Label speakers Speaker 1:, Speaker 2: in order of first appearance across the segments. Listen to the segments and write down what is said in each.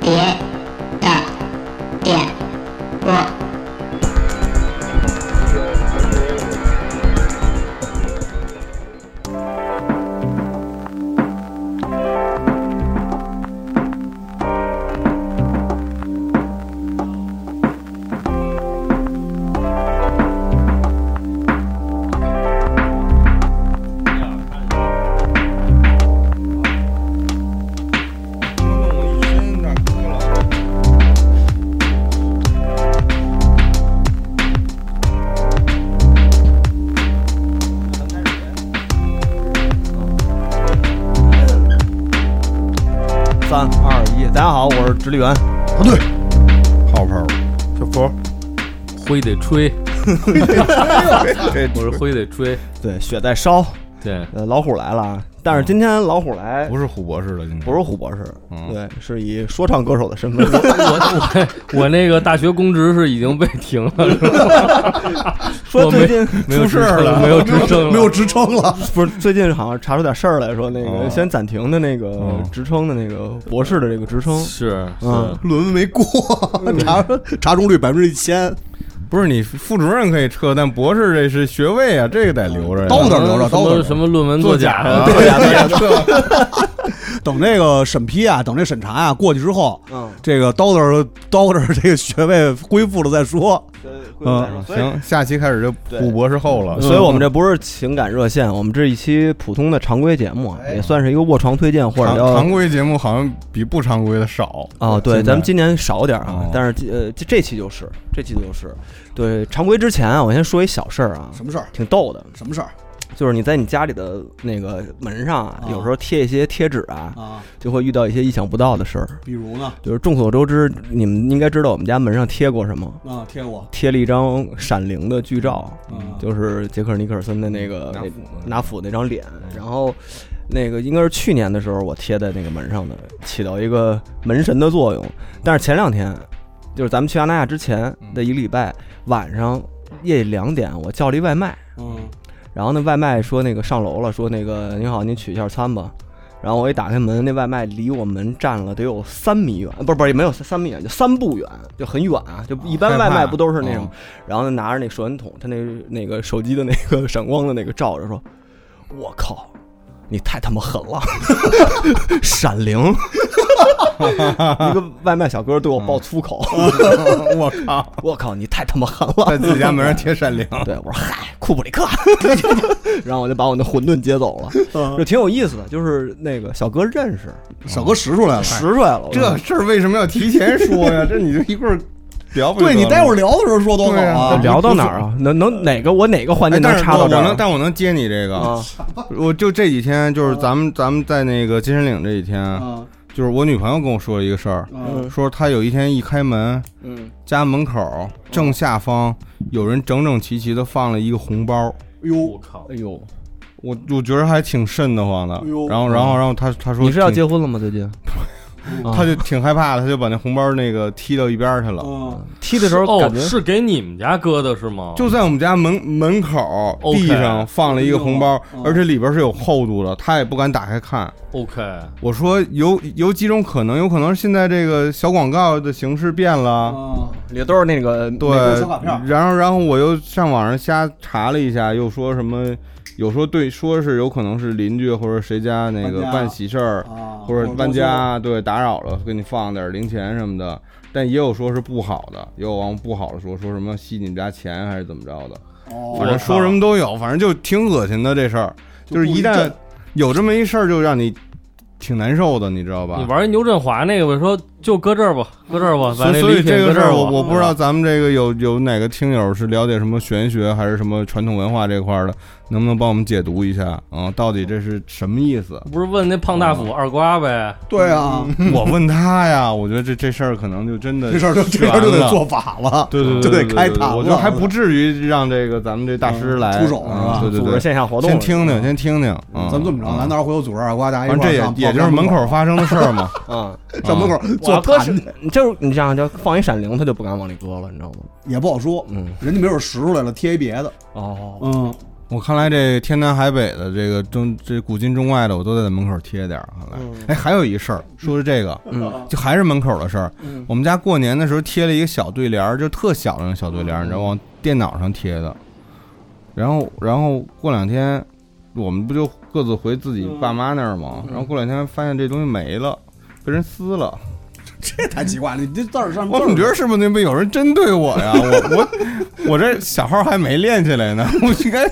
Speaker 1: 别的点播。
Speaker 2: 他弄我一身有点哭了。
Speaker 3: 三二一，大家好，我是直立员。
Speaker 2: 不对，泡泡，小佛，
Speaker 4: 灰得吹，
Speaker 2: 这
Speaker 4: 我是灰得吹，
Speaker 3: 对，雪在烧，
Speaker 4: 对，
Speaker 3: 呃，老虎来了啊。但是今天老虎来
Speaker 2: 不是虎博士了，今天
Speaker 3: 不是虎博士，
Speaker 2: 嗯
Speaker 3: 对，是以说唱歌手的身 份。
Speaker 4: 我我我那个大学公职是已经被停了，是吧
Speaker 3: 说最近
Speaker 4: 没有
Speaker 3: 出事儿
Speaker 4: 职称
Speaker 3: 了，
Speaker 4: 没有职称了，
Speaker 5: 没有职称了。
Speaker 3: 不是最近好像查出点事儿来说，那
Speaker 2: 哦
Speaker 3: 个先暂停的那个
Speaker 2: 嗯
Speaker 3: 职称的那个博士的这个职称，
Speaker 4: 是
Speaker 3: 嗯
Speaker 4: 是，
Speaker 5: 论文没过，
Speaker 2: 嗯
Speaker 5: 查查中率百分之一千，
Speaker 2: 不是你副主任可以撤，但博士这是学位啊，这个
Speaker 3: 哎
Speaker 2: 得留着呀。
Speaker 5: 叨叨留着，
Speaker 4: 什
Speaker 5: 叨
Speaker 4: 么
Speaker 5: 叨
Speaker 4: 什么论文作假
Speaker 2: 啊
Speaker 4: 呀，
Speaker 2: 对呀，撤了。
Speaker 5: 等这个审批啊，等这审查啊过去之后，
Speaker 3: 嗯，
Speaker 5: 这个叨叨叨叨这个 学位恢复了再说。
Speaker 3: 嗯，所以
Speaker 2: 行，下期开始就
Speaker 3: 对
Speaker 2: 虎博士后了。
Speaker 3: 所以我们这不是情感热线，我们这一期普通的常规节目啊，也算是一个卧床推荐，或者
Speaker 2: 常
Speaker 3: 叫
Speaker 2: 常规节目好像比不常规的 少
Speaker 3: 哦，对，
Speaker 2: 现在
Speaker 3: 咱们今年少点儿啊
Speaker 2: 哦，
Speaker 3: 但是呃，这这期就是这期就是，对常规之前啊，我先说一小事儿啊，
Speaker 5: 什么事儿？
Speaker 3: 挺逗的，
Speaker 5: 什么事儿
Speaker 3: 就是你在你家里的那个门上啊，
Speaker 5: 啊
Speaker 3: 有时候贴一些贴纸
Speaker 6: 哦
Speaker 3: 啊，
Speaker 5: 啊？
Speaker 3: 就会遇到一些意想不到的事儿。
Speaker 5: 比如呢？
Speaker 3: 就是众所周知，你们应该知道我们家门上贴过什么，
Speaker 5: 啊，贴我
Speaker 3: 贴了一张《闪灵》的剧照，
Speaker 2: 嗯
Speaker 5: 啊，
Speaker 3: 就是杰克尔尼克尔森的那个
Speaker 2: 拿
Speaker 3: 那
Speaker 2: 斧子哎
Speaker 3: 拿斧那张脸，然后那个应该是去年的时候我贴在那个门上的，起到一个门神的作用。但是前两天，就是咱们去阿那亚之前的
Speaker 2: 嗯
Speaker 3: 一个礼拜晚上夜里两点，我叫了一外卖，
Speaker 5: 嗯
Speaker 3: 然后那外卖说那个上楼了，说那个您好，您取一下餐吧。然后我一打开门，那外卖离我们站了得有三米远，不是不是也没有三米远，就三步远，就很远啊。就一般
Speaker 2: 害
Speaker 3: 外
Speaker 2: 怕
Speaker 3: 卖不都是那种
Speaker 2: 哦，
Speaker 3: 然后拿着那手电筒，他那那个手机的那个闪光的那个照着说，我靠，你太他妈狠 了，闪灵。一个外卖小哥对我爆粗 口，
Speaker 2: 我靠，
Speaker 3: 我靠，你太他妈狠 了。
Speaker 2: 在自己家门上贴闪灵，
Speaker 3: 对，我说嗨，库布里 克，然后我就把我那馄饨接走了，
Speaker 2: 嗯
Speaker 3: 就挺有意思的。就是那个小哥认识，
Speaker 5: 小哥识出来了。
Speaker 2: 嗯
Speaker 3: 识出来了，
Speaker 2: 哎这事儿为什么要提前说 呀？这你就一块儿聊不就得
Speaker 5: 对
Speaker 2: 了吗？
Speaker 5: 你待会儿聊的时候说多好
Speaker 2: 嗯对啊
Speaker 3: 我
Speaker 5: 啊！
Speaker 3: 聊到哪儿啊？ 能能哪个我哪个环节
Speaker 2: 哎，
Speaker 3: 能
Speaker 2: 但是
Speaker 3: 插
Speaker 2: 我
Speaker 3: 到这
Speaker 2: 我
Speaker 3: 儿
Speaker 2: 能，但我能接你这个。
Speaker 3: 啊？
Speaker 2: 我就这几天，就是咱们咱们在那个金山岭这几天，
Speaker 5: 啊
Speaker 2: 就是我女朋友跟我说了一个事儿，
Speaker 5: 嗯
Speaker 2: 说她有一天一开门，
Speaker 3: 嗯，
Speaker 2: 家门口正下方有人整整齐齐的放了一个红包，
Speaker 5: 哟，
Speaker 3: 哎呦，
Speaker 2: 我我觉得还挺瘆得慌的
Speaker 5: 哎呦。
Speaker 2: 然后然后然后她她说
Speaker 3: 你是要
Speaker 2: 挺
Speaker 3: 结，婚了吗？最近？啊
Speaker 2: 她就挺害怕的，她就把那红包那个踢到一边儿去了。
Speaker 5: 嗯，
Speaker 3: 踢的时候
Speaker 4: 哦
Speaker 3: 感，觉
Speaker 4: 是给你们家搁的是吗？
Speaker 2: 就在我们家门门口
Speaker 4: OK
Speaker 2: 地上放了一个红包
Speaker 5: 哎呦，
Speaker 2: 而且里边是有厚度的，她也不敢打开看。
Speaker 4: OK，
Speaker 2: 我说有有几种可能，有可能是现在这个小广告的形式变了，
Speaker 5: 啊，
Speaker 3: 里都是那个
Speaker 2: 对
Speaker 3: 那个
Speaker 5: 小卡片儿，
Speaker 2: 然后然后我又上网上瞎查了一下，又说什么，有说对，说是有可能是邻居或者谁家那个
Speaker 5: 搬家
Speaker 2: 办喜事儿
Speaker 5: 啊
Speaker 2: 或
Speaker 5: 或
Speaker 2: 者
Speaker 5: 者
Speaker 2: 搬
Speaker 5: 装修
Speaker 2: 家，对打扰了，给你放点零钱什么的。但也有说是不好的，也有往不好的说，说什么吸你们家钱还是怎么着的，
Speaker 5: 哦
Speaker 2: 反正说什么都有，反正就挺恶心的这事儿，
Speaker 5: 就
Speaker 2: 就是
Speaker 5: 不
Speaker 2: 一
Speaker 5: 一
Speaker 2: 旦
Speaker 5: 阵
Speaker 2: 有这么一事儿，就让你挺难受的，你知道吧？
Speaker 4: 你玩牛振华那个吧，说就搁这儿 吧，搁这儿吧，把
Speaker 2: 所以
Speaker 4: 那
Speaker 2: 所以
Speaker 4: 礼品
Speaker 2: 这个
Speaker 4: 搁这
Speaker 2: 事
Speaker 4: 儿
Speaker 2: 儿，
Speaker 4: 吧
Speaker 2: 我我不知道咱们这个有有哪个听友是了解什么玄学还是什么传统文化这块儿的，能不能帮我们解读一下啊、嗯到底这是什么意思？
Speaker 4: 不是问那胖
Speaker 2: 嗯
Speaker 4: 大斧二瓜呗？
Speaker 5: 对啊，
Speaker 2: 我问他呀，我觉得这这事儿可能就真的
Speaker 5: 这事儿就这事儿就得做法了，
Speaker 2: 对，对对
Speaker 5: 就
Speaker 2: 对
Speaker 5: 得
Speaker 2: 对对
Speaker 5: 开
Speaker 2: 对
Speaker 5: 坛了
Speaker 2: 我觉得还不至于让这个咱们这大师
Speaker 5: 嗯
Speaker 2: 来
Speaker 5: 出手是吧
Speaker 2: 嗯对
Speaker 3: 组
Speaker 2: 对
Speaker 3: 织
Speaker 2: 对，
Speaker 3: 线下活动，
Speaker 2: 先听听，先听听。嗯
Speaker 5: 咱们这么着，咱到时候回头组织二瓜家一
Speaker 2: 反正
Speaker 5: 块
Speaker 2: 这
Speaker 5: 儿
Speaker 2: 也
Speaker 5: 上
Speaker 2: 也就是门口发生的事儿嘛。
Speaker 3: 啊。
Speaker 5: 上门口
Speaker 3: 我
Speaker 5: 做
Speaker 3: 要搁是
Speaker 5: 盘去，，
Speaker 3: 就是你想想，就放一闪灵，他就不敢往里搁了，你知道吗？
Speaker 5: 也不好说，
Speaker 3: 嗯，
Speaker 5: 人家没准拾出来了贴一别的，
Speaker 3: 哦，
Speaker 5: 嗯，
Speaker 2: 我看来这天南海北的这个中这古今中外的，我都得在门口贴点儿。看来，哎，还有一事儿，说是这个，
Speaker 3: 嗯
Speaker 2: 就还是门口的事儿。我们家过年的时候贴了一个小对联儿，就特小的那种小对联儿，你知道吗？往电脑上贴的。然后，然后过两天，我们不就各自回自己爸妈那儿吗？然后过两天发现这东西没了，被人撕了。
Speaker 5: 这太奇怪了，你这字儿
Speaker 6: 嗯
Speaker 5: 上
Speaker 2: 我总觉得是不是那边有人针对我呀？我我我这小号还没练起来呢，我应该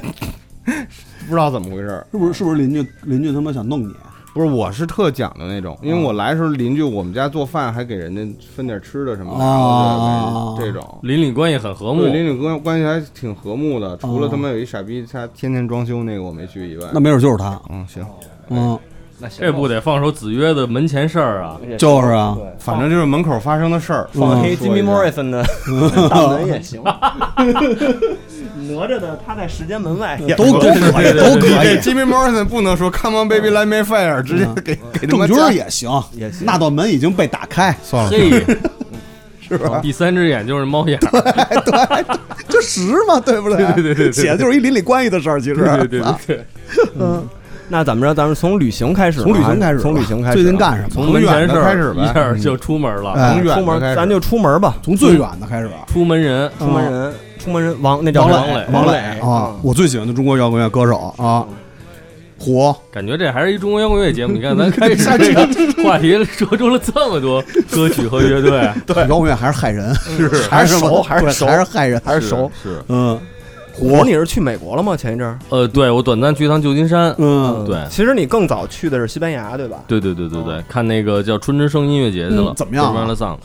Speaker 2: 不知道怎么回事儿。
Speaker 6: 是不是是不是邻居邻居他妈想弄你？啊
Speaker 2: 不是，我是特讲究那种，因为
Speaker 6: 哦
Speaker 2: 我来的时候邻居我们家做饭还给人家分点吃的什么的，
Speaker 6: 哦
Speaker 2: 对这种。
Speaker 4: 邻里关系很和睦
Speaker 2: 对，，邻里关关系还挺和睦的，除了
Speaker 6: 哦
Speaker 2: 他妈有一傻逼，他天天装修那个我没去以外。
Speaker 6: 那没准就是他。
Speaker 2: 嗯行，
Speaker 6: 嗯，
Speaker 3: 那行
Speaker 4: 这不得放首子曰的门前事儿啊？
Speaker 6: 就是啊，
Speaker 2: 反正就是门口发生的事儿。
Speaker 6: 放
Speaker 2: 嗯
Speaker 3: 黑
Speaker 2: 说一
Speaker 3: Jimmy
Speaker 2: 下
Speaker 3: Morrison 的 大门也 行，哪吒的他在时间门外也
Speaker 6: 都都可以，都可
Speaker 2: 对
Speaker 6: 以。
Speaker 2: ，Jimmy Morrison 不能说 Come on baby, let me fire，直接给给他
Speaker 6: 郑
Speaker 2: 妈
Speaker 6: 钧
Speaker 2: 加
Speaker 6: 儿也行，
Speaker 3: 也行
Speaker 6: 那道门已经被打开，
Speaker 2: 算了，
Speaker 4: 嘿， 是吧？啊第三只眼就是猫眼儿，
Speaker 6: 哎
Speaker 5: 这实嘛，对不对？啊
Speaker 4: 对对对对对
Speaker 5: 写的就是一邻里关系的事儿，其实啊
Speaker 4: 对对对对，
Speaker 3: 那怎么着？咱们从旅行开始吧，
Speaker 6: 从旅行开始吧，
Speaker 3: 从旅行开始啊。
Speaker 6: 最近干什么？
Speaker 4: 从门前事
Speaker 2: 从远的开
Speaker 4: 儿
Speaker 2: 始呗
Speaker 4: 一下就出门了，
Speaker 6: 哎
Speaker 2: 从远
Speaker 3: 出
Speaker 2: 的开
Speaker 3: 门，
Speaker 2: 始
Speaker 3: 咱就出门吧。
Speaker 6: 从最远的开始。
Speaker 4: 出门人，
Speaker 3: 出门人，出门人，王那叫
Speaker 4: 王
Speaker 3: 什么
Speaker 4: 磊
Speaker 3: 王
Speaker 4: 王
Speaker 3: 磊
Speaker 6: 啊，我最喜欢的中国摇滚乐歌手啊，火
Speaker 4: 感觉这还是一中国摇滚乐节目。你看，咱开始这个话题说出了这么多歌曲和乐队，
Speaker 6: 摇滚乐还是害人，是 还
Speaker 5: 还是熟还
Speaker 6: 还
Speaker 5: 是熟
Speaker 6: 还是害人，还
Speaker 2: 是是
Speaker 6: 嗯
Speaker 3: 火，你是去美国了吗？前一阵儿，
Speaker 4: 呃，对我短暂去一趟旧金山，
Speaker 6: 嗯，
Speaker 4: 对
Speaker 3: 其实你更早去的是西班牙，对吧？
Speaker 4: 对对对对对，看那个叫春之声音乐节去了，
Speaker 6: 嗯怎么样
Speaker 4: r
Speaker 6: 啊
Speaker 4: n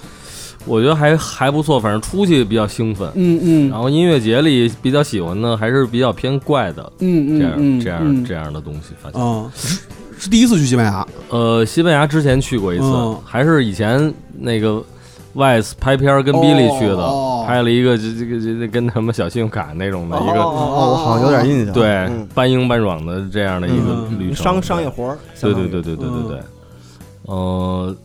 Speaker 4: 我觉得还还不错，反正出去比较兴奋。
Speaker 6: 嗯
Speaker 4: 然
Speaker 6: 嗯
Speaker 4: 后音乐节里比较喜欢的还是比较偏怪的这
Speaker 6: 嗯
Speaker 4: 样、
Speaker 6: 嗯，
Speaker 4: 这样这样的东西。发现、
Speaker 6: 嗯，是是第一次去西班牙，
Speaker 4: 呃，西班牙之前去过一次，
Speaker 6: 嗯
Speaker 4: 还是以前那个 Vice 拍片儿跟 Billy 去的，
Speaker 6: 哦哦
Speaker 4: 拍了一个这这个这这跟他们小信用卡那种的一个。
Speaker 3: 哦，我好像有点印象。
Speaker 4: 对，
Speaker 3: 嗯
Speaker 4: 半硬半软的这样的一个
Speaker 6: 嗯
Speaker 4: 旅程，
Speaker 3: 商商业活儿，
Speaker 4: 对
Speaker 3: 相当
Speaker 4: 对
Speaker 3: 于
Speaker 4: 对对对对对，呃，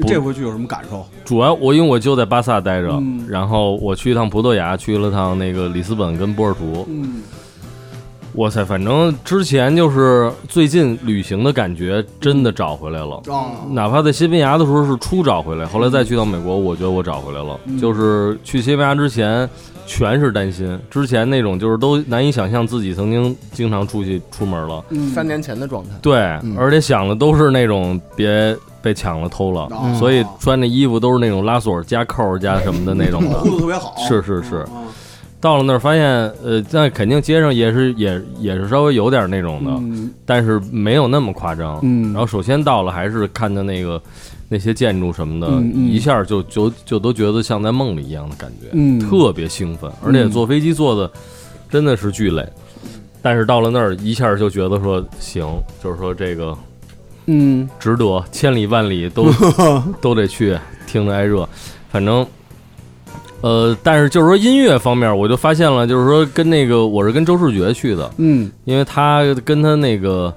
Speaker 4: 不
Speaker 6: 这回去有什么感受？
Speaker 4: 主要我因为我就在巴萨待着，
Speaker 6: 嗯
Speaker 4: 然后我去一趟葡萄牙，去了趟那个里斯本跟波尔图。
Speaker 6: 嗯
Speaker 4: 哇塞，反正之前就是最近旅行的感觉真的找回来了。
Speaker 6: 啊，
Speaker 4: 哪怕在西班牙的时候是初找回来，后来再去到美国，我觉得我找回来了。就是去西班牙之前，全是担心，之前那种就是都难以想象自己曾经经常出去出门
Speaker 6: 嗯
Speaker 4: 了。
Speaker 3: 三年前的状态。
Speaker 4: 对，而且想的都是那种别被抢了偷了，
Speaker 6: 哦
Speaker 4: 所以穿的衣服都是那种拉锁加扣加什么的那种的。
Speaker 6: 裤子特别好，
Speaker 4: 是是是，
Speaker 6: 嗯
Speaker 4: 到了那儿发现，呃，那肯定街上也是也也是稍微有点那种的，
Speaker 6: 嗯
Speaker 4: 但是没有那么夸张。然
Speaker 6: 嗯
Speaker 4: 后首先到了还是看的那个那些建筑什么的，
Speaker 6: 嗯嗯
Speaker 4: 一下就就就都觉得像在梦里一样的感觉，
Speaker 6: 嗯
Speaker 4: 特别兴奋，而且坐飞机坐的真的是巨累。但是到了那儿，一下就觉得说行，就是说这个
Speaker 6: 嗯
Speaker 4: 值得，千里万里 都都得去，听着挨热。反正，呃，但是就是说音乐方面，我就发现了，就是说跟那个我是跟周世觉去的，
Speaker 6: 嗯
Speaker 4: 因为他跟他那个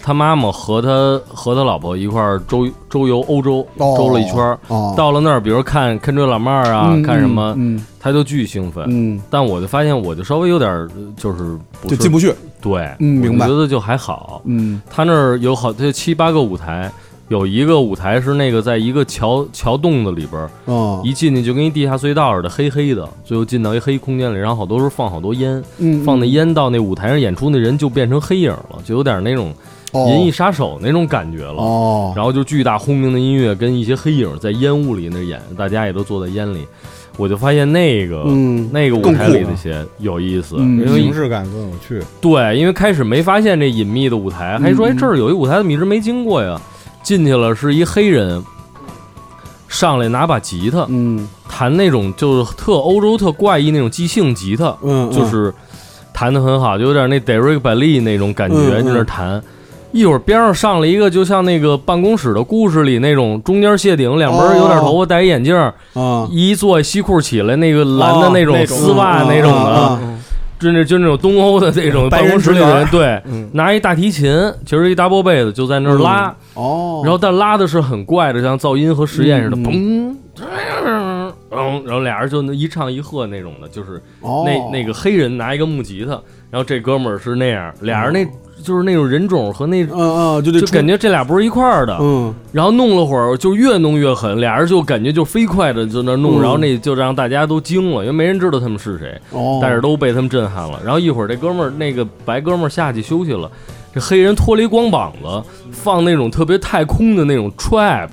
Speaker 4: 他妈妈和他和他老婆一块儿周周游欧洲，
Speaker 6: 哦
Speaker 4: 周了一圈儿。
Speaker 6: 哦，
Speaker 4: 到了那儿，比如看看追老妹儿啊，
Speaker 6: 嗯
Speaker 4: 看什么，
Speaker 6: 嗯
Speaker 4: 他就巨兴奋。
Speaker 6: 嗯，
Speaker 4: 但我就发现，我就稍微有点儿呃就是不
Speaker 5: 就是进不去。
Speaker 4: 对，
Speaker 6: 嗯明白
Speaker 4: 我觉得就还好。
Speaker 6: 嗯
Speaker 4: 他那儿有好，他七八个舞台，有一个舞台是那个在一个桥桥洞子里边儿，
Speaker 6: 哦，
Speaker 4: 一进去就跟一地下隧道似的，黑黑的，最后进到一黑空间里，然后好多时候放好多烟，
Speaker 6: 嗯
Speaker 4: 放的烟到那舞台上演出，那人就变成黑影了，就有点那种《银翼杀手》那种感觉了。
Speaker 6: 哦，
Speaker 4: 然后就巨大轰鸣的音乐跟一些黑影在烟雾里那演，大家也都坐在烟里，我就发现那个、
Speaker 6: 嗯
Speaker 4: 那个舞
Speaker 6: 更
Speaker 4: 台
Speaker 6: 酷
Speaker 4: 里
Speaker 6: 啊
Speaker 4: 那些有意思，
Speaker 6: 嗯
Speaker 4: 因为
Speaker 2: 形式感更有趣。
Speaker 4: 对，因为开始没发现这隐秘的舞台，还说哎
Speaker 6: 嗯
Speaker 4: 这儿有一舞台怎么一直没经过呀？进去了是一黑人，上来拿把吉他，
Speaker 6: 嗯
Speaker 4: 弹那种就是特欧洲特怪异那种即兴吉他，
Speaker 6: 嗯，
Speaker 4: 就是弹的很好，就有点那 Derek b a l e 那种感觉，
Speaker 6: 嗯
Speaker 4: 就
Speaker 6: 嗯
Speaker 4: 在那儿弹。一会儿边上上了一个，就像那个办公室的故事里那种，中间谢顶，两边有点头发，戴一眼镜，
Speaker 6: 啊
Speaker 4: 一坐西裤起来，那个蓝的
Speaker 3: 哦
Speaker 4: 那种
Speaker 3: 那种
Speaker 4: 丝袜
Speaker 6: 嗯
Speaker 4: 那种
Speaker 6: 嗯
Speaker 4: 的，
Speaker 3: 嗯
Speaker 4: 就那就那种东欧的那种
Speaker 3: 白
Speaker 4: 办
Speaker 3: 人
Speaker 4: 公室里
Speaker 3: 职员
Speaker 4: 人，对，
Speaker 3: 嗯，
Speaker 4: 拿一大提琴，其实一大波被子就在那儿拉，
Speaker 6: 哦，
Speaker 4: 然后但拉的是很怪的，像噪音和实验似的，
Speaker 6: 嗯
Speaker 4: 嘣，然后然后俩人就那一唱一和那种的，就是
Speaker 6: 哦，
Speaker 4: 那那个黑人拿一个木吉他，然后这哥们儿是那样，俩人那、就是那种人种和那
Speaker 6: 哦嗯嗯，就这
Speaker 4: 就感
Speaker 6: 觉
Speaker 4: 觉这俩不是一块儿的。
Speaker 6: 嗯
Speaker 4: 然后弄了会儿，就越弄越狠，俩人就感觉就飞快的就那弄，
Speaker 6: 嗯
Speaker 4: 然后那就让大家都惊了，因为没人知道他们是谁，
Speaker 6: 哦，
Speaker 4: 但是都被他们震撼了。然后一会儿这哥们儿那个白哥们儿下去休息了，这黑人脱离光膀子，放那种特别太空的那种 trap，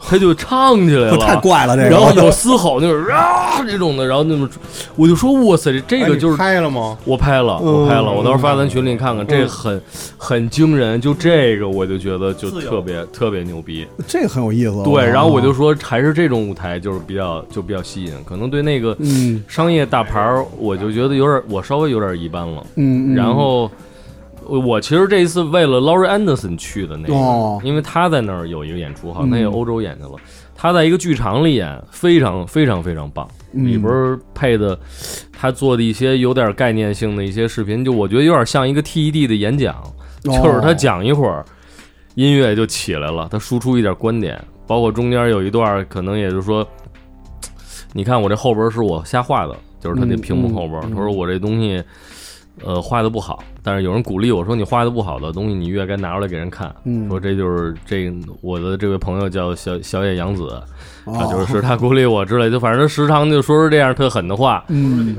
Speaker 4: 他就唱起来
Speaker 5: 太
Speaker 4: 了。啊
Speaker 5: 怪了这个。
Speaker 4: 然后 有嘶吼，那种啊这种的，然后那么，我就说哇塞，这
Speaker 2: 哎
Speaker 4: 个
Speaker 2: 你
Speaker 4: 就是
Speaker 2: 拍了吗？
Speaker 4: 我拍了，
Speaker 6: 嗯
Speaker 4: 我拍了，我到时候发咱群里看看，这很很惊人，就这个我就觉得就特别特别牛逼。
Speaker 6: 这个很有意思。
Speaker 4: 对，然后我就说还是这种舞台就是比较就比较吸引，可能对那个
Speaker 6: 嗯
Speaker 4: 商业大牌儿，我就觉得有点我稍微有点一般了。
Speaker 6: 嗯，嗯
Speaker 4: 然后我我其实这一次为了 Laurie Anderson 去的那
Speaker 6: 哦
Speaker 4: 个，因为他在那儿有一个演出，好像他也
Speaker 6: 嗯
Speaker 4: 欧洲演去了，他在一个剧场里演，非常非常非常棒。
Speaker 6: 嗯
Speaker 4: 里边儿配的，他做的一些有点概念性的一些视频，就我觉得有点像一个 TED 的演讲，
Speaker 6: 哦
Speaker 4: 就是他讲一会儿，音乐就起来了，他输出一点观点，包括中间有一段可能也就是说，你看我这后边是我瞎画的，就是他那
Speaker 6: 嗯
Speaker 4: 屏幕
Speaker 6: 嗯
Speaker 4: 后边，他说我这东西。呃，画的不好，但是有人鼓励我说你画的不好的东西，你越该拿出来给人看。
Speaker 6: 嗯
Speaker 4: 说这就是这我的这位朋友叫小小野洋子，
Speaker 6: 哦
Speaker 4: 啊，就是他鼓励我之类，就反正时常就说是这样特狠的话，
Speaker 6: 嗯，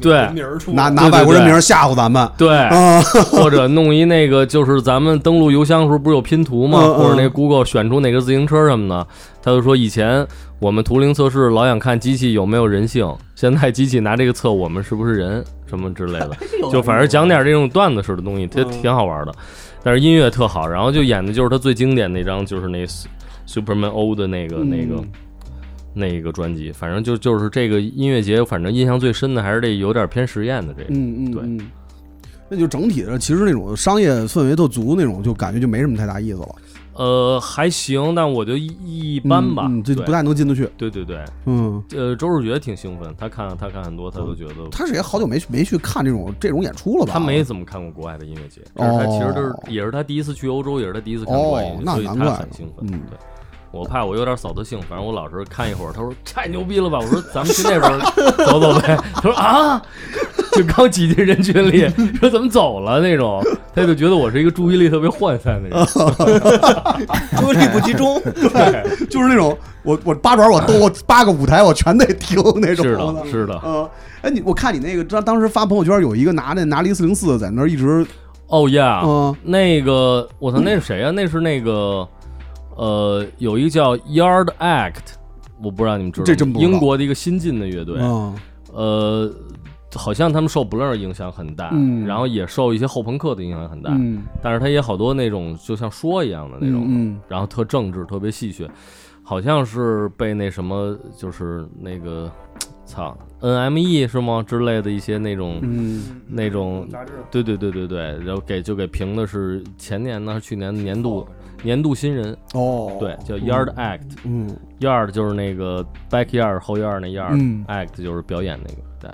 Speaker 4: 对
Speaker 6: 哦
Speaker 5: 拿拿
Speaker 4: 对对
Speaker 5: 外国人
Speaker 4: 对
Speaker 5: 名儿吓唬咱们，啊
Speaker 4: 对， 或者弄一那个就是咱们登录邮箱时候不是有拼图吗？
Speaker 6: 嗯嗯
Speaker 4: 或者那 Google 选出哪个自行车什么的，他就说以前我们图灵测试老想看机器有没有人性，现在机器拿这个测我们是不是人什么之类的，就反正讲点这种段子式的东西，
Speaker 6: 嗯
Speaker 4: 挺挺好玩的。但是音乐特好，然后就演的就是他最经典那张，就是那 Su- Superman O 的那
Speaker 6: 嗯
Speaker 4: 个那个。那个专辑，反正就就是这个音乐节，反正印象最深的还是这有点偏实验的这个。
Speaker 6: 嗯嗯
Speaker 4: 对
Speaker 6: 嗯，那就整体的，其实那种商业氛围特足那种，就感觉就没什么太大意思了，
Speaker 4: 呃，还行，但我就一一般吧，
Speaker 6: 嗯嗯这就
Speaker 4: 对
Speaker 6: 不大能进得去。
Speaker 4: 对对对，
Speaker 6: 嗯，
Speaker 4: 呃，周世觉挺兴奋，他看他看很多，他都觉得
Speaker 6: 他是也好久没去没去看这种这种演出了吧？
Speaker 4: 他没怎么看过国外的音乐节，这是他其实都是也是他第一次去欧洲，也是他第一次看国外音乐
Speaker 6: 哦
Speaker 4: 节，
Speaker 6: 那
Speaker 4: 所以
Speaker 6: 难怪
Speaker 4: 他很兴奋。
Speaker 6: 嗯
Speaker 4: 对，我怕我有点扫他兴，反正我老是看一会儿，他说太牛逼了吧，我说咱们去那 边儿走走呗，他说啊，就刚挤进人群里，说怎么走了那种，他就觉得我是一个注意力特别涣散的人，
Speaker 5: 注意力不集中，
Speaker 6: 对，就是那种我我八爪我都 我八个舞台我全得听那种。
Speaker 4: 是
Speaker 6: 我操
Speaker 4: 的，是的。
Speaker 6: 呃，哎，你我看你那个当当时发朋友圈有一个拿那拿了一四零四在那儿一直，
Speaker 4: 哦呀，
Speaker 6: 嗯
Speaker 4: 那个我操，那是谁呀、啊那是那个呃，有一个叫 Yard Act，我不知道你们知道吗，
Speaker 6: 这真不知道
Speaker 4: 英国的一个新进的乐队，
Speaker 6: 嗯
Speaker 4: 呃，好像他们受 Blur 影响很大，
Speaker 6: 嗯
Speaker 4: 然后也受一些后朋克的影响很大，
Speaker 6: 嗯
Speaker 4: 但是他也好多那种就像说一样的那种，
Speaker 6: 嗯
Speaker 4: 然后特政治，特别戏谑，好像是被那什么，就是那个。操，NME 是吗？之类的一些那种，
Speaker 6: 嗯
Speaker 4: 那种对对对对对，然后给就给评的是前年呢，还是去年的年度年度新人，
Speaker 6: 哦，
Speaker 4: 对，叫 Yard Act，
Speaker 6: 嗯
Speaker 4: Yard 就是那个 backyard 后院那 yard，、
Speaker 6: 嗯
Speaker 4: act 就是表演那个，对，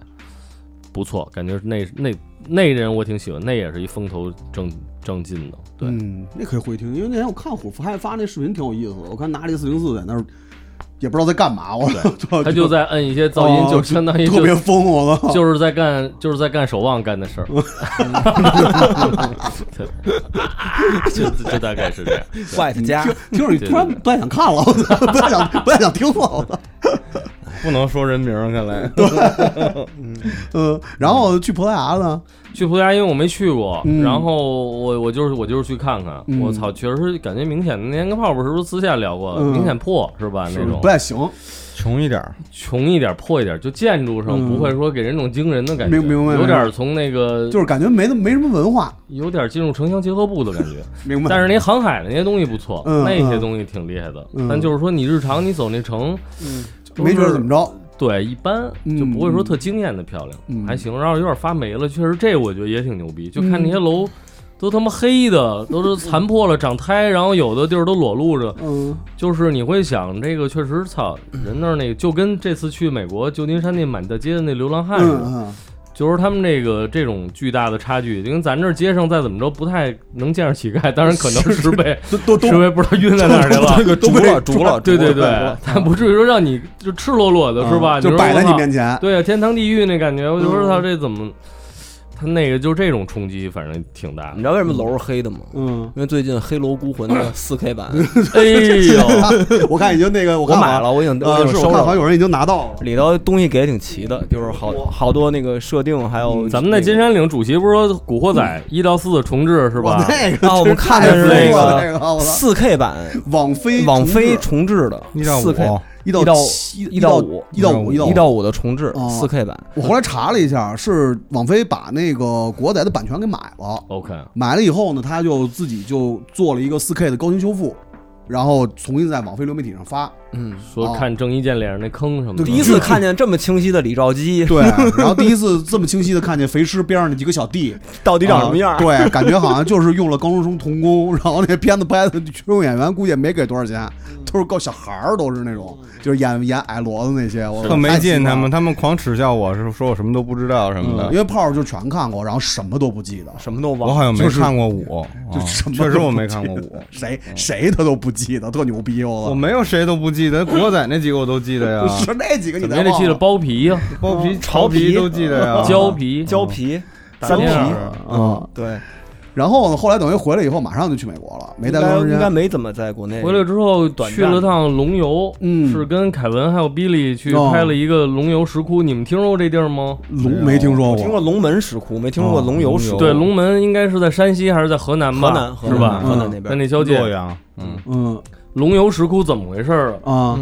Speaker 4: 不错，感觉那那那人我挺喜欢，那也是一风头正正劲的，对，
Speaker 6: 嗯，那可以回听，因为那天我看虎还发那视频挺有意思的，我看拿了一四零四在那儿也不知道在干嘛， 我操，
Speaker 4: 他就在摁一些噪音，
Speaker 6: 哦
Speaker 4: 就相当于
Speaker 6: 特别
Speaker 4: 就
Speaker 6: 疯，我操，
Speaker 4: 就是在干就是在干守望干的事 儿， 对，就就大概是这样，对
Speaker 3: 坏他家
Speaker 6: 听着你突然不太想看了，我操，不太想不太想听了，我操，
Speaker 2: 不能说人名儿，看来。
Speaker 6: 嗯，然后去葡萄牙呢，
Speaker 4: 去葡萄牙，因为我没去过，
Speaker 6: 嗯
Speaker 4: 然后我我就是我就是去看看，
Speaker 6: 嗯
Speaker 4: 我操，确实感觉明显。那天跟泡泡是不是私下聊过，
Speaker 6: 嗯
Speaker 4: 明显破是吧？那种
Speaker 6: 不太行，
Speaker 2: 穷一点儿，
Speaker 4: 穷一点破一点，就建筑上
Speaker 6: 嗯
Speaker 4: 不会说给人种惊人的感觉，
Speaker 6: 明明白
Speaker 4: 有
Speaker 6: 明
Speaker 4: 点从那个
Speaker 6: 就是感觉没那没什么文化，
Speaker 4: 有点进入城乡结合部的感觉。
Speaker 6: 明白？
Speaker 4: 但是那航海的那些东西不错，
Speaker 6: 嗯
Speaker 4: 那些东西挺厉害的。
Speaker 6: 嗯
Speaker 4: 但就是说你日常你走那城，都
Speaker 6: 没觉得
Speaker 4: 是
Speaker 6: 怎么着，
Speaker 4: 对，一般
Speaker 6: 嗯
Speaker 4: 就不会说特惊艳的漂亮，
Speaker 6: 嗯
Speaker 4: 还行。然后有点发霉了，确实这我觉得也挺牛逼。就看那些楼，都他妈黑的，都是残破了，长苔，然后有的地儿都裸露着。
Speaker 6: 嗯
Speaker 4: 就是你会想，这个确哎实操，人那儿那个就跟这次去美国旧金山那满大街的那流浪汉似的，
Speaker 6: 嗯
Speaker 4: 就是他们这个这种巨大的差距，因为咱这儿街上再怎么着不太能见着乞丐，当然可能是被
Speaker 5: 都
Speaker 4: 是被不知道晕在哪儿去了，
Speaker 5: 这个
Speaker 3: 竹了竹了，
Speaker 4: 对对
Speaker 3: 竹了
Speaker 4: 对，咱不至于说让你就赤裸裸的是吧？
Speaker 6: 嗯就
Speaker 4: 说
Speaker 6: 摆在
Speaker 4: 我
Speaker 6: 你
Speaker 4: 操
Speaker 6: 面前，
Speaker 4: 对啊，天堂地狱那感觉，我就说他这怎么，他那个就是这种冲击，反正挺大
Speaker 3: 你
Speaker 4: 的。
Speaker 3: 知道为什么楼是黑的吗？
Speaker 6: 嗯，
Speaker 3: 因为最近《黑楼孤魂》的 4K 版，
Speaker 4: 哎呦，
Speaker 6: 我看已经那个我
Speaker 3: 我
Speaker 6: 看
Speaker 3: 买
Speaker 6: 好
Speaker 3: 了，我已经
Speaker 6: 呃，
Speaker 3: 我已
Speaker 6: 是
Speaker 3: 经
Speaker 6: 我
Speaker 3: 收
Speaker 6: 看
Speaker 3: 着
Speaker 6: 好
Speaker 3: 了。
Speaker 6: 像有人已经拿到了，
Speaker 3: 里头东西给挺齐的，就是好好多那个设定，还有
Speaker 4: 咱们在金山岭主席不是说《古惑仔》一到四的重置是
Speaker 6: 我
Speaker 4: 吧？
Speaker 6: 那个真
Speaker 3: 啊，我们看
Speaker 6: 太
Speaker 3: 的是
Speaker 6: 服
Speaker 3: 那
Speaker 6: 了那个，
Speaker 3: 个
Speaker 6: 我操
Speaker 3: 四 K 版，
Speaker 6: 网飞
Speaker 3: 网
Speaker 6: 重
Speaker 3: 飞
Speaker 6: 置
Speaker 3: 重置的
Speaker 2: 一到五
Speaker 3: 四 K
Speaker 6: 一
Speaker 3: 一到
Speaker 6: 七
Speaker 3: 一
Speaker 6: 一
Speaker 3: 到五
Speaker 6: 五一到五
Speaker 2: 一到
Speaker 6: 到
Speaker 3: 一
Speaker 6: 五。
Speaker 3: 到五的重置
Speaker 6: 哦
Speaker 3: 四 K 版，
Speaker 6: 我后来查了一下，是网飞把那个国仔的版权给买了，
Speaker 4: OK，
Speaker 6: 买了以后呢，他就自己就做了一个4 K 的高清修复，然后重新在网飞流媒体上发。
Speaker 3: 嗯，
Speaker 4: 说看郑伊健脸上那坑什么的，
Speaker 3: 第一次看见这么清晰的李兆基
Speaker 6: 对，然后第一次这么清晰的看见肥尸边上的几个小弟
Speaker 3: 到底长什么样
Speaker 6: 啊
Speaker 3: 儿，
Speaker 6: 对，感觉好像就是用了高中生童工，然后那片子拍的群众演员估计也没给多少钱，都是够小孩儿，都是那种就是演演矮骡子那些，我
Speaker 2: 特没
Speaker 6: 哦太奇
Speaker 2: 劲，
Speaker 6: 怪
Speaker 2: 他们
Speaker 6: 了
Speaker 2: 他们狂耻笑我是说我什么都不知道什么
Speaker 6: 嗯
Speaker 2: 的
Speaker 6: 因，为炮儿就全看过，然后什么都不记得，
Speaker 3: 什么都
Speaker 2: 我
Speaker 3: 忘
Speaker 2: 好
Speaker 3: 了。
Speaker 2: 像没
Speaker 6: 就是
Speaker 2: 看过五，啊
Speaker 6: 就什么
Speaker 2: 确实
Speaker 6: 都
Speaker 2: 我
Speaker 6: 不
Speaker 2: 没
Speaker 6: 记
Speaker 2: 看过
Speaker 6: 得
Speaker 2: 五，
Speaker 6: 谁谁他都不记得，特牛逼我
Speaker 2: 我
Speaker 6: 操！
Speaker 2: 没有谁都不记得，国仔那几个我都记得呀，
Speaker 6: 是哦那几个你
Speaker 4: 怎么也
Speaker 6: 才
Speaker 4: 得记得
Speaker 6: 忘了
Speaker 4: 包皮呀、
Speaker 2: 包皮、
Speaker 3: 潮
Speaker 2: 潮
Speaker 3: 皮
Speaker 2: 皮都记得呀，
Speaker 6: 哦
Speaker 4: 胶皮、
Speaker 3: 胶皮、
Speaker 4: 三
Speaker 3: 皮
Speaker 4: 皮，
Speaker 6: 嗯，
Speaker 3: 对，
Speaker 6: 然后呢，后来等于回来以后，马上就去美国了，没
Speaker 3: 应
Speaker 6: 待
Speaker 3: 该
Speaker 6: 多长时
Speaker 3: 应该
Speaker 6: 间。
Speaker 3: 没怎么在国内
Speaker 4: 回来之后
Speaker 3: 短
Speaker 4: 去
Speaker 3: 暂
Speaker 4: 了趟龙游，
Speaker 6: 嗯
Speaker 4: 是跟凯文还有比利去
Speaker 6: 哦
Speaker 4: 拍了一个龙游石窟，你们听说过这地儿吗？
Speaker 6: 龙没听说
Speaker 3: 我听过
Speaker 6: 过，
Speaker 3: 龙门石窟，没听说过龙游石窟。
Speaker 4: 对，龙门应该是在山西还是在河南吧？
Speaker 3: 河南嗯河
Speaker 4: 是
Speaker 3: 南
Speaker 4: 吧？
Speaker 3: 河南那
Speaker 4: 在
Speaker 3: 边
Speaker 4: 那交
Speaker 2: 洛
Speaker 4: 界，
Speaker 2: 阳，嗯，
Speaker 6: 嗯
Speaker 4: 龙游石窟怎么回事儿啊？
Speaker 6: 啊，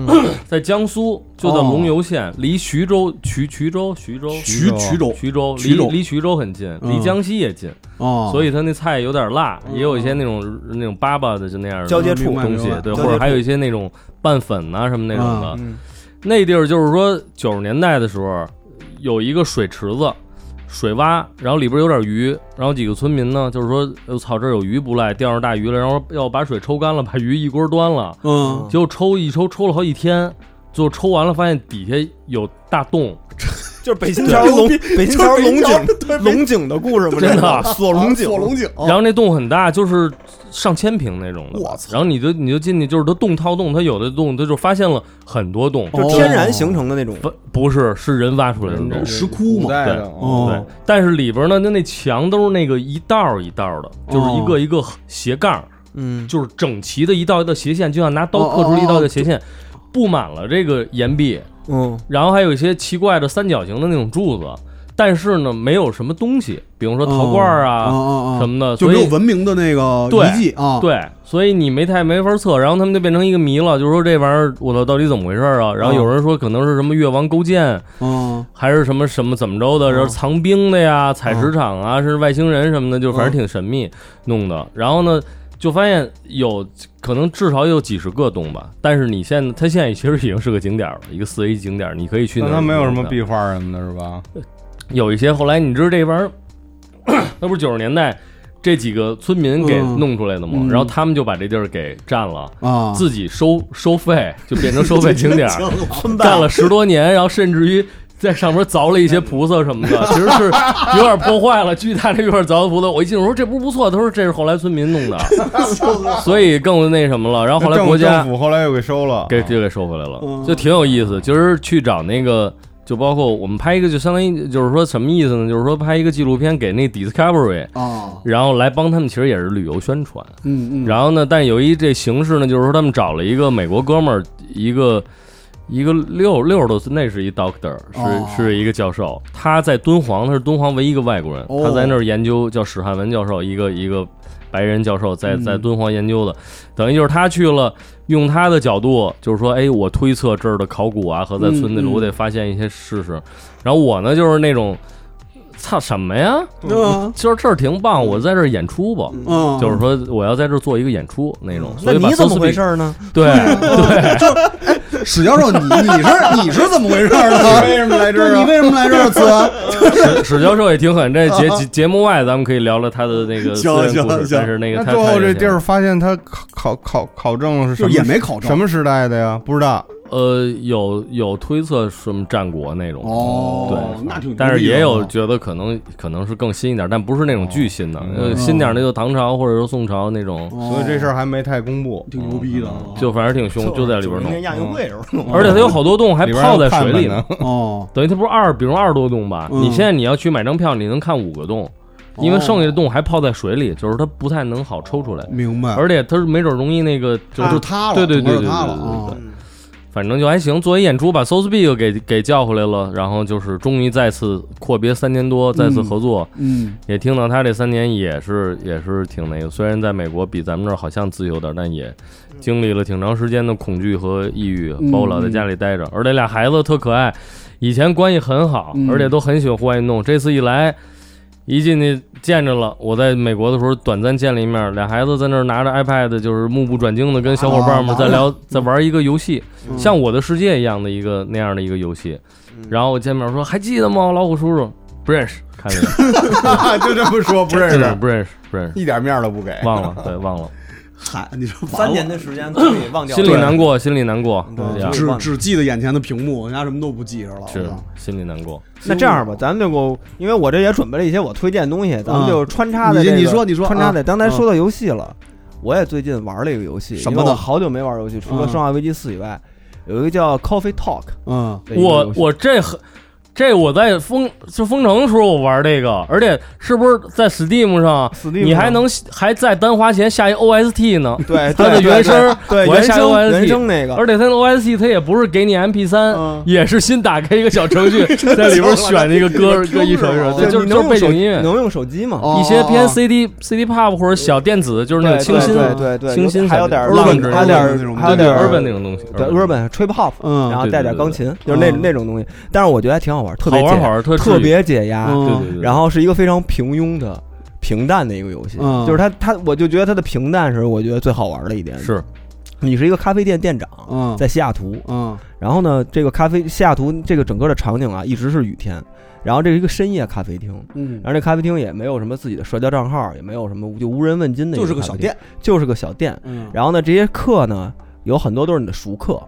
Speaker 4: 在江苏，就在龙游县，离徐州、徐徐州、徐州、
Speaker 6: 徐徐州
Speaker 4: 徐州
Speaker 6: 徐州
Speaker 4: 离离徐州很近，离江西也近，
Speaker 6: 啊，
Speaker 4: 所
Speaker 6: 以
Speaker 4: 以它那菜有点辣，也有一些那种那种粑粑的就那样的
Speaker 3: 交接处
Speaker 6: 明白
Speaker 4: 东西
Speaker 6: 明白，
Speaker 4: 对，
Speaker 3: 交接
Speaker 4: 或者
Speaker 3: 处
Speaker 4: 还有一些那种拌粉呐、什么那种的。
Speaker 3: 嗯
Speaker 4: 那地儿就是说九十年代的时候有一个水池子。水洼，然后里边有点鱼，然后几个村民呢，就是说，我操，这儿有鱼不赖，钓上大鱼了，然后要把水抽干了，把鱼一锅端了，
Speaker 3: 哦
Speaker 6: 嗯，
Speaker 4: 结果抽一抽抽了好几天，最后抽完了发现底下有大洞，
Speaker 3: 就是北新桥龙北新桥龙井龙井的故事嘛，
Speaker 4: 真的
Speaker 3: 这个锁龙井，
Speaker 6: 锁龙井，
Speaker 3: 哦
Speaker 6: 啊
Speaker 4: 然后那洞很大，就是上千平那种的。
Speaker 6: 我操
Speaker 4: 然后你就你就进去，就是它洞套洞，它有的洞它就发现了很多洞，
Speaker 3: 就是天然形成的那种。
Speaker 4: 不不是是人挖出来的洞。
Speaker 2: 人
Speaker 6: 石窟
Speaker 2: 古
Speaker 6: 嘛，
Speaker 2: 代的，
Speaker 6: 嗯哦
Speaker 4: 对，但是里边呢，它那墙都是那个一道儿一道儿的，
Speaker 6: 哦
Speaker 4: 就是一个一个斜杠，
Speaker 3: 嗯，
Speaker 4: 就是整齐的一道一道斜线，就像拿刀
Speaker 6: 哦
Speaker 4: 刻出一道
Speaker 6: 哦
Speaker 4: 一
Speaker 6: 哦
Speaker 4: 道斜线，布满了这个岩壁。
Speaker 3: 嗯，
Speaker 4: 然后还有一些奇怪的三角形的那种柱子，但是呢，没有什么东西，比如说陶罐儿啊、
Speaker 6: 嗯嗯嗯
Speaker 4: 什么的，
Speaker 6: 就
Speaker 4: 所
Speaker 6: 没有
Speaker 4: 以
Speaker 6: 文明的那个
Speaker 4: 对
Speaker 6: 遗迹啊，，
Speaker 4: 对，所以你没太没法测。然后他们就变成一个谜了，就是说这玩意儿我操到底怎么回事儿啊？然后有人说可能是什么越王勾践，
Speaker 6: 嗯，
Speaker 4: 还是什么什么怎么着的，然后藏兵的呀、采石场啊，是外星人什么的，就反正挺神秘弄的。然后呢，就发现有可能至少有几十个洞吧，但是你现在它现在其实已经是个景点儿了，一个四 A 景点儿，你可以去那
Speaker 2: 但
Speaker 4: 儿
Speaker 2: 他没有什么
Speaker 4: 看看
Speaker 2: 壁画什么的，是吧？
Speaker 4: 有一些后来你知道这玩意儿， 那不是九十年代这几个村民给
Speaker 6: 嗯
Speaker 4: 弄出来的吗？
Speaker 6: 嗯
Speaker 4: 然后他们就把这地儿给占了，
Speaker 6: 啊，
Speaker 4: 自己收收费，就变成收费景点儿，
Speaker 3: 村
Speaker 4: 占了十多年，然后甚至于。在上面凿了一些菩萨什么的，其实是有点破坏了。巨大这块凿的菩萨，我一进入说这不是不错，他说这是后来村民弄的，所以更那什么了。然后后来
Speaker 2: 政
Speaker 4: 国家
Speaker 2: 政府后来又给收了，啊
Speaker 4: 给 就给收回来了，就挺有意思。就是去找那个，就包括我们拍一个，就相当于就是说什么意思呢？就是说拍一个纪录片给那 Discovery，
Speaker 6: 啊，
Speaker 4: 然后来帮他们，其实也是旅游宣传。
Speaker 6: 嗯嗯，
Speaker 4: 然后呢，但有一这形式呢，就是说他们找了一个美国哥们儿，一个一个六六十多岁，那是一 doctor，
Speaker 6: 哦
Speaker 4: 是是一个教授，他在敦煌，他是敦煌唯一一个外国人，
Speaker 6: 哦
Speaker 4: 他在那儿研究叫史汉文教授，一个一个白人教授在
Speaker 6: 嗯
Speaker 4: 在敦煌研究的，等于就是他去了，用他的角度，就是说，哎，我推测这儿的考古啊，和在村子里
Speaker 6: 嗯嗯
Speaker 4: 我得发现一些事实，然后我呢就是那种。操什么呀？
Speaker 3: 啊
Speaker 6: 嗯
Speaker 4: 就是这儿挺棒，我在这儿演出吧。
Speaker 6: 嗯，
Speaker 4: 就是说我要在这儿做一个演出那种。
Speaker 3: 嗯那
Speaker 4: 所以把
Speaker 3: 你怎么
Speaker 4: 搜斯
Speaker 3: 回
Speaker 4: 比
Speaker 3: 事？儿呢？
Speaker 4: 对对，
Speaker 6: 史教授，你你是你 是啊怎么回事儿呢？为什么来
Speaker 2: 啊
Speaker 6: 这儿？你为什么来这儿？子
Speaker 4: 史史教授也挺狠。这节节节目外，咱们可以聊聊他的那个私
Speaker 6: 行
Speaker 4: 人故
Speaker 6: 行
Speaker 4: 事，
Speaker 6: 行
Speaker 4: 但是那个
Speaker 2: 那
Speaker 4: 他
Speaker 2: 最后
Speaker 4: 太
Speaker 2: 这
Speaker 4: 危
Speaker 2: 地
Speaker 4: 险
Speaker 2: 儿
Speaker 4: 了
Speaker 2: 发现他考考考考证是什
Speaker 6: 就
Speaker 2: 么
Speaker 6: 也没考证
Speaker 2: 什么时代的呀？不知道，
Speaker 4: 呃，有有推测什么战国那种，
Speaker 6: 哦，
Speaker 4: 对
Speaker 6: 那挺牛逼的啊，
Speaker 4: 但是也有觉得可能可能是更新一点，但不是那种巨新的，呃，新点儿的就唐朝或者说宋朝那种，
Speaker 6: 哦，
Speaker 2: 所以这事儿还没太公布。
Speaker 6: 挺牛逼的啊，
Speaker 4: 就反正挺凶，就在里边
Speaker 5: 90年
Speaker 4: 弄，
Speaker 5: 亚运会时候弄，
Speaker 4: 而且它有好多洞还
Speaker 2: 里边
Speaker 4: 泡在
Speaker 2: 看
Speaker 4: 水
Speaker 2: 看
Speaker 4: 里
Speaker 2: 呢
Speaker 4: 呢，，
Speaker 6: 哦，
Speaker 4: 等于它不是二，比如二十多洞吧，
Speaker 6: 嗯哦
Speaker 4: 你现在你要去买张票，你能看五个洞，因为剩下的洞还泡在水里，就是它不太能好抽出来，
Speaker 6: 明白，啊
Speaker 4: 而且它是没准容易那个就
Speaker 6: 就是塌了，
Speaker 4: 对对对
Speaker 6: 整
Speaker 4: 对
Speaker 6: 个就塌了
Speaker 4: 对
Speaker 6: 啊，
Speaker 4: 反正就还行，作为演出把 So Speak 给给叫回来了，然后就是终于再次阔别三年多，再次合作，
Speaker 6: 嗯，
Speaker 4: 也听到他这三年也是也是挺那个，虽然在美国比咱们这儿好像自由点儿，但也经历了挺长时间的恐惧和抑郁，
Speaker 6: 嗯
Speaker 4: 包括老在家里待着，而且俩孩子特可爱，以前关系很好，
Speaker 6: 嗯
Speaker 4: 而且都很喜欢户外运动，这次一来。一进去见着了，我在美国的时候短暂见了一面，俩孩子在那儿拿着 iPad，就是目不转睛的跟小伙伴们在聊，在玩一个游戏，
Speaker 6: 嗯
Speaker 4: 像我的世界一样的一个那样的一个游戏。然后我见面说还记得吗，老虎叔叔？不认识，看见
Speaker 2: 就这么说，不认
Speaker 4: 真的
Speaker 2: 识，
Speaker 4: 不认识，不认识，
Speaker 2: 一点面儿都不给。
Speaker 4: 忘了，对，忘了，
Speaker 6: 嗨，你说完了
Speaker 5: 三年的时间总得忘掉
Speaker 4: 心
Speaker 5: 了，
Speaker 4: 里难过，心里难过，
Speaker 5: 对
Speaker 4: 这样
Speaker 5: 是
Speaker 6: 只只记得眼前的屏幕，人家什么都不记着了，
Speaker 4: 是
Speaker 6: 我
Speaker 3: 嗯
Speaker 6: 操
Speaker 4: 心里难过。
Speaker 3: 那这样吧，咱们就给我，因为我这也准备了一些我推荐的东西，咱们就穿插在
Speaker 6: 你
Speaker 3: 这个、
Speaker 6: 你说你说
Speaker 3: 穿插
Speaker 6: 啊
Speaker 3: 在。刚才说到游戏了，我也最近玩了一个游戏，
Speaker 6: 什么呢
Speaker 3: 因为我好久没玩游戏，除了
Speaker 6: 嗯
Speaker 3: 《生化危机四》以外，有一个叫 Coffee Talk
Speaker 6: 嗯，
Speaker 3: 的一个
Speaker 4: 我
Speaker 3: 游戏。
Speaker 4: 我这很。这我在封就封城的时候我玩这个，而且是不是在 Steam 上
Speaker 3: Steam
Speaker 4: 你还能还再单花钱下一 OST 呢？
Speaker 3: 对啊
Speaker 4: 它的
Speaker 3: 对
Speaker 4: 原声
Speaker 3: 对
Speaker 4: 我还
Speaker 3: 原
Speaker 4: 下过
Speaker 3: 声
Speaker 4: OST
Speaker 3: 原声那个，
Speaker 4: 而且它的 OST 它也不是给你 MP 三、
Speaker 3: 嗯
Speaker 4: 也是新打开一个小 程序，在里边选一个歌歌一首一首，对，哦就是
Speaker 3: 你能
Speaker 4: 就是
Speaker 3: 用
Speaker 4: 背
Speaker 3: 手
Speaker 4: 景音乐，
Speaker 3: 能用手机吗？
Speaker 6: 哦
Speaker 4: 一些偏 CD、CD pop 或者小电子，就是那
Speaker 3: 对
Speaker 4: 种清新、
Speaker 3: 对对对，
Speaker 4: 清新
Speaker 3: 还有点
Speaker 4: 小
Speaker 3: 浪
Speaker 4: 电子
Speaker 3: 还有点
Speaker 6: urban 那种
Speaker 3: 还有点
Speaker 4: 对 urban 那种东西，
Speaker 3: 对 urban trip hop，
Speaker 6: 嗯
Speaker 3: 然后
Speaker 4: 对对
Speaker 3: 带点
Speaker 4: 对
Speaker 3: 钢
Speaker 4: 对
Speaker 3: 琴，就是那
Speaker 6: 嗯
Speaker 3: 那种东西。但是我觉得还挺好玩，特别
Speaker 4: 好玩好
Speaker 3: 解
Speaker 4: 玩，特
Speaker 3: 特
Speaker 4: 治愈
Speaker 3: 别解压。
Speaker 6: 嗯
Speaker 4: 对对对，
Speaker 3: 然后是一个非常平庸的、平淡的一个游戏，
Speaker 6: 嗯
Speaker 3: 就是它它，我就觉得它的平淡是我觉得最好玩的一点。
Speaker 4: 是
Speaker 3: 你是一个咖啡店店长，
Speaker 6: 嗯
Speaker 3: 在西雅图，
Speaker 6: 嗯
Speaker 3: 然后呢，这个咖啡西雅图这个整个的场景啊，一直是雨天，然后这是一个深夜咖啡厅，
Speaker 6: 嗯，
Speaker 3: 然后这咖啡厅也没有什么自己的社交账号，也没有什么就无人问津的，
Speaker 6: 就是个小，店，
Speaker 3: 就是个小店。
Speaker 6: 嗯，
Speaker 3: 然后呢，这些客呢，有很多都是你的熟客，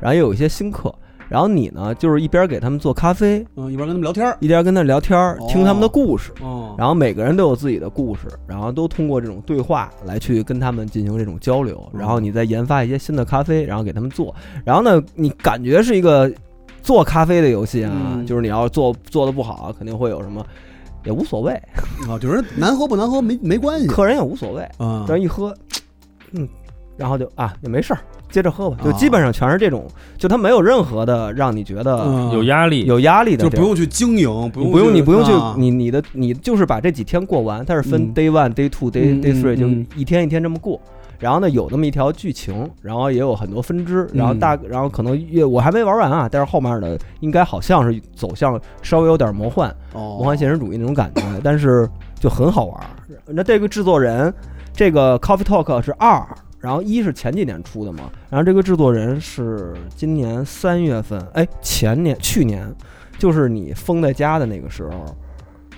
Speaker 3: 然后也有一些新客。然后你呢，就是一边给他们做咖啡，
Speaker 6: 嗯，一边跟他们聊天儿，
Speaker 3: 一边跟他聊天儿，听他们的故事。
Speaker 6: 哦，
Speaker 3: 然后每个人都有自己的故事，然后都通过这种对话来去跟他们进行这种交流，
Speaker 6: 哦
Speaker 3: 然后你再研发一些新的咖啡，然后给他们做。然后呢，你感觉是一个做咖啡的游戏啊，
Speaker 6: 嗯
Speaker 3: 就是你要做做的不好，肯定会有什么，也无所谓，
Speaker 6: 啊，就是难喝不难喝没没关系，
Speaker 3: 客人也无所谓，
Speaker 6: 嗯
Speaker 3: 但是一喝，嗯，然后就啊也没事儿，接着喝吧，就
Speaker 6: 啊
Speaker 3: 基本上全是这种，就它没有任何的让你觉得
Speaker 6: 嗯
Speaker 4: 有压力，
Speaker 3: 有压力的地
Speaker 6: 就
Speaker 3: 儿，
Speaker 6: 不用去经营，不
Speaker 3: 你
Speaker 6: 用
Speaker 3: 不用，
Speaker 6: 去
Speaker 3: 你不用去
Speaker 6: 啊，
Speaker 3: 你你的你就是把这几天过完，它是分
Speaker 6: 嗯
Speaker 3: day one、day two、day
Speaker 6: 嗯
Speaker 3: day
Speaker 6: 嗯
Speaker 3: three，就
Speaker 6: 嗯
Speaker 3: 一天一天这么过。然后呢，有那么一条剧情，然后也有很多分支，然后
Speaker 6: 嗯
Speaker 3: 大，然后可能越我还没玩完啊，但是后面的应该好像是走向稍微有点魔幻、魔幻
Speaker 6: 哦，
Speaker 3: 现实主义那种感觉， 但是就很好玩儿。那这个制作人，这个 Coffee Talk 是二，然后一是前几年出的嘛，然后这个制作人是今年三月份，哎，前年去年就是你封在家的那个时候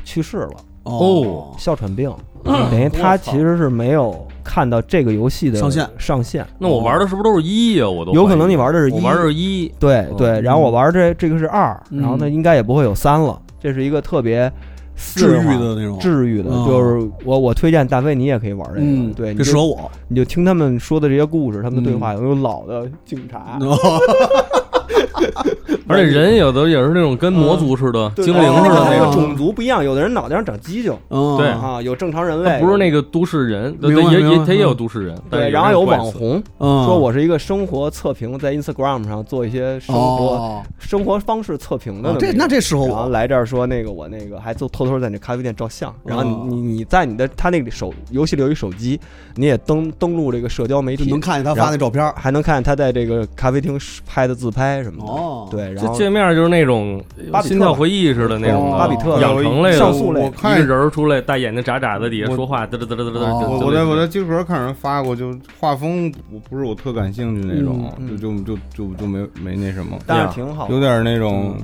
Speaker 3: 去世了，
Speaker 6: 哦，
Speaker 3: 哮喘 病，等于他其实是没有看到这个游戏的
Speaker 6: 上线
Speaker 3: 上线，
Speaker 4: 那我玩的是不是都是一呀？我都
Speaker 3: 有可能你玩的是
Speaker 4: 怀疑
Speaker 3: 一
Speaker 4: 我玩的是一，
Speaker 3: 对
Speaker 4: 哦
Speaker 3: 对，然后我
Speaker 6: 嗯
Speaker 3: 玩这这个是二，然后呢应该也不会有三了，这是一个特别
Speaker 6: 治
Speaker 3: 私人
Speaker 6: 愈
Speaker 3: 化
Speaker 6: 的那种，
Speaker 3: 治愈的，
Speaker 6: 嗯
Speaker 3: 就是我我推荐大飞你也可以玩这个，
Speaker 6: 嗯，
Speaker 3: 对，你
Speaker 6: 这适嗯合
Speaker 3: 就
Speaker 6: 我，
Speaker 3: 你就听他们说的这些故事，他们的对话，有老的警
Speaker 6: 嗯
Speaker 3: 察，
Speaker 4: 而且人有的也是那种跟魔族似的、
Speaker 3: 嗯对哦
Speaker 4: 精
Speaker 3: 然
Speaker 4: 灵
Speaker 3: 后
Speaker 4: 似
Speaker 3: 那个
Speaker 4: 的那
Speaker 3: 那
Speaker 4: 种
Speaker 3: 个，种族不一样，有的人脑袋上长犄角
Speaker 6: 嗯，
Speaker 4: 对
Speaker 3: 啊，有正常人
Speaker 4: 它
Speaker 3: 类，
Speaker 4: 不是那个都市人，对
Speaker 6: 明白
Speaker 4: 对，也
Speaker 6: 明白
Speaker 4: 也它也有都市人，但
Speaker 3: 嗯对，
Speaker 4: 是
Speaker 3: 然后
Speaker 4: 有
Speaker 3: 有
Speaker 4: 人怪
Speaker 3: 网
Speaker 4: 死，
Speaker 3: 红
Speaker 6: 嗯，
Speaker 3: 说我是一个生活测评，在 Instagram 上做一些生活
Speaker 6: 哦，
Speaker 3: 生活方式测评的
Speaker 6: 哦这
Speaker 3: 么一个
Speaker 6: 那这适合
Speaker 3: 然后
Speaker 6: 我，
Speaker 3: 来这儿说那个我那个还偷偷偷在那咖啡店照相，然后
Speaker 6: 哦
Speaker 3: 你你你在你的他那个手游戏里有一手机，你也登登录这个社交媒
Speaker 6: 就
Speaker 3: 体
Speaker 6: 能，看见他发那照片儿，
Speaker 3: 还能看见他在这个咖啡厅拍的自拍什么的。
Speaker 6: 哦
Speaker 3: 对，然
Speaker 4: 这
Speaker 3: 后
Speaker 4: 界面就是那种
Speaker 3: 巴比特
Speaker 4: 心跳回忆似的那种的，
Speaker 6: 哦
Speaker 3: 巴比特
Speaker 4: 养成类的，
Speaker 3: 上溯类
Speaker 2: 我
Speaker 4: 一
Speaker 2: 看
Speaker 4: 个人儿出来，大眼睛眨眨的，底下
Speaker 2: 我
Speaker 4: 说话，嘚嘚嘚嘚嘚嘚。
Speaker 6: 哦
Speaker 2: 我
Speaker 4: 就
Speaker 2: 我
Speaker 4: 那
Speaker 2: 在
Speaker 4: 种
Speaker 2: 我在集合看人发过，就画风我不是我特感兴趣那种，
Speaker 3: 嗯嗯
Speaker 2: 就就就就就没没那什么，
Speaker 3: 但是挺好
Speaker 2: 有。点那种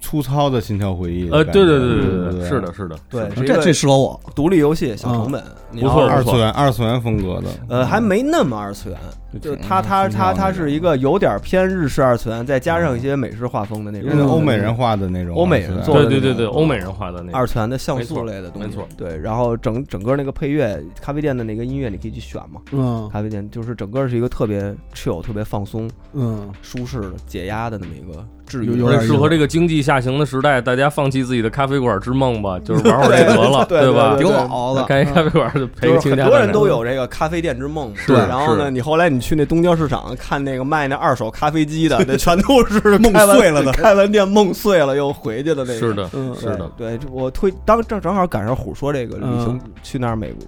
Speaker 2: 粗糙的心跳回忆的
Speaker 4: 呃，
Speaker 2: 感觉。嗯
Speaker 4: 对对对
Speaker 2: 对
Speaker 4: 对对，是的，，是的，
Speaker 3: 对，是一嗯
Speaker 6: 这
Speaker 3: 个
Speaker 6: 这适合我，
Speaker 3: 独立游戏小成本，你要
Speaker 4: 不错
Speaker 2: 二次元二次元风格的，
Speaker 3: 呃呃还没那么二次元，就是他他他他是一个有点偏日式二次元，再加上一些美式画风的那
Speaker 2: 那
Speaker 3: 种
Speaker 2: 种嗯欧美人画的那种啊
Speaker 3: 欧美人做
Speaker 4: 对
Speaker 3: 的
Speaker 4: 对对
Speaker 3: 那
Speaker 4: 对，
Speaker 3: 个
Speaker 4: 欧美人画的那个
Speaker 3: 二次元的像
Speaker 4: 哎没错
Speaker 3: 素类的东西，
Speaker 4: 没错
Speaker 3: 对，然后整整个那个配乐，咖啡店的那个音乐你可以去选嘛，
Speaker 6: 嗯
Speaker 3: 咖啡店就是整个是一个特别 chill、特别放松、
Speaker 6: 嗯，
Speaker 3: 舒适的、解压的那么一个治
Speaker 6: 有
Speaker 3: 愈。
Speaker 6: 有
Speaker 4: 而
Speaker 6: 点
Speaker 4: 且
Speaker 6: 意
Speaker 4: 适
Speaker 6: 思
Speaker 4: 合这个经济下行的时代，大家放弃自己的咖啡馆之梦吧，就是玩会儿
Speaker 3: 对
Speaker 4: 就得了，
Speaker 3: 对对
Speaker 4: 吧
Speaker 3: 对？嗯
Speaker 6: 顶老
Speaker 4: 那
Speaker 6: 子，
Speaker 4: 开一咖啡馆就赔
Speaker 3: 就是
Speaker 4: 个倾
Speaker 3: 很
Speaker 4: 家
Speaker 3: 多
Speaker 4: 荡
Speaker 3: 人
Speaker 4: 产
Speaker 3: 都有这个咖啡店之梦嘛，
Speaker 4: 是
Speaker 3: 然后呢，
Speaker 4: 是
Speaker 3: 你后来你去那东郊市场看那个卖那二手咖啡机 的，那全都是
Speaker 5: 梦
Speaker 3: 开完
Speaker 5: 碎了的
Speaker 3: 开完店梦碎了又回去的那个。
Speaker 4: 是的，
Speaker 6: 嗯
Speaker 4: 是的，
Speaker 3: 对，对我推当正正好赶上虎说这个旅
Speaker 6: 嗯
Speaker 3: 行去那儿美国，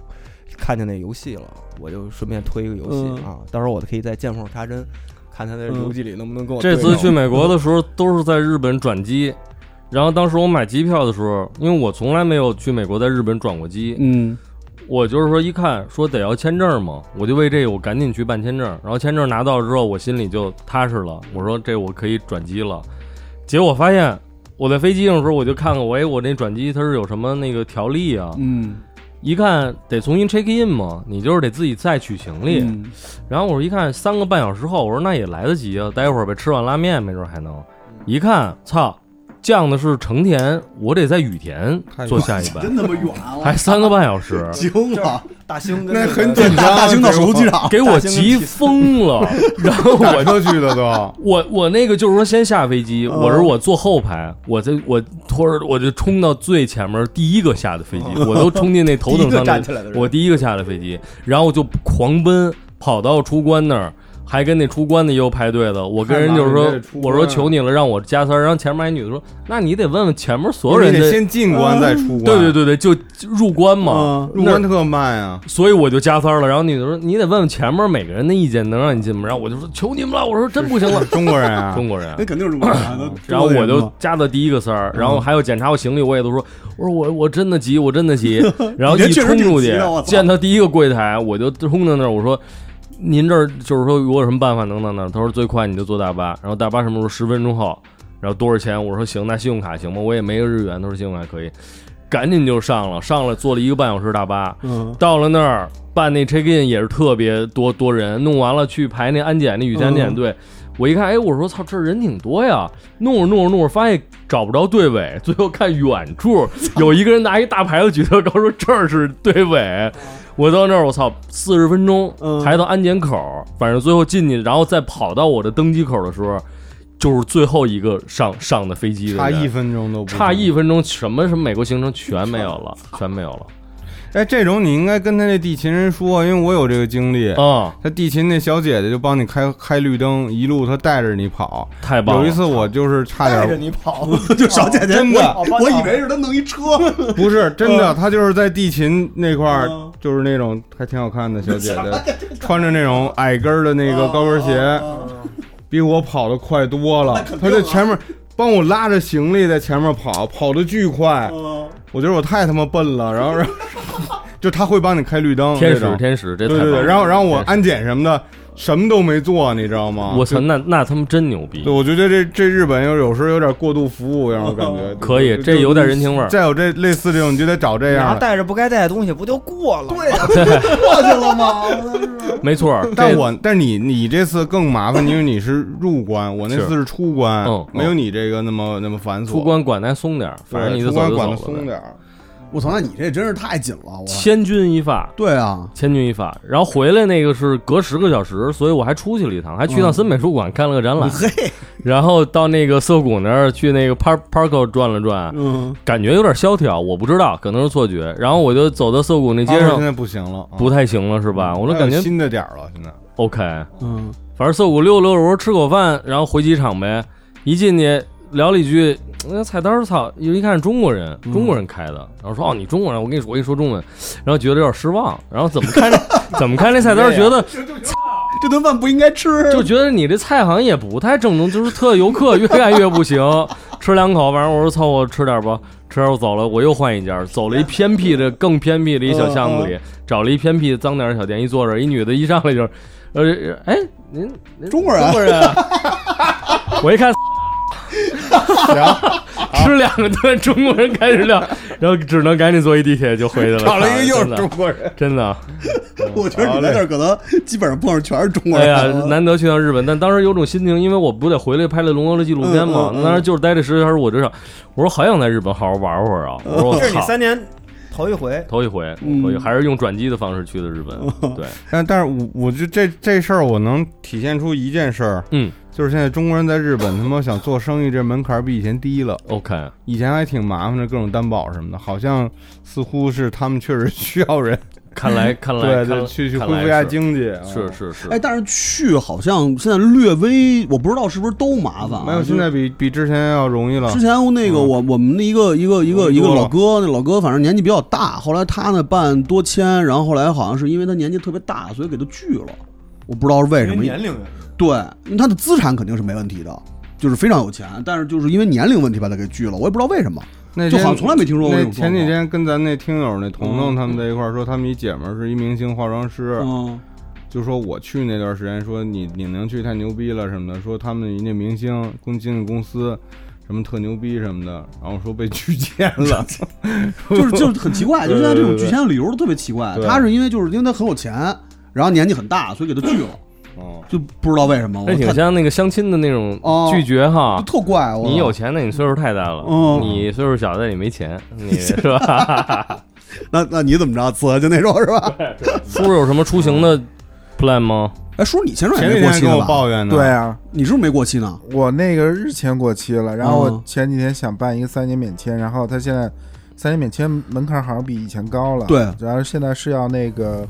Speaker 3: 看见那游戏了，我就顺便推一个游戏
Speaker 6: 嗯
Speaker 3: 啊，到时候我可以再见缝插针，看他的
Speaker 6: 嗯
Speaker 3: 游记里能不能跟我
Speaker 4: 这
Speaker 3: 对
Speaker 4: 次
Speaker 3: 上
Speaker 4: 去美国的时候都是在日本转机，然后当时我买机票的时候，因为我从来没有去美国在日本转过机，
Speaker 6: 嗯
Speaker 4: 我就是说一看说得要签证嘛，我就为这个我赶紧去办签证，然后签证拿到之后我心里就踏实了，我说这我可以转机了。结果发现我在飞机上的时候我就看看我哎我那转机它是有什么那个条例啊，
Speaker 6: 嗯，
Speaker 4: 一看得重新 check in 嘛，你就是得自己再取行李。
Speaker 6: 嗯
Speaker 4: 然后我一看三个半小时后，我说那也来得及啊，待会儿呗，吃碗拉面没准还能。一看，操，降的是成田，我得在羽田坐下一班，
Speaker 6: 真他妈远了，，
Speaker 4: 还三个半小时
Speaker 6: 啊惊了，
Speaker 3: 大兴跟
Speaker 2: 那
Speaker 3: 个
Speaker 2: 很简单，啊
Speaker 6: 大兴到首都机
Speaker 2: 哦
Speaker 6: 场，
Speaker 4: 给我急疯了。然后
Speaker 2: 打
Speaker 4: 我
Speaker 2: 车去的 都。
Speaker 4: 我我那个就是说先下飞机，我
Speaker 2: 嗯
Speaker 4: 是我坐后排，我这我拖着我就冲到最前面第一个下的飞机，
Speaker 2: 嗯
Speaker 4: 我都冲进那头 等舱
Speaker 3: 第一个站起来的人
Speaker 4: 我第一个下的飞机，然后我就狂奔跑到出关那儿。还跟那出关的也有排队的，我跟人就是
Speaker 2: 太
Speaker 4: 说
Speaker 2: 麻烦了你这出，
Speaker 4: 我
Speaker 2: 关啊
Speaker 4: 说求你了，让我加塞儿。然后前面一女的说，那你得问问前面所有人
Speaker 2: 你得
Speaker 4: 的，
Speaker 2: 先进关再出关，
Speaker 4: 对对，对对，就就入关嘛
Speaker 6: 嗯，
Speaker 2: 入
Speaker 4: 那
Speaker 2: 关特慢啊。
Speaker 4: 所以我就加塞儿了。然后女的说，你得问问前面每个人的意见，能让你进吗？然后我就说，求你们了，我说真不行了，
Speaker 2: 中国人啊，
Speaker 4: 中国人啊，
Speaker 6: 那肯定是远的。
Speaker 4: 然后我就加的第一个塞儿，
Speaker 6: 嗯
Speaker 4: 然后还有检查我行李，我也都说，我说我我真的急，我真的 急。然后一冲出
Speaker 6: 你这确实挺急
Speaker 4: 去
Speaker 6: 的我，操
Speaker 4: 见到第一个柜台，我就冲到那儿，我说。您这儿就是说，我有什么办法能到那儿？他说最快你就坐大巴，然后大巴什么时候？十分钟后，然后多少钱？我说行，那信用卡行吗？我也没有日元，他说信用卡可以，赶紧就上了，上了坐了一个半小时大巴，
Speaker 6: 嗯
Speaker 4: 到了那儿办那 check in 也是特别多多人，弄完了去排那安检那雨天安
Speaker 2: 嗯
Speaker 4: 检队。我一看，哎，我说操，这人挺多呀！弄着弄着弄着，发现找不着队尾，最后看远处有一个人拿一大牌子举特高，说这儿是队尾。我到那儿，我操，四十分钟
Speaker 6: 嗯
Speaker 4: 排到安检口，反正最后进去，然后再跑到我的登机口的时候，就是最后一个上上的飞机的
Speaker 2: 差
Speaker 4: 人
Speaker 2: 一分钟都不
Speaker 4: 差
Speaker 2: 止
Speaker 4: 一分钟，什么什么美国行程全没有了，
Speaker 2: 嗯
Speaker 4: 全没有了
Speaker 2: 哎，这种你应该跟他那地勤人说，因为我有这个经历。
Speaker 4: 啊、
Speaker 2: 他地勤那小姐姐就帮你开开绿灯，一路她带着你跑。
Speaker 4: 太棒了！
Speaker 2: 有一次我就是差点儿，
Speaker 3: 你跑，
Speaker 6: 就小姐姐，
Speaker 2: 真的
Speaker 6: 哎
Speaker 2: 哦
Speaker 6: 我我以为是他弄一车，
Speaker 2: 不是真的，她就是在地勤那块儿
Speaker 6: 嗯，
Speaker 2: 就是那种还挺好看的小姐 姐，穿着那种矮跟儿的那
Speaker 6: 哦
Speaker 2: 个高跟鞋，比我跑得快多了。
Speaker 6: 啊
Speaker 2: 她在前面帮我拉着行李在前面跑，跑得巨快。
Speaker 6: 哦
Speaker 2: 我觉得我太他妈笨了，然后然后就她会帮你开绿灯，
Speaker 4: 天
Speaker 2: 这种
Speaker 4: 使，天使，这
Speaker 2: 对
Speaker 4: 太
Speaker 2: 对
Speaker 4: 棒
Speaker 2: 对，
Speaker 4: 了
Speaker 2: 然后然后我
Speaker 4: 天使
Speaker 2: 安检什么的什么都没做，你知道吗？
Speaker 4: 我
Speaker 2: 就
Speaker 4: 操，那那他们真牛逼
Speaker 2: 对，！我觉得这这日本有有时候有点过度服务，让我感觉
Speaker 4: 可以
Speaker 2: 就
Speaker 4: 这
Speaker 2: 就
Speaker 4: 有点人情味儿
Speaker 2: 再有这类似这种，你就得找这样的。
Speaker 3: 啊
Speaker 2: 啊
Speaker 3: 带着不该带的东西不就过了？对，
Speaker 6: 过去了吗？
Speaker 4: 没错儿，
Speaker 2: 但
Speaker 4: 这
Speaker 2: 我但你你这次更麻烦，因为你是入关，我那
Speaker 4: 是
Speaker 2: 次是出关
Speaker 4: 嗯，
Speaker 2: 没有你这个那么那么繁琐。
Speaker 4: 出关管得还松点儿，
Speaker 2: 对，
Speaker 4: 反正你就
Speaker 2: 出
Speaker 4: 走
Speaker 2: 关
Speaker 4: 就
Speaker 2: 管的
Speaker 4: 走
Speaker 2: 松
Speaker 4: 了呗。
Speaker 2: 点儿。
Speaker 6: 我操，那你这真是太紧了，我。
Speaker 4: 千钧一发，
Speaker 6: 对啊，
Speaker 4: 千钧一发。然后回来那个是隔十个小时，所以我还出去了一趟，还去
Speaker 2: 嗯
Speaker 4: 趟森美术馆看了个展览， 然后到那个涩谷那儿去那个 Park Parko 转了转，
Speaker 6: 嗯，
Speaker 4: 感觉有点萧条，我不知道，可能是错觉。然后我就走到涩谷那街
Speaker 2: 啊现
Speaker 4: 上，
Speaker 2: 在不行了，啊
Speaker 4: 不太行了是吧？我都
Speaker 2: 还
Speaker 4: 感
Speaker 2: 有
Speaker 4: 觉
Speaker 2: 新的点儿了，现在
Speaker 4: OK，
Speaker 6: 嗯，
Speaker 4: 反正涩谷溜溜，我说吃口饭，然后回机场呗。一进去聊了一句，那菜单儿操，一看是中国人，中国人开的，然后说哦你中国人，我跟你说我跟你说中文，然后觉得有点失望，然后怎么看这 怎么看这菜单儿，觉得
Speaker 6: 这顿饭不应该吃，
Speaker 4: 就觉得你这菜好像也不太正宗，就是特游客越干越不行。 吃两口，反正我说凑合吃点吧，吃点我走了，我又换一家，走了一偏僻的更偏僻的一小巷子里，找了一偏僻脏点儿的小店，一坐这儿，一女的一上来就是，呃，哎，您您
Speaker 6: 中国人
Speaker 4: 中国人啊，我一看，
Speaker 2: 行，
Speaker 4: 吃两个顿，中国人开始聊，然后只能赶紧坐一地铁就回去了。
Speaker 5: 找了一个又
Speaker 4: 真
Speaker 5: 是中
Speaker 4: 的，
Speaker 5: 国人，
Speaker 4: 真的，
Speaker 6: 我觉得你在那儿可能基本上碰上全是中国
Speaker 4: 哎
Speaker 6: 人。
Speaker 4: 呀，难得去趟日本，但当时有种心情，因为我不得回来拍了龙哥的纪录片嘛，
Speaker 6: 嗯嗯嗯
Speaker 4: 当时就是待这十个小时，我就想，我说好想在日本好好玩会儿啊，我说我
Speaker 3: 这是你
Speaker 4: 操。
Speaker 3: 三年头一回，
Speaker 4: 头一回，头一回还是用转机的方式去的日本，对，
Speaker 2: 但但是我我就这这事儿，我能体现出一件事儿，
Speaker 4: 嗯
Speaker 2: 就是现在中国人在日本他妈想做生意这门槛儿比以前低了，
Speaker 4: ，OK，
Speaker 2: 以前还挺麻烦的，各种担保什么的，好像似乎是他们确实需 要人，
Speaker 4: 看来看来
Speaker 2: 对
Speaker 4: 看
Speaker 2: 对，
Speaker 4: 来
Speaker 2: 去去
Speaker 4: 看
Speaker 2: 恢
Speaker 4: 来
Speaker 2: 复一下
Speaker 4: 是
Speaker 2: 经济，
Speaker 4: 是
Speaker 2: 啊
Speaker 4: 是是，
Speaker 6: 哎，但是去好像现在略微，我不知道是不是都麻烦啊。
Speaker 2: 没有，
Speaker 4: 嗯
Speaker 6: 就是
Speaker 2: 现在比比之前要容易了
Speaker 6: 之。前那个我我们的一个一个一个一个老哥，那老哥反正年纪比较大，后来他呢办多签，然后后来好像是因为他年纪特别大，所以给他拒了，我不知道是为什
Speaker 5: 龄
Speaker 6: 么。
Speaker 5: 原因
Speaker 6: 对，因为他的资产肯定是没问题的，就是非常有钱，但是就是因为年龄问题把他给拒了，我也不知道为什么。
Speaker 2: 那
Speaker 6: 就
Speaker 2: 天
Speaker 6: 好像从来没听说过这
Speaker 2: 那
Speaker 6: 种
Speaker 2: 前
Speaker 6: 状
Speaker 2: 几
Speaker 6: 况
Speaker 2: 天跟咱那听友那
Speaker 4: 嗯
Speaker 2: 彤彤他们在一块儿说，他们一姐们儿是一明星化妆师，
Speaker 6: 嗯，
Speaker 2: 就说我去那段时间，说你你能去太牛逼了什么的，说他们人家明星公经纪公司什么特牛逼什么的，然后说被拒签 了，
Speaker 6: 就是就是很奇怪，就是现在这种拒签的理由都特别奇怪。
Speaker 2: 对
Speaker 6: 他是因为就是因为他很有钱，然后年纪很大，所以给他拒了，
Speaker 2: 哦，
Speaker 6: 就不知道为什么。我
Speaker 4: 那挺
Speaker 6: 看
Speaker 4: 像那个相亲的那种
Speaker 6: 哦
Speaker 4: 拒绝哈
Speaker 6: 就，特怪，我
Speaker 4: 你有钱，那你岁数太大了；
Speaker 6: 嗯
Speaker 4: 你岁数小，但你没 钱，你是吧？
Speaker 6: 那那你怎么着？呲就那种是吧？
Speaker 4: 叔叔有什么出行的 plan 吗？
Speaker 6: 哎，叔，你前段也没
Speaker 2: 前几
Speaker 6: 过期
Speaker 2: 天跟
Speaker 6: 呢
Speaker 2: 我
Speaker 6: 吧？
Speaker 2: 抱怨呢，
Speaker 7: 对，啊，
Speaker 6: 你是不是没过期呢？
Speaker 7: 我那个日签过期了，然后
Speaker 6: 嗯
Speaker 7: 我前几天想办一个三年免签，然后他现在三年免签门槛好像比以前高了，
Speaker 6: 对
Speaker 7: 然后现在是要那个。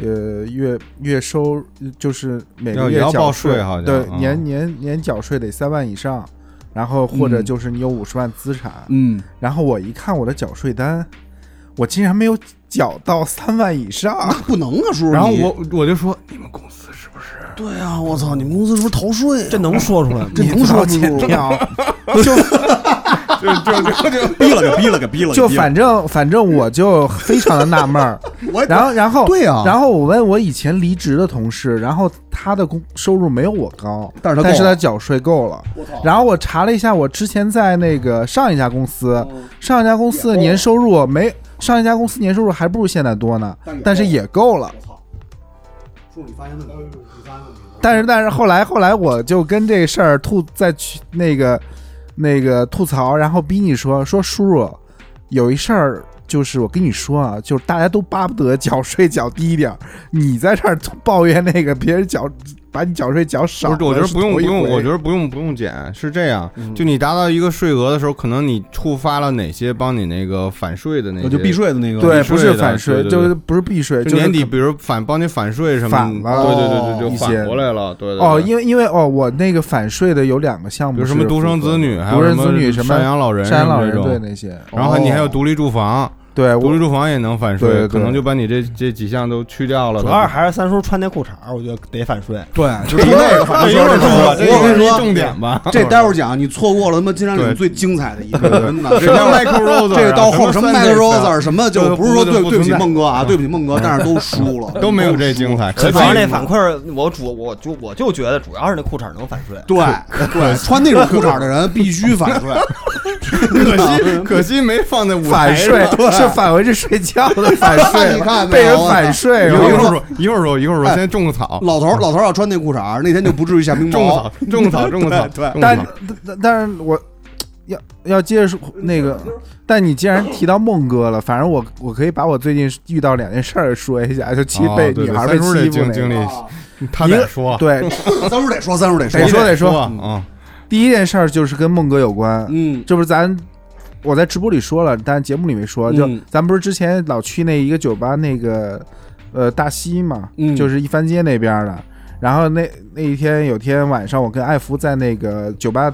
Speaker 7: 呃，月月收就是每
Speaker 2: 要
Speaker 7: 个月
Speaker 2: 也要
Speaker 7: 缴
Speaker 2: 报税好像
Speaker 7: 对，
Speaker 2: 嗯
Speaker 7: 年年年缴税得三万以上，然后或者
Speaker 6: 嗯
Speaker 7: 就是你有五十万资产，
Speaker 6: 嗯，
Speaker 7: 然后我一看我的缴税单，我竟然没有缴到三万以上
Speaker 6: 那，不能啊，叔叔。
Speaker 2: 然后
Speaker 6: 你
Speaker 2: 我我就说你们公司是不是？
Speaker 6: 对啊，我操，你们公司是不是逃税啊？
Speaker 3: 这能说出来吗？
Speaker 6: 这能
Speaker 7: 你
Speaker 6: 说
Speaker 7: 早
Speaker 6: 出
Speaker 7: 剪掉， 就
Speaker 6: 逼了个逼了个逼了个，
Speaker 7: 就反正反正我就非常的纳 闷儿，
Speaker 6: 我
Speaker 7: 然后然后
Speaker 6: 对啊
Speaker 7: 然后我问我以前离职的同事，然后他的工收入没有我高，
Speaker 6: 但
Speaker 7: 但
Speaker 6: 是他够
Speaker 7: 他
Speaker 6: 了哦
Speaker 7: 缴税够了。然后我查了一下，我之前在那个上一家公
Speaker 6: 哦
Speaker 7: 司，上一家公司的年收入没上一家公司年收入还不如现在多呢，但是也够了。
Speaker 6: 叔，你发现问题，呃你发现问题。
Speaker 7: 但是但是后来后来我就跟这事儿吐再去那个那个吐槽，然后逼你说说叔叔有一事儿。就是我跟你说啊，就是大家都巴不得缴税缴低一点儿，你在这儿抱怨那个别人缴把你缴税缴少
Speaker 2: 不是，我觉
Speaker 7: 了，
Speaker 2: 得不用
Speaker 7: 头
Speaker 2: 不
Speaker 7: 一
Speaker 2: 用，
Speaker 7: 回
Speaker 2: 我觉得不用不用减，是这样，
Speaker 7: 嗯
Speaker 2: 就你达到一个税额的时候，可能你触发了哪些帮你那个返税的那些，
Speaker 6: 我就避，税的那个，
Speaker 7: 对，
Speaker 2: 避税
Speaker 7: 不是
Speaker 2: 的
Speaker 7: 反
Speaker 2: 对
Speaker 7: 税，
Speaker 2: 对
Speaker 7: 就
Speaker 2: 对
Speaker 7: 是不是避税，
Speaker 2: 就
Speaker 7: 就是
Speaker 2: 年底
Speaker 7: 可
Speaker 2: 比如返帮你返税什么，
Speaker 7: 返了
Speaker 2: 对对对对，
Speaker 7: 一
Speaker 2: 就
Speaker 7: 些
Speaker 2: 返回来了，对对对
Speaker 7: 哦，因为因为哦，我那个反税的有两个项
Speaker 2: 比
Speaker 7: 目
Speaker 2: 如
Speaker 7: 是
Speaker 2: 什
Speaker 7: 符合的，
Speaker 2: 么独生子女，还有
Speaker 7: 独生子女什么
Speaker 2: 赡养老人、
Speaker 7: 赡养老人
Speaker 2: 这种
Speaker 7: 对那些，
Speaker 2: 然后你还有
Speaker 7: 哦
Speaker 2: 独立住房，
Speaker 7: 对
Speaker 2: 独
Speaker 7: 我
Speaker 2: 立住房也能返
Speaker 7: 对
Speaker 2: 税，
Speaker 7: 对
Speaker 2: 可能就把你这这几项都去掉 了。
Speaker 3: 主要还是三叔穿那裤衩儿，我觉得得反税。
Speaker 6: 对，就是那个，反正
Speaker 2: 一会儿
Speaker 6: 说
Speaker 2: 说吧，这
Speaker 6: 我跟你
Speaker 2: 是一
Speaker 6: 说，
Speaker 2: 重点吧。
Speaker 6: 这待会儿讲，你错过了他妈金山岭
Speaker 2: 对
Speaker 6: 最精彩的一个，真的，
Speaker 2: 什
Speaker 6: 这
Speaker 2: 么 Michael Rose，啊
Speaker 6: 这到后什么 Michael Rose 啊什么
Speaker 2: 这
Speaker 6: 就
Speaker 2: 个
Speaker 6: 不是说
Speaker 2: 啊不
Speaker 6: 对
Speaker 2: 不
Speaker 6: 对不起
Speaker 2: 存在
Speaker 6: 孟哥啊，对不起孟哥，但是都输了，
Speaker 2: 都没有这精彩，可
Speaker 3: 主
Speaker 2: 惜
Speaker 3: 要那反馈儿，我主我就我就觉得主要是那裤衩儿能反税。
Speaker 6: 对对，穿那种裤衩的人必须反税，
Speaker 2: 可
Speaker 6: 啊
Speaker 2: 惜可惜没放在舞
Speaker 7: 反
Speaker 2: 台上。
Speaker 7: 税是返回去睡觉的反
Speaker 6: 你
Speaker 7: 税，
Speaker 6: 看
Speaker 7: 被
Speaker 6: 没
Speaker 7: 人
Speaker 6: 有
Speaker 7: 反税。
Speaker 2: 啊一
Speaker 7: 然
Speaker 2: 会
Speaker 7: 后
Speaker 2: 儿
Speaker 7: 说
Speaker 2: 说一会儿说一会儿说，先种个草，
Speaker 6: 老头儿老头儿要穿那裤衩儿，那天就不至于下冰
Speaker 2: 种个
Speaker 6: 雹
Speaker 2: 草。，种个草，种个 草，种个
Speaker 7: 但
Speaker 2: 草。
Speaker 7: 但但是我要要接着说那个，但你既然提到梦哥了，反正我我可以把我最近遇到两件事儿说一下，就欺
Speaker 2: 哦
Speaker 7: 被
Speaker 2: 对
Speaker 7: 女
Speaker 2: 对
Speaker 7: 孩被
Speaker 2: 三叔这
Speaker 7: 欺负
Speaker 2: 经
Speaker 7: 那
Speaker 2: 经
Speaker 7: 个。
Speaker 2: 历，
Speaker 6: 啊
Speaker 2: 啊他得说，
Speaker 7: 对，
Speaker 6: 三叔得说，三叔得说，
Speaker 7: 得说得
Speaker 2: 说
Speaker 7: 说。，
Speaker 2: 嗯，
Speaker 7: 第一件事儿就是跟梦哥有关，
Speaker 6: 嗯，
Speaker 7: 这不是咱我在直播里说了，但节目里没说。就
Speaker 6: 嗯
Speaker 7: 咱不是之前老去那一个酒吧那个呃大西嘛，
Speaker 6: 嗯
Speaker 7: 就是一番街那边儿的。然后那那一天有天晚上，我跟艾福在那个酒吧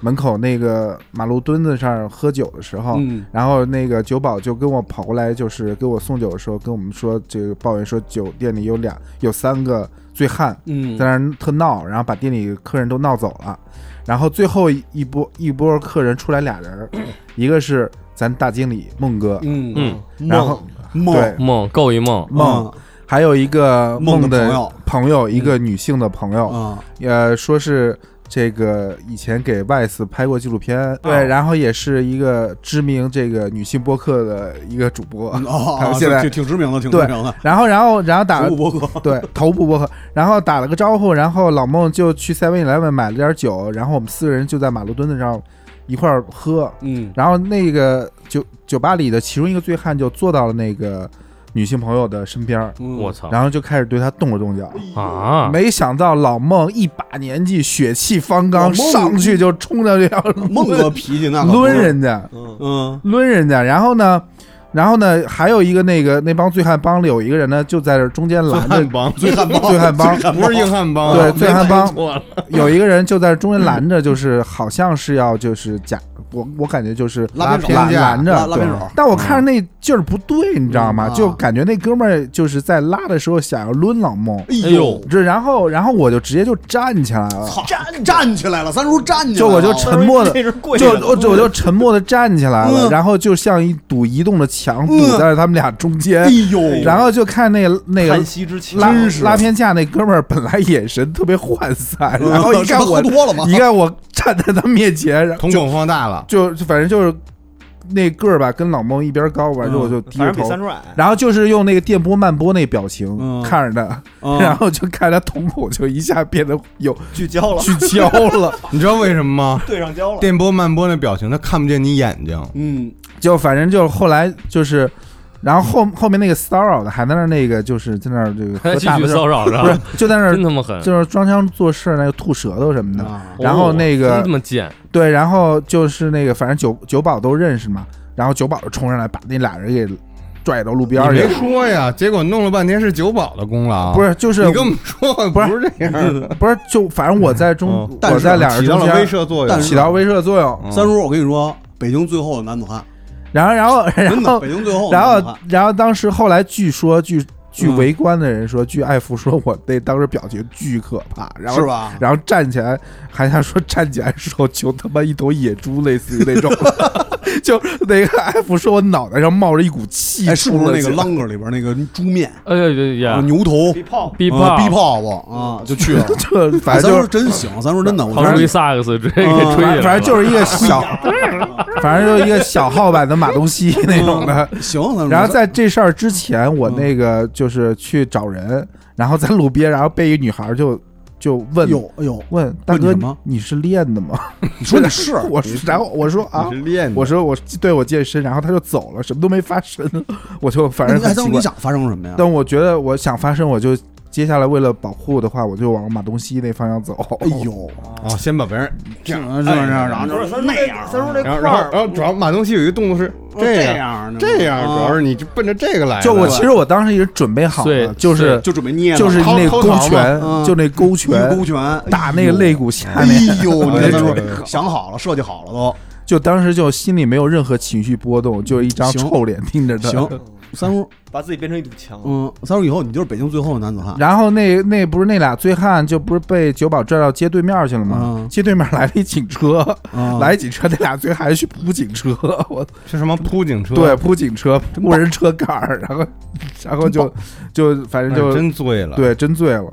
Speaker 7: 门口那个马路墩子上喝酒的时候，
Speaker 6: 嗯
Speaker 7: 然后那个酒保就跟我跑过来，就是给我送酒的时候跟我们说，这个抱怨说酒店里有俩有三个醉汉，
Speaker 6: 嗯
Speaker 7: 在那儿特闹，然后把店里客人都闹走了。然后最后一波一波客人出来俩人儿， 一个是咱大经理孟哥，
Speaker 6: 嗯
Speaker 4: 嗯，
Speaker 7: 然后
Speaker 6: 梦
Speaker 7: 对
Speaker 4: 梦够一梦，
Speaker 7: 孟，还有一个
Speaker 6: 孟的
Speaker 7: 的
Speaker 6: 朋友嗯
Speaker 7: 哦朋友，一个女性的朋友，
Speaker 6: 啊，
Speaker 7: 呃，说是这个以前给 Vice 拍过纪录
Speaker 6: 嗯
Speaker 7: 片，对，然后也是一个知名这个女性播客的一个主播，
Speaker 6: 哦，
Speaker 7: 他
Speaker 6: 哦
Speaker 7: 们现在
Speaker 6: 挺挺知名的，挺知名的，
Speaker 7: 然后然后然后打
Speaker 6: 服务博 客，
Speaker 7: 对，头部播客，然后打了个招呼，然后老孟就去 Seven Eleven 买了点酒，然后我们四个人就在马路墩子上一块儿喝，
Speaker 6: 嗯，
Speaker 7: 然后那个酒酒吧里的其中一个醉汉就坐到了那个女性朋友的身边儿，
Speaker 6: 嗯
Speaker 4: 我操
Speaker 7: 然后就开始对她动了动脚。
Speaker 4: 啊！
Speaker 7: 没想到老孟一把年纪，血气方刚，
Speaker 6: 老孟
Speaker 7: 上去就冲上去要
Speaker 6: 孟哥脾气那可不
Speaker 7: 抡
Speaker 6: 是，
Speaker 7: 人家，
Speaker 6: 嗯，
Speaker 7: 抡人家。然后呢，然后呢，还有一个那个那帮醉汉帮里有一个人呢，就在这中间拦着
Speaker 2: 汉帮
Speaker 6: 醉 汉帮，
Speaker 7: 醉汉帮
Speaker 6: 醉汉
Speaker 2: 不是硬汉啊帮，
Speaker 7: 对醉汉帮
Speaker 2: 错了，
Speaker 7: 有一个人就在中间拦着，就是好像是要就是假，我我感觉就是
Speaker 6: 拉偏手
Speaker 7: 拦拦着
Speaker 6: 拉拉
Speaker 7: 对
Speaker 6: 偏手
Speaker 7: 但我看着那劲儿不对，你知道吗？
Speaker 6: 嗯啊
Speaker 7: 就感觉那哥们儿就是在拉的时候想要抡老孟，
Speaker 4: 哎
Speaker 6: 哎
Speaker 4: 呦
Speaker 6: 呦，
Speaker 7: 这然后然后我就直接就站起来了，
Speaker 6: 操，站站起来了，三叔站起来了，
Speaker 7: 就我就
Speaker 6: 哦
Speaker 7: 沉默的。
Speaker 5: 是贵
Speaker 7: 就我就我就沉默的站起来了，
Speaker 6: 嗯
Speaker 7: 然后就像一堵移动的墙
Speaker 6: 嗯
Speaker 7: 堵在了他们俩中间
Speaker 6: 哎，呦，
Speaker 7: 然后就看那个那个
Speaker 3: 叹息之情
Speaker 7: 拉
Speaker 6: 真是
Speaker 7: 拉偏架那哥们儿本来眼神特别涣散，
Speaker 6: 嗯
Speaker 7: 然后一看
Speaker 6: 是 他
Speaker 7: 我
Speaker 6: 喝多了吗？
Speaker 7: 你看我站在他面前，然后
Speaker 2: 瞳孔放大了，
Speaker 7: 就就反正就是那个儿吧，跟老孟一边高吧，
Speaker 6: 嗯
Speaker 7: 就我就低
Speaker 5: 反
Speaker 7: 着
Speaker 5: 正比
Speaker 7: 头
Speaker 5: 三，叔矮。
Speaker 7: 然后就是用那个电波慢波那表情
Speaker 6: 嗯
Speaker 7: 看着他，
Speaker 6: 嗯
Speaker 7: 然后就看他瞳孔就一下变得有
Speaker 5: 聚焦 了，
Speaker 7: 聚焦了，
Speaker 2: 你知道为什么吗？
Speaker 5: 对上焦了。
Speaker 2: 电波慢波那表情，他看不见你眼睛，
Speaker 6: 嗯，
Speaker 7: 就反正就后来就是。然后后后面那个骚扰的还在那儿那个就是在那儿这个
Speaker 4: 还
Speaker 7: 喝
Speaker 4: 继
Speaker 7: 大
Speaker 4: 续
Speaker 7: 的时候
Speaker 4: 骚扰
Speaker 7: 不是
Speaker 4: 着，
Speaker 7: 就在那儿
Speaker 4: 真他妈狠！
Speaker 7: 就是装腔作势那个吐舌头什么的，
Speaker 6: 啊
Speaker 7: 然后那
Speaker 4: 哦
Speaker 7: 个
Speaker 4: 真他妈贱，
Speaker 7: 对，然后就是那个，反正九九宝都认识嘛，然后九宝就冲上来把那俩人给拽到路边儿
Speaker 2: 你
Speaker 7: 去
Speaker 2: 没
Speaker 7: 了，
Speaker 2: 说呀？结果弄了半天是九宝的功劳，
Speaker 7: 不？是，就是
Speaker 2: 你跟我们说
Speaker 7: 不是嗯
Speaker 2: 不是这样的，
Speaker 7: 不是就反正我在中，
Speaker 2: 嗯
Speaker 6: 但
Speaker 7: 我
Speaker 6: 是
Speaker 7: 在俩人
Speaker 2: 起到
Speaker 7: 中
Speaker 2: 了威
Speaker 7: 间
Speaker 2: 慑作用
Speaker 6: 但。是
Speaker 7: 起到威慑作用，
Speaker 2: 嗯
Speaker 6: 三叔，我跟你说，北京最后的男子汉，
Speaker 7: 然后然后然
Speaker 6: 真的，
Speaker 7: 后
Speaker 6: 北京最后的
Speaker 7: 然
Speaker 6: 男子
Speaker 7: 后
Speaker 6: 汉，
Speaker 7: 然后当时后来据说据据
Speaker 6: 嗯
Speaker 7: 围观的人说，据艾福说我那当时表情巨可怕，然后
Speaker 6: 是吧？
Speaker 7: 然后站起来，还想说站起来的时候就他妈一头野猪，类似于那种， 就那个 F 说我脑袋上冒着一股气
Speaker 6: 哎，是不
Speaker 7: 出
Speaker 6: 是
Speaker 7: 了
Speaker 6: 那个
Speaker 7: 去
Speaker 6: 啷个里边那个猪面、
Speaker 4: 哎呀呀呀！
Speaker 6: 牛头、
Speaker 5: 比炮
Speaker 4: 逼
Speaker 6: 啊
Speaker 4: 炮，
Speaker 6: 逼泡泡啊，就去了。
Speaker 7: 就 反
Speaker 6: 咱
Speaker 7: 正
Speaker 6: 说
Speaker 7: 就是
Speaker 6: 真行，咱说真的，我
Speaker 4: 掏
Speaker 6: 觉
Speaker 4: 出一
Speaker 6: 得
Speaker 4: 萨克斯直接给吹起来
Speaker 7: 嗯反
Speaker 4: 了，
Speaker 7: 反正就是一个小，反正就是一个小号版的马东锡那种的。
Speaker 6: 行，咱说
Speaker 7: 然后在这事儿之前，
Speaker 6: 嗯
Speaker 7: 我那个就是去找人，然后在路边，然后被一女孩就就问
Speaker 6: 有有，
Speaker 7: 问大
Speaker 6: 问你
Speaker 7: 哥
Speaker 6: 什么
Speaker 7: 你是练的吗？
Speaker 6: 你说你是
Speaker 7: 我说然后我说啊，
Speaker 2: 你是练的
Speaker 7: 我说我对我健身，然后他就走了，什么都没发生，我就反
Speaker 6: 那
Speaker 7: 正
Speaker 6: 你还
Speaker 7: 很
Speaker 6: 当
Speaker 7: 奇
Speaker 6: 时你
Speaker 7: 怪。
Speaker 6: 想发生什么呀？
Speaker 7: 但我觉得我想发生，我就接下来为了保护的话，我就往马东锡那方向走。
Speaker 6: 哎呦，
Speaker 2: 哦，先把别人，
Speaker 6: 这样这样，然后
Speaker 5: 不
Speaker 6: 就是
Speaker 5: 三叔那样，三叔那
Speaker 2: 然后
Speaker 5: 块
Speaker 2: 然后
Speaker 5: 儿
Speaker 2: 然后主要马东锡有一个动作是
Speaker 6: 哦这
Speaker 2: 样
Speaker 6: 样哦
Speaker 2: 这样，
Speaker 8: 哦
Speaker 2: 主要
Speaker 6: 是
Speaker 2: 是你就奔着这个来的。
Speaker 7: 就我其实我当时也准备好了，
Speaker 4: 对
Speaker 7: 就是
Speaker 6: 哎就准备捏了，
Speaker 7: 就是
Speaker 2: 掏
Speaker 7: 那
Speaker 2: 掏
Speaker 7: 勾
Speaker 2: 桃嘛
Speaker 7: 拳
Speaker 6: 嗯，
Speaker 7: 就那勾
Speaker 6: 一勾
Speaker 7: 拳
Speaker 6: 拳
Speaker 7: 打那个肋。骨下
Speaker 6: 哎
Speaker 7: 面，
Speaker 6: 呦，哎呦你
Speaker 2: 哎
Speaker 6: 看
Speaker 2: 呦
Speaker 6: 咱说 想好了，设计好了都
Speaker 7: 就当时就心里没有任何情绪波动，就一张
Speaker 6: 行
Speaker 7: 臭脸盯着他。
Speaker 6: 行。三叔，
Speaker 5: 把自己变成一堵墙。
Speaker 6: 嗯，三叔以后你就是北京最后的男
Speaker 2: 啊
Speaker 6: 子汉。
Speaker 7: 然后那那不是那俩醉汉就不是被九保拽到街对面去了吗
Speaker 6: 嗯？
Speaker 7: 街对面来了一警车，
Speaker 2: 嗯
Speaker 6: 啊
Speaker 7: 来警车，那俩最还去扑警车，我
Speaker 2: 是什么扑警车？哎
Speaker 7: 对扑警车，无人车杆儿，然后 然后就就反
Speaker 2: 哎，
Speaker 7: 正就
Speaker 2: 真醉了。，
Speaker 7: 对真醉了。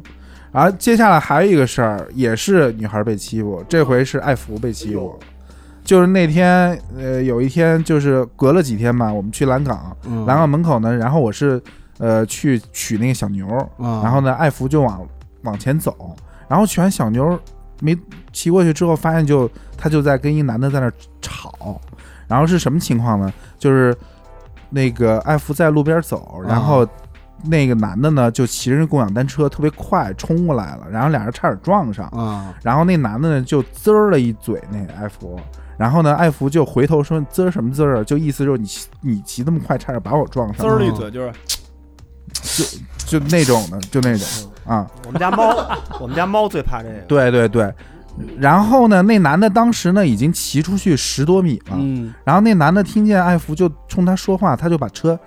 Speaker 7: 然后接下来还有一个事儿，也是女孩被欺负，这回是艾福被
Speaker 2: 哎
Speaker 7: 欺负。就是那天，呃，有一天就是隔了几天嘛，我们去蓝港，
Speaker 6: 嗯
Speaker 7: 蓝港门口呢，然后我是呃去取那个小牛，
Speaker 5: 嗯
Speaker 6: 啊
Speaker 7: 然后呢，艾福就往往前走，然后取完小牛没骑过去之后，发现就他就在跟一男的在那儿吵，然后是什么情况呢？就是那个艾福在路边走，然
Speaker 5: 嗯
Speaker 7: 后那个男的呢就骑着共享单车特别快冲过来了，然后俩人差点撞上，
Speaker 6: 啊，
Speaker 7: 然后那男的呢就滋儿了一嘴那个艾福。然后呢，艾福就回头说：“滋儿什么滋儿啊？”就意思就是你骑你骑这么快，差点把我撞
Speaker 5: 滋
Speaker 7: 上，
Speaker 5: 儿一嘴就是
Speaker 7: 就那种的，就那种啊。
Speaker 5: 我们家猫，我们家猫最怕这个。
Speaker 7: 对对对。然后呢，那男的当时呢已经骑出去十多米了，
Speaker 6: 嗯，
Speaker 7: 然后那男的听见艾福就冲他说话，他就把车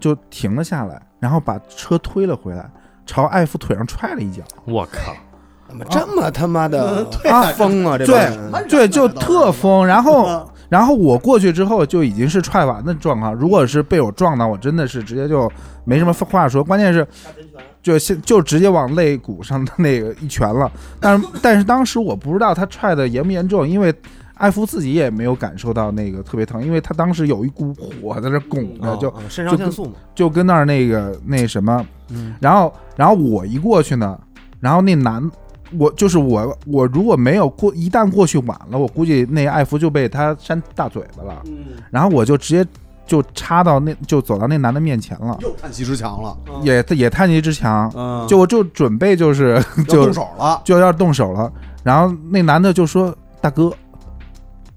Speaker 7: 就停了下来，然后把车推了回来，朝艾福腿上踹了一脚。
Speaker 4: 我靠，
Speaker 8: 怎么这么他妈的
Speaker 6: 哎嗯
Speaker 7: 啊
Speaker 8: 疯啊？这帮人
Speaker 7: 对对，就特疯。然后 然后我过去之后就已经是踹完的状况，如果是被我撞到，我真的是直接就没什么话说。关键是。就先就直接往肋骨上的那个一拳了。但是但是当时我不知道他踹的严不严重，因为艾夫自己也没有感受到那个特别疼，因为他当时有一股火在那拱着，呃就
Speaker 3: 哦肾上腺素嘛，
Speaker 7: 就跟那儿那个那什么，
Speaker 3: 嗯
Speaker 7: 然后然后我一过去呢，然后那男我就是我我如果没有过一旦过去晚了，我估计那艾福就被他扇大嘴巴了，然后我就直接就插到那就走到那男的面前了，
Speaker 6: 又叹息之强了，
Speaker 7: 也也探一支墙，
Speaker 6: 嗯，
Speaker 7: 就我就准备就是
Speaker 6: 要
Speaker 7: 就
Speaker 6: 动手了，
Speaker 7: 就要动手了，然后那男的就说大哥。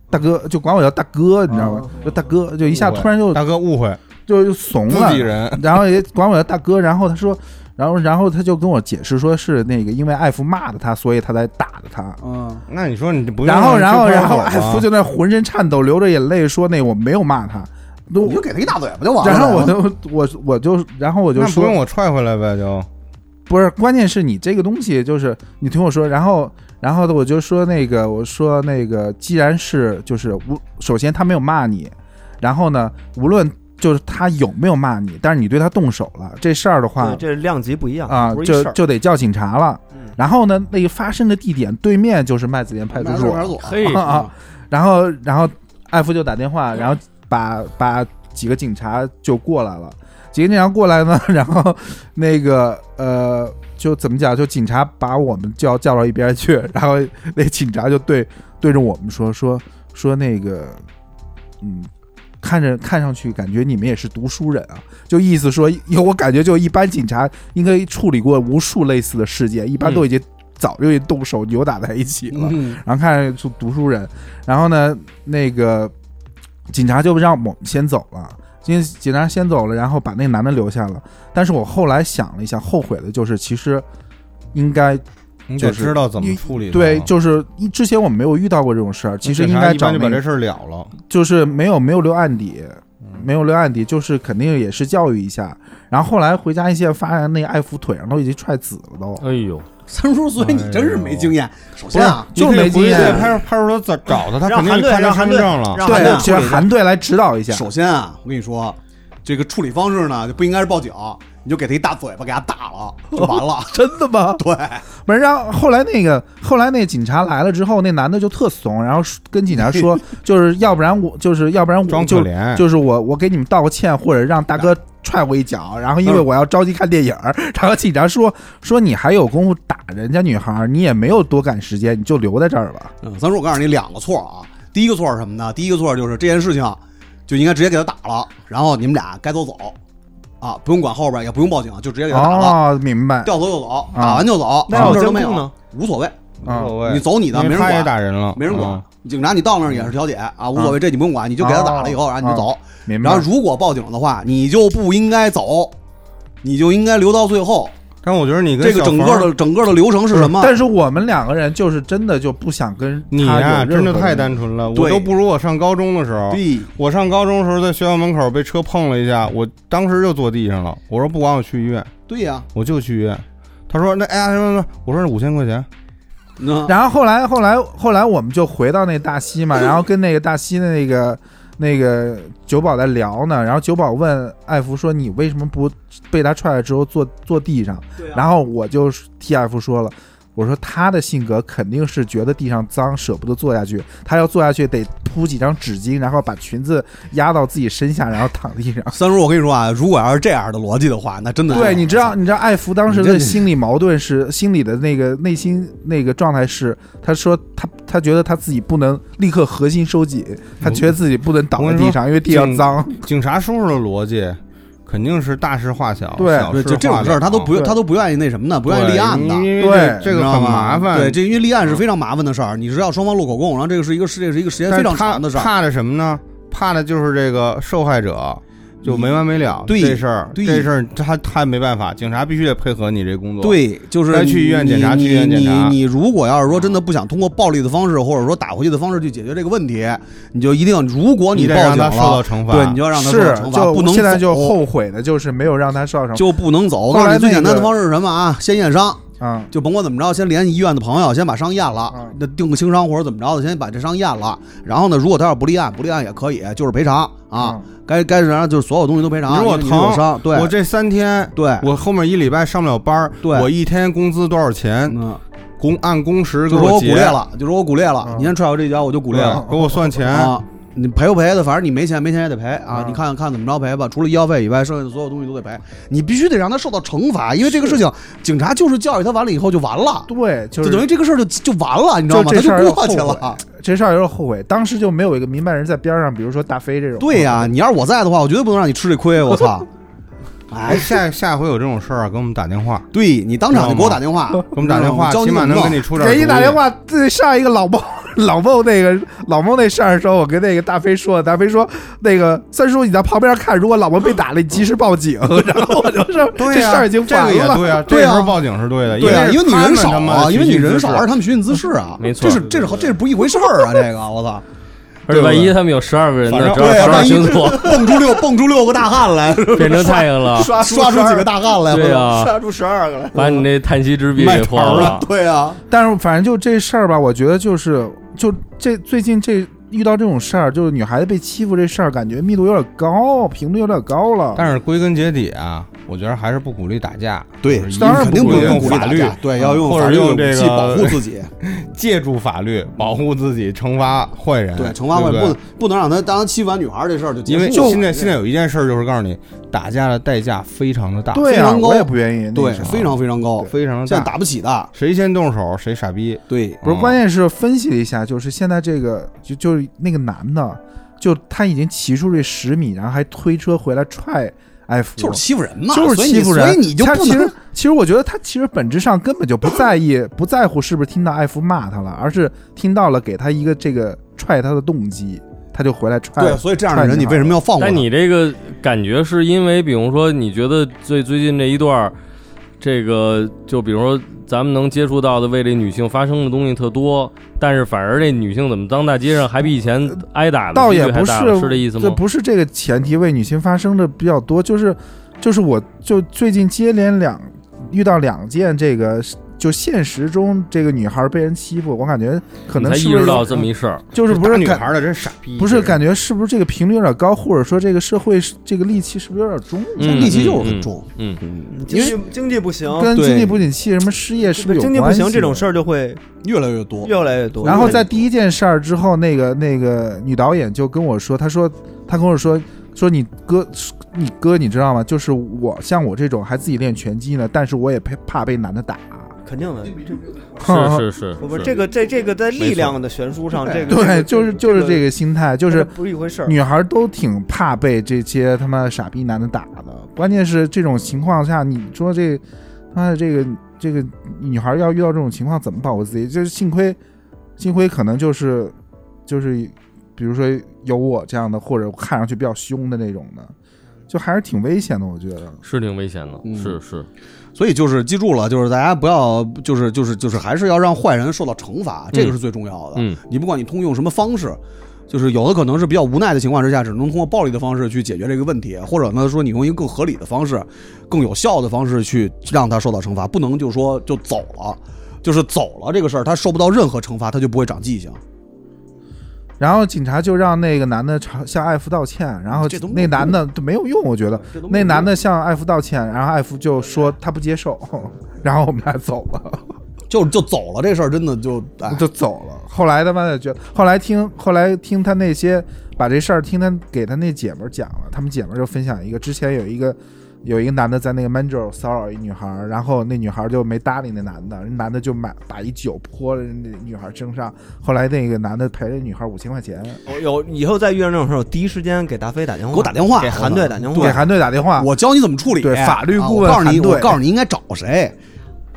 Speaker 7: 大哥就管我叫大哥，你知道吗？就大哥，就一下
Speaker 2: 误会
Speaker 7: 突然就
Speaker 2: 大哥误会，
Speaker 7: 就就怂
Speaker 2: 自
Speaker 7: 了
Speaker 2: 己，人，
Speaker 7: 然后也管我叫大哥，然后他说，然后然后他就跟我解释说是那个因为艾福骂的他，所以他才打的他。
Speaker 6: 嗯，
Speaker 2: 那你说你不
Speaker 7: 然后然后然后艾
Speaker 2: 爱
Speaker 7: 福就那浑身颤抖，流着眼泪说那我没有骂他，都
Speaker 6: 你就给他一大嘴巴就完了。
Speaker 7: 然后我就我我就然后我就
Speaker 2: 啊那不用
Speaker 7: 说
Speaker 2: 我踹回来呗，就
Speaker 7: 不是，关键是你这个东西就是你听我说，然后然后我就说那个我说那个既然是就是无首先他没有骂你，然后呢无论。就是他有没有骂你，但是你对他动手了，这事儿的
Speaker 3: 对，，
Speaker 7: 话
Speaker 3: 这量级不一样
Speaker 7: 啊，
Speaker 3: 不是一
Speaker 7: 就
Speaker 3: 事儿。嗯
Speaker 7: 就得叫警察了。然后呢，那个发生的地点对面就是麦子店派出所，
Speaker 6: 所，
Speaker 4: 嘿，
Speaker 7: 啊
Speaker 6: 嗯
Speaker 7: 啊，然后然后艾夫就打电话，然后把把几个警察就过来了，几个警察过来呢， 然后那个呃，就怎么讲，就警察把我们叫叫到一边去，然后那警察就对对着我们说说说那个，嗯。看着看上去感觉你们也是读书人啊，就意思说，有我感觉就一般警察应该处理过无数类似的事件，一般都已经早就已经动手扭打在一起了。
Speaker 6: 嗯，
Speaker 7: 然后看着就读书人，然后呢，那个警察就让我们先走了，警警察先走了，然后把那男的留下了。但是我后来想了一下，后悔的就是其实应该
Speaker 2: 你得
Speaker 7: 就是
Speaker 2: 知道怎么处理它。
Speaker 7: 对，就是一之前我们没有遇到过这种事儿，其实应该
Speaker 2: 嗯警察
Speaker 7: 找
Speaker 2: 一般就把
Speaker 7: 那
Speaker 2: 这嗯
Speaker 7: 个，
Speaker 2: 事儿了了。
Speaker 7: 就是没有没有留案底。没有留案底，就是肯定也是教育一下。然后后来回家一线，发现那艾福腿上都已经踹紫了
Speaker 2: 嗯
Speaker 7: 都，
Speaker 4: 哎呦，
Speaker 6: 三叔，所以你真是没经验。首先啊，
Speaker 7: 就是没经
Speaker 2: 你可以回去
Speaker 7: 验。
Speaker 2: 派出派出所找找他，他
Speaker 3: 让
Speaker 2: 肯定
Speaker 3: 韩队
Speaker 2: 看他
Speaker 3: 让韩队
Speaker 2: 身份证了。
Speaker 3: 让
Speaker 7: 对，啊
Speaker 3: 韩
Speaker 7: 其
Speaker 3: 队
Speaker 7: 实韩队来指导一下。。
Speaker 6: 首先啊，我跟你说，这个处理方式呢，就不应该是报警，你就给他一大嘴巴，给他打了就完了
Speaker 7: 真的吗？
Speaker 6: 对，
Speaker 7: 不是，然后后来那个后来那警察来了之后，那男的就特怂，然后跟警 察说，就是要不然我就是要不然我
Speaker 2: 装可
Speaker 7: 就
Speaker 2: 怜，
Speaker 7: 就是我我给你们道个歉，或者让大哥踹我一脚，然后因为我要着急看电影儿， 然后警察说说你还有功夫打人家女孩儿，你也没有多赶时间，你就留在这儿吧。
Speaker 6: 嗯，三叔，我告诉你两个错啊。第一个错是什么呢？第一个错就是这件事情啊就应该直接给他打了，然后你们俩该走走啊，不用管后边，也不用报警，就直接给他打了，
Speaker 7: 哦，明白，
Speaker 6: 掉头就走，
Speaker 7: 啊
Speaker 6: 打完就走，
Speaker 3: 那
Speaker 6: 什
Speaker 3: 要
Speaker 6: 么事儿
Speaker 3: 监
Speaker 6: 都没
Speaker 3: 控
Speaker 6: 有
Speaker 3: 呢，？
Speaker 6: 无所谓。
Speaker 7: 啊
Speaker 2: 无，所谓
Speaker 6: 你走你的，
Speaker 2: 因
Speaker 6: 没
Speaker 2: 为
Speaker 6: 人
Speaker 2: 他也
Speaker 6: 管，
Speaker 2: 打人了，
Speaker 6: 没人管
Speaker 2: 嗯。
Speaker 6: 警察你到那儿也是调解啊，无所谓，这你不用管，你就给他打了以后，然后你就走。
Speaker 7: 明
Speaker 2: 嗯
Speaker 7: 白
Speaker 6: 然后。如果报警的话，你就不应该走，你就应该留到最后。
Speaker 2: 但我觉得你跟
Speaker 6: 这个
Speaker 2: 小
Speaker 6: 整
Speaker 2: 冯
Speaker 6: 个的整个的流程是什么？
Speaker 7: 但是我们两个人就是真的就不想跟
Speaker 2: 你
Speaker 7: 他有
Speaker 2: 呀、
Speaker 7: 任
Speaker 2: 真的
Speaker 7: 何
Speaker 2: 太
Speaker 7: 的
Speaker 2: 单纯了。我
Speaker 6: 对
Speaker 2: 都不如我上高中的时候。
Speaker 6: 对，
Speaker 2: 我上高中的时候，在学校门口被车碰了一下，我当时就坐地上了。我说不管我去医院，
Speaker 6: 对呀，
Speaker 2: 我就去医院。他说那哎呀什么什么，我说五千块钱，嗯
Speaker 6: 那
Speaker 7: 然后后来后来后来我们就回到那大西嘛，然后跟那个大西的那个那个九保在聊呢，然后九保问艾福说你为什么不被他踹了之后坐坐地上？
Speaker 6: 啊
Speaker 7: 然后我就替艾福说了。我说他的性格肯定是觉得地上脏，舍不得坐下去。他要坐下去，得铺几张纸巾，然后把裙子压到自己身下，然后躺地上。
Speaker 6: 三叔，我跟你说啊，如果要是这样的逻辑的话，那真的
Speaker 7: 对，你知道，你知道艾福当
Speaker 6: 哎
Speaker 7: 时
Speaker 6: 你
Speaker 7: 的
Speaker 6: 这
Speaker 7: 心理矛盾是心理的那个内心那个状态是，他说他他觉得他自己不能立刻核心收紧，
Speaker 6: 嗯
Speaker 7: 他觉得自己不能倒在地上，因为地上脏。
Speaker 2: 警察叔叔的逻辑肯定是大事化小，
Speaker 7: 对
Speaker 2: 小
Speaker 6: 对，
Speaker 2: 事
Speaker 6: 就这
Speaker 2: 化
Speaker 6: 种事儿，
Speaker 2: 了啊
Speaker 6: 他都不
Speaker 7: 对
Speaker 6: 他都不愿意那什么的，不愿意立案的
Speaker 2: 对。因为
Speaker 7: 对
Speaker 2: 这
Speaker 6: 你
Speaker 2: 个
Speaker 6: 知道
Speaker 2: 很
Speaker 6: 吗
Speaker 2: 麻烦。
Speaker 6: 对，这因为立案是非常麻烦的事儿，你是要双方录口供，然后这个是一个是这个是一个时间
Speaker 2: 但
Speaker 6: 非
Speaker 2: 是
Speaker 6: 常
Speaker 2: 他
Speaker 6: 长的事儿。
Speaker 2: 怕的什么呢？怕的就是这个受害者就没完没了。
Speaker 6: 嗯对
Speaker 2: 这事儿，
Speaker 6: 对
Speaker 2: 这事儿他他没办法，警察必须得配合你这工作。，
Speaker 6: 对，就是
Speaker 2: 该去医院
Speaker 6: 你
Speaker 2: 检查
Speaker 6: 你
Speaker 2: 去医院检查
Speaker 6: 你你如果要是说真的不想通过暴力的方式，或者说打回去的方式去解决这个问题，你就一定如果
Speaker 2: 你
Speaker 6: 报
Speaker 2: 得
Speaker 6: 警
Speaker 2: 让他
Speaker 6: 了，
Speaker 2: 受到惩罚。
Speaker 6: 对，你就要让他受到
Speaker 7: 是
Speaker 6: 惩，罚，
Speaker 7: 就
Speaker 6: 不能
Speaker 7: 现在
Speaker 6: 走
Speaker 7: 就后悔的就是没有让他受到惩罚。
Speaker 6: 就不能走。我
Speaker 7: 后
Speaker 6: 告诉
Speaker 7: 来
Speaker 6: 你，最
Speaker 7: 那
Speaker 6: 简单
Speaker 7: 个
Speaker 6: 的方式是什么啊？先验伤，
Speaker 7: 啊，
Speaker 6: 就甭管怎么着，先联系医院的朋友，先把伤验了
Speaker 2: 嗯
Speaker 7: 啊，
Speaker 6: 那定个轻伤或者怎么着的，先把这伤验了。然后呢，如果他要是不立案，不立案也可以，就是赔偿啊，
Speaker 7: 嗯
Speaker 6: 该该然后就是所有东西都赔偿。
Speaker 2: 嗯你说
Speaker 6: 因
Speaker 2: 我
Speaker 6: 为你是有
Speaker 2: 疼
Speaker 6: 伤，对
Speaker 2: 我这三天，
Speaker 6: 对，
Speaker 2: 我后面一礼拜上不了班儿，
Speaker 6: 对
Speaker 2: 我一天工资多少钱？
Speaker 6: 嗯，
Speaker 2: 工按工时给
Speaker 6: 就说我骨
Speaker 2: 结嗯
Speaker 6: 裂，了，就说我骨裂了，
Speaker 7: 啊
Speaker 6: 你先踹我这一脚，我就骨
Speaker 2: 对
Speaker 6: 裂了
Speaker 2: 给我 算钱。
Speaker 6: 啊。你赔不赔的，反正你没钱，没钱也得赔啊！
Speaker 7: 啊
Speaker 6: 你看看怎么着赔吧，除了医药费以外，剩下的所有东西都得赔。你必须得让他受到惩罚，因为这个事情，警察就是教育他完了以后就完了，
Speaker 7: 对，就
Speaker 6: 就是等于这个事儿就就完了，你知道吗？
Speaker 7: 就
Speaker 6: 他
Speaker 7: 这事儿
Speaker 6: 就过去
Speaker 7: 要后悔
Speaker 6: 了。
Speaker 7: 这事儿有点后悔，当时就没有一个明白人在边上，比如说大飞这种。
Speaker 6: 对呀、你要是我在的话，我绝对不能让你吃这亏，我操！
Speaker 2: 哎，下下回有这种事儿啊，给我们打电话，
Speaker 6: 对你当场就给我打电话，
Speaker 2: 给我们打电话，
Speaker 6: 嗯我教
Speaker 2: 起码能
Speaker 6: 怎么
Speaker 2: 给
Speaker 6: 弄
Speaker 2: 你出点主意。
Speaker 7: 给你打电话，对上一个老孟 老孟那个老孟那事儿的时候，我跟那个大飞说，大飞说那个三叔你在旁边看，如果老孟被打了，你及时报警。 然后我就说
Speaker 2: 对
Speaker 7: 这
Speaker 2: 呀，
Speaker 7: 事儿已经
Speaker 2: 这
Speaker 7: 完
Speaker 2: 个也
Speaker 7: 了，
Speaker 2: 对啊，这
Speaker 6: 对啊
Speaker 2: 时候报警是对的，
Speaker 6: 对啊，因
Speaker 2: 因
Speaker 6: 为你人少啊，因为你人少，而
Speaker 2: 而
Speaker 6: 他们寻衅滋事啊，
Speaker 4: 没错
Speaker 6: 这是这是这是不一回事儿啊，这个我操，
Speaker 4: 而且万一他们有十二个人
Speaker 2: 反
Speaker 4: 呢，
Speaker 2: 正
Speaker 4: 正好
Speaker 6: 对
Speaker 4: 十二
Speaker 6: 万一
Speaker 4: 星座
Speaker 6: 蹦出六蹦出六个大汉来，
Speaker 4: 变成太阳了，
Speaker 7: 刷
Speaker 6: 刷出几个大汉来，
Speaker 4: 对啊，
Speaker 7: 刷出十二个来。
Speaker 4: 把你那叹息 之壁给破
Speaker 6: 我
Speaker 4: 了
Speaker 6: 操，。对啊，
Speaker 7: 但是反正就这事儿吧，我觉得就是就这最近这遇到这种事儿，就是女孩子被欺负这事儿，感觉密度有点高，频率有点高了。
Speaker 2: 但是归根结底啊，我觉得还是不鼓励打架，
Speaker 6: 对
Speaker 2: 就是一
Speaker 7: 当然
Speaker 6: 肯定不能
Speaker 2: 用
Speaker 6: 用法
Speaker 2: 法律
Speaker 6: 律，啊对，要用
Speaker 2: 或者
Speaker 6: 法律
Speaker 2: 用
Speaker 6: 的武
Speaker 2: 这
Speaker 6: 器
Speaker 2: 个
Speaker 6: 保护自己，
Speaker 2: 借助法律保护自己，惩罚坏人，
Speaker 6: 对，惩罚外
Speaker 2: 对不对
Speaker 6: 不不能让他当欺负完女孩这事儿就结
Speaker 2: 因
Speaker 6: 束
Speaker 2: 为
Speaker 6: 了。
Speaker 2: 现在现在有一件事儿就是告诉你，打架的代价非常的大，
Speaker 7: 对
Speaker 6: 非
Speaker 7: 啊，
Speaker 6: 常高
Speaker 7: 我也不愿意。那
Speaker 6: 对
Speaker 7: 什么
Speaker 6: 非常非常高，
Speaker 2: 非常
Speaker 6: 现在
Speaker 2: 的
Speaker 6: 打
Speaker 2: 大，
Speaker 6: 不起的，
Speaker 2: 谁先动手谁傻逼。
Speaker 6: 对，
Speaker 7: 不是，
Speaker 2: 嗯
Speaker 7: 关键是分析了一下，就是现在这个就就是那个男的，就他已经骑出这十米，然后还推车回来踹艾弗，
Speaker 6: 就是欺负人嘛，
Speaker 7: 就是
Speaker 6: 所以
Speaker 7: 欺负人，
Speaker 6: 所以你就
Speaker 7: 他
Speaker 6: 不
Speaker 7: 其
Speaker 6: 能
Speaker 7: 实其实我觉得他其实本质上根本就不在意， 不在乎是不是听到艾弗骂他了，而是听到了给他一个这个踹他的动机，他就回来踹。
Speaker 6: 对，所以这样的
Speaker 7: 踹
Speaker 6: 人
Speaker 7: 哎你
Speaker 6: 你为什么要放过他？
Speaker 4: 但你这个感觉是因为，比如说，你觉得最最近这一段儿，这个就比如说咱们能接触到的为这女性发声的东西特多，但是反而这女性怎么当大街上还比以前挨打的
Speaker 7: 倒
Speaker 4: 几率
Speaker 7: 也
Speaker 4: 还
Speaker 7: 不
Speaker 4: 大
Speaker 7: 是
Speaker 4: 是这意思
Speaker 7: 这
Speaker 4: 吗？
Speaker 7: 不是这个前提为女性发声的比较多，就是就是我就最近接连两遇到两件这个。就现实中，这个女孩被人欺负，我感觉可能
Speaker 4: 你才
Speaker 7: 是
Speaker 4: 意
Speaker 7: 不是
Speaker 4: 识到这么一事儿，
Speaker 7: 就是不是
Speaker 2: 女
Speaker 7: 感
Speaker 2: 孩的真傻逼，
Speaker 7: 不是感觉是不是这个频率有点高，或者说这个社会是这个戾气是不是有点重？
Speaker 6: 现在
Speaker 4: 嗯
Speaker 6: 戾气就是很重，
Speaker 4: 嗯，
Speaker 6: 嗯，因
Speaker 8: 经
Speaker 6: 为
Speaker 8: 济经济不行，
Speaker 7: 跟
Speaker 6: 对
Speaker 7: 经济不景气、什么失业是不是有
Speaker 8: 经济不行这种事
Speaker 7: 儿？
Speaker 8: 儿就会
Speaker 6: 越来越多，
Speaker 8: 越来越多。
Speaker 7: 然后在第一件事儿之后，那个那个女导演就跟我说，她说她跟我说说你哥你哥你知道吗？就是我像我这种还自己练拳击呢，但是我也怕怕被男的打。
Speaker 8: 肯定的，
Speaker 4: 是是 是，
Speaker 8: 不是
Speaker 4: 是
Speaker 8: 这个在这个在力量的悬殊上，这个
Speaker 7: 对，就是就是这
Speaker 8: 个，
Speaker 7: 个心态，就
Speaker 8: 就是不是一回事儿。
Speaker 7: 女孩都挺怕被这些他妈傻逼男的打的。关键是这种情况下，你说这他妈的这个这个女孩要遇到这种情况怎么保护自己？就是幸亏幸亏可能就是就是比如说有我这样的，或者看上去比较凶的那种的，就还是挺危险的。我觉得
Speaker 4: 是挺危险的，
Speaker 6: 嗯
Speaker 4: 是是，
Speaker 6: 所以就是记住了，就是大家不要，就是就是就是还是要让坏人受到惩罚，这个是最重要的。
Speaker 4: 嗯，
Speaker 6: 你不管你通用什么方式，就是有的可能是比较无奈的情况之下，只能通过暴力的方式去解决这个问题，或者呢说你用一个更合理的方式、更有效的方式去让他受到惩罚，不能就说就走了，就是走了这个事儿，他受不到任何惩罚，他就不会长记性。
Speaker 7: 然后警察就让那个男的朝向艾弗道歉，然后
Speaker 6: 这都没
Speaker 7: 那
Speaker 6: 有
Speaker 7: 男的都没有用，我觉得
Speaker 6: 这都没有用
Speaker 7: 那男的向艾弗道歉，然后艾弗就说他不接受， 然后我们俩走了。
Speaker 6: 就就走了这事儿，真的就哎，
Speaker 7: 就走了。后来他妈的觉得，后来听后来听他那些把这事儿听他给他那姐们儿讲了，他们姐们儿就分享一个，之前有一个有一个男的在那个 Manjo 骚扰一女孩儿，然后那女孩儿就没搭理那男的，那男的就买把一酒泼了那女孩儿身上，后来那个男的赔了那女孩儿五千块钱，
Speaker 8: 我有以后再遇上这种事儿，我第一时间给达飞打电话，
Speaker 6: 给我打电话
Speaker 8: 啊给韩队打电话，
Speaker 7: 给韩队打电话。
Speaker 6: 我教你怎么处理。
Speaker 7: 对法律
Speaker 6: 啊
Speaker 7: 顾问
Speaker 6: 我告诉你，
Speaker 7: 韩队
Speaker 6: 我告诉你应该找谁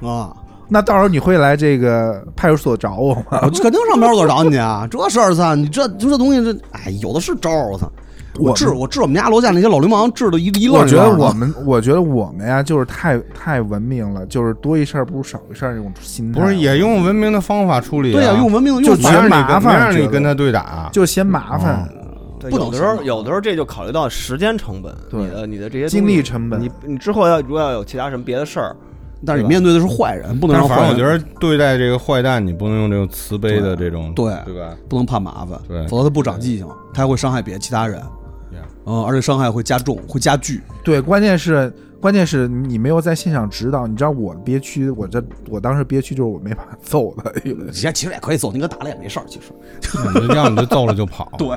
Speaker 6: 啊。
Speaker 7: 那到时候你会来这个派出所找我 吗？
Speaker 6: 我肯定上班我找你啊！这事儿操，你这就这东西这，哎，有的是招儿，我操！我
Speaker 7: 我
Speaker 6: 治我治我们家楼下那些老流氓治的一一愣
Speaker 7: 我
Speaker 6: 一愣的。啊
Speaker 7: 觉得我们，我觉得我们呀，就是太太文明了，就是多一事儿不如少一事儿这种心态。
Speaker 2: 不是也用文明的方法处理、啊
Speaker 6: 对啊呀、用文明
Speaker 7: 就
Speaker 6: 用
Speaker 7: 觉
Speaker 6: 法
Speaker 7: 得
Speaker 2: 没让你
Speaker 7: 麻
Speaker 2: 跟
Speaker 7: 烦
Speaker 2: 没让
Speaker 7: 觉
Speaker 2: 你
Speaker 7: 得
Speaker 2: 跟他对打，啊
Speaker 7: 就嫌麻烦，
Speaker 8: 对
Speaker 6: 不能
Speaker 8: 有的时候
Speaker 6: 行
Speaker 8: 有的时候这就考虑到时间成本，
Speaker 7: 对
Speaker 8: 你的你的这些东西
Speaker 7: 精力成本
Speaker 8: 你你之后要如果要有其他什么别的事儿，
Speaker 6: 但是你面对的是坏人，不能
Speaker 2: 但
Speaker 6: 让
Speaker 2: 是
Speaker 6: 坏
Speaker 2: 反正
Speaker 6: 人。
Speaker 2: 我觉得对待这个坏蛋，你不能用这种慈悲的这种，
Speaker 6: 对
Speaker 2: 对吧？
Speaker 6: 不能怕麻烦，
Speaker 2: 对
Speaker 6: 否则他不长记性，他还会伤害别其他人
Speaker 2: Yeah，
Speaker 6: 嗯，而且伤害会加重，会加剧。
Speaker 7: 对，关键是关键是你没有在现场指导，你知道我憋屈，我这我当时憋屈就是我没法揍他，有的
Speaker 6: 你现在其实也可以揍，你给他打了也没事儿，其实。
Speaker 2: 你就要么就揍了就跑，
Speaker 6: 对，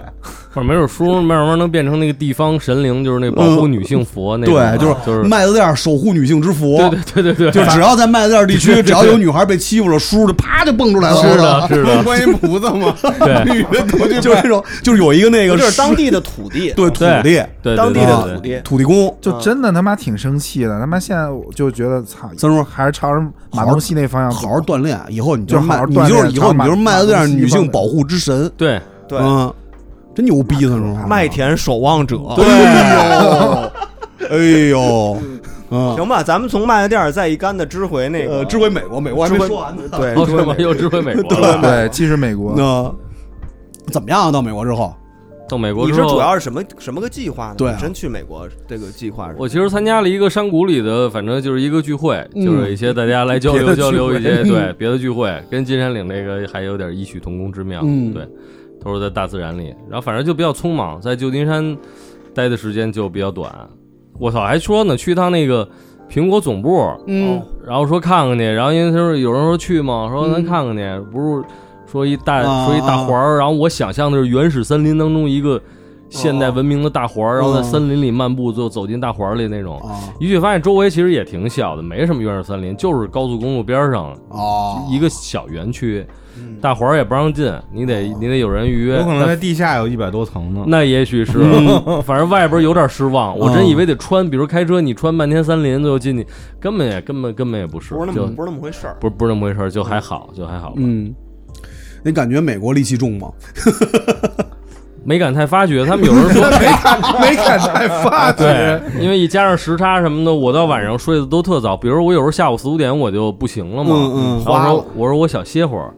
Speaker 4: 或者没准叔慢慢能变成那个地方神灵，就是那保护女性佛那种啊，
Speaker 6: 嗯对，就是
Speaker 4: 就是
Speaker 6: 麦子店儿守护女性之佛，
Speaker 4: 对对对对对，
Speaker 6: 就只要在麦子店儿地区，只要有女孩被欺负了，叔就啪就蹦出来了，
Speaker 4: 是的，是的，
Speaker 2: 观音菩萨嘛，
Speaker 4: 对
Speaker 6: 女的头 就这种，就是有一个那个
Speaker 8: 这是当地的土地， 嗯
Speaker 6: 对土
Speaker 4: 对
Speaker 6: 地
Speaker 4: 对
Speaker 8: 当地
Speaker 4: 对
Speaker 8: 的
Speaker 4: 对
Speaker 8: 土地，
Speaker 6: 土地公，
Speaker 7: 就真的他妈挺生气的，他妈现在我就觉得操，
Speaker 6: 三叔
Speaker 7: 还是朝着马
Speaker 6: 好好
Speaker 7: 东锡那方向走
Speaker 6: 好好锻炼，以后你
Speaker 7: 啊就好
Speaker 6: 麦，
Speaker 7: 好
Speaker 6: 你
Speaker 7: 锻
Speaker 6: 就是
Speaker 7: 炼
Speaker 6: 以后你就是麦子店儿
Speaker 7: 长满
Speaker 6: 女
Speaker 7: 满
Speaker 6: 性
Speaker 7: 满
Speaker 6: 保护之神，
Speaker 4: 对，
Speaker 8: 对，
Speaker 6: 嗯，真牛逼，三叔，
Speaker 8: 麦田守望者。
Speaker 6: 对，哎呦，嗯，
Speaker 8: 行吧，咱们从麦子店儿再一竿子支回那个
Speaker 6: 呃，知回美国，美国还没说完呢，
Speaker 3: 哎
Speaker 8: 对，
Speaker 4: 哦，是吗？又支回美 国了。
Speaker 7: 对，即使美国，
Speaker 6: 那怎么样啊？到美国之后，
Speaker 4: 到美国
Speaker 8: 你
Speaker 4: 之
Speaker 8: 是
Speaker 4: 后，
Speaker 8: 主要是什么什么个计划呢？
Speaker 6: 对啊
Speaker 8: 本身去美国这个计划是
Speaker 4: 我其实参加了一个山谷里的，反正就是一个聚会，就是一些大家来交
Speaker 7: 嗯别的
Speaker 4: 流
Speaker 7: 聚
Speaker 4: 交流
Speaker 7: 会
Speaker 4: 一 些对别的聚会，跟金山岭这个还有点异曲同工之妙。
Speaker 6: 嗯
Speaker 4: 对，都是在大自然里，然后反正就比较匆忙，在旧金山待的时间就比较短。我操，还说呢，去趟那个苹果总部，
Speaker 6: 嗯
Speaker 4: 然后说看看去，然后因为他说有人说去嘛，说咱看看去，不是说一大、
Speaker 6: 嗯啊
Speaker 4: 说一大环儿，然后我想象的是原始森林当中一个现代文明的大
Speaker 6: 哦
Speaker 4: 环儿，然后在森林里漫步，最后走进大环儿里那种。
Speaker 6: 啊
Speaker 4: 一去发现周围其实也挺小的，没什么原始森林，就是高速公路边儿上
Speaker 6: 哦，嗯
Speaker 4: 一个小园区，大环儿也不让进，你得你得有人预约。
Speaker 2: 有可能
Speaker 4: 那
Speaker 2: 在地下有一百多层呢。
Speaker 4: 那也许是，
Speaker 6: 嗯
Speaker 4: 反正外边有点失望。我
Speaker 6: 哦
Speaker 4: 真以为得穿，比如开车你穿半天森林，最后进去根本也根本根本也不是，
Speaker 8: 不是那
Speaker 4: 就
Speaker 8: 么不是那么回事儿。
Speaker 4: 不是不是那么回事儿，就还好，就还好吧，
Speaker 6: 嗯，你感觉美国戾气重吗？
Speaker 4: 没敢太发觉。他们有 人说，
Speaker 7: 没敢太
Speaker 6: 啊
Speaker 7: 发
Speaker 4: 对
Speaker 7: 觉，，
Speaker 4: 因为一加上时差什么的，我到晚上睡得都特早。比如我有时候下午四五点我就不行了嘛，
Speaker 6: 嗯嗯
Speaker 4: 然
Speaker 8: 花
Speaker 4: 后
Speaker 8: 了
Speaker 4: 说我说我想歇会儿，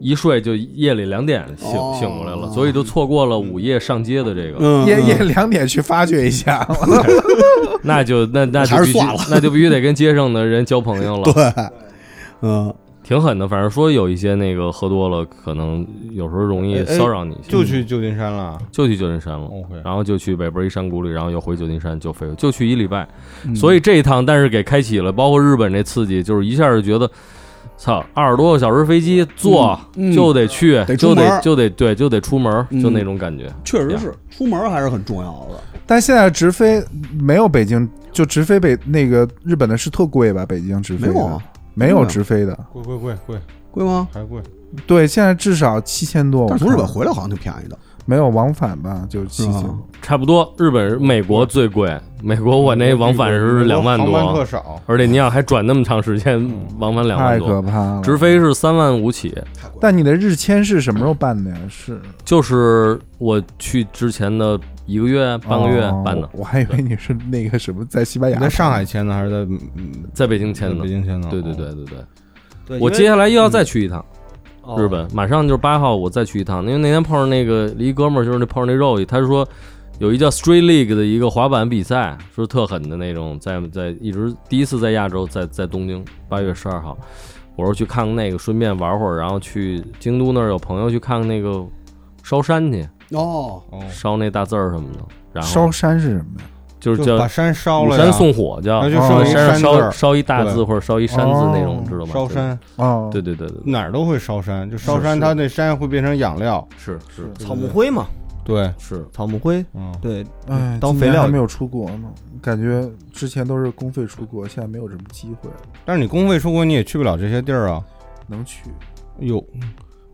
Speaker 4: 一睡就夜里两点醒、
Speaker 6: 哦
Speaker 4: 醒过来了，所以就错过了午夜上街的这个，
Speaker 6: 嗯，
Speaker 7: 夜夜两点去发掘一下，
Speaker 4: 那就那那就
Speaker 6: 还
Speaker 4: 必
Speaker 6: 是
Speaker 4: 须
Speaker 6: 算了
Speaker 4: 那就必须得跟街上的人交朋友了，
Speaker 6: 嗯，
Speaker 4: 挺狠的。反正说有一些那个喝多了，可能有时候容
Speaker 6: 哎
Speaker 4: 易骚扰你一些，
Speaker 2: 就去旧金山了，
Speaker 4: 就去旧金山了。
Speaker 2: OK
Speaker 4: 然后就去北边一山谷里，然后又回旧金山，就飞回，就去一礼拜。所以这一趟，但是给开启了，包括日本这刺激，就是一下就觉得，操，二十多个小时飞机坐、
Speaker 6: 嗯
Speaker 4: 就得去，
Speaker 6: 得出
Speaker 4: 就
Speaker 6: 门
Speaker 4: 得就得对，就得出门，
Speaker 6: 嗯
Speaker 4: 就那种感觉。
Speaker 6: 确实是，出门还是很重要的。
Speaker 7: 但现在直飞没有北京，就直飞北那个日本的是特贵吧？北京直飞的
Speaker 6: 没有啊，
Speaker 7: 没有直飞的，
Speaker 2: 贵贵贵贵，
Speaker 6: 贵吗？
Speaker 2: 还贵。
Speaker 7: 对，现在至少七千多，
Speaker 6: 但
Speaker 7: 我
Speaker 6: 从日本
Speaker 7: 看
Speaker 6: 回来好像挺便宜的，
Speaker 7: 没有往返吧，就七千
Speaker 6: 嗯。
Speaker 4: 差不多，日本、美国最贵，美国我那往返是两万
Speaker 2: 航班特
Speaker 4: 多，
Speaker 2: 少，
Speaker 4: 而且你想还转那么长时间，往返两
Speaker 7: 太
Speaker 4: 万多
Speaker 7: 可，怕了！
Speaker 4: 直飞是三万五起。
Speaker 7: 但你的日签是什么时候办的呀？是
Speaker 4: 就是我去之前的一个月、半个月
Speaker 7: 哦
Speaker 4: 办的，
Speaker 7: 我还以为你是那个什么在西班
Speaker 2: 你
Speaker 7: 牙，
Speaker 2: 在上海签的还是在嗯
Speaker 4: 在北京
Speaker 2: 在
Speaker 4: 签的
Speaker 2: 北。京签的？
Speaker 4: 对对对对对，
Speaker 8: 对
Speaker 4: 我
Speaker 8: 因为
Speaker 4: 接下来又要再去一趟
Speaker 8: 哦
Speaker 4: 日本，马上就是八号，我再去一趟，因为那天碰上那个一哥们儿，就是那碰上那肉，他说有一叫 Street League 的一个滑板比赛，说特狠的那种，在在一直第一次在亚洲，在在东京，八月十二号，我说去看看那个，顺便玩会儿，然后去京都那儿有朋友去看看那个烧山去，
Speaker 6: 哦，
Speaker 2: 哦，
Speaker 4: 烧那大字儿什么的，然
Speaker 7: 烧
Speaker 4: 后
Speaker 7: 山是什么呀？
Speaker 4: 就是
Speaker 2: 就
Speaker 4: 叫
Speaker 2: 把山烧
Speaker 4: 五
Speaker 2: 了呀，
Speaker 4: 山送火叫，
Speaker 2: 那就
Speaker 7: 剩
Speaker 4: 往
Speaker 7: 一
Speaker 4: 山上
Speaker 2: 山字
Speaker 4: 烧
Speaker 2: 儿
Speaker 4: 烧一大字
Speaker 2: 对
Speaker 4: 或者烧一山字那种
Speaker 7: 哦，
Speaker 4: 知道吗？
Speaker 2: 烧山，
Speaker 7: 哦，
Speaker 4: 对，对对对对，
Speaker 2: 哪儿都会烧山，就烧山，
Speaker 4: 是
Speaker 2: 它那山会变成养料。
Speaker 4: 是是
Speaker 8: 草木灰嘛，
Speaker 2: 对，
Speaker 4: 是，
Speaker 8: 草木灰，
Speaker 2: 嗯，
Speaker 8: 对，
Speaker 7: 哎，
Speaker 8: 当
Speaker 7: 今
Speaker 8: 肥
Speaker 7: 年
Speaker 8: 料
Speaker 7: 还没有出国呢，感觉之前都是公费出国，现在没有这么机会
Speaker 2: 但是你公费出国你也去不了这些地儿啊。
Speaker 7: 能去。
Speaker 2: 哟
Speaker 6: 哎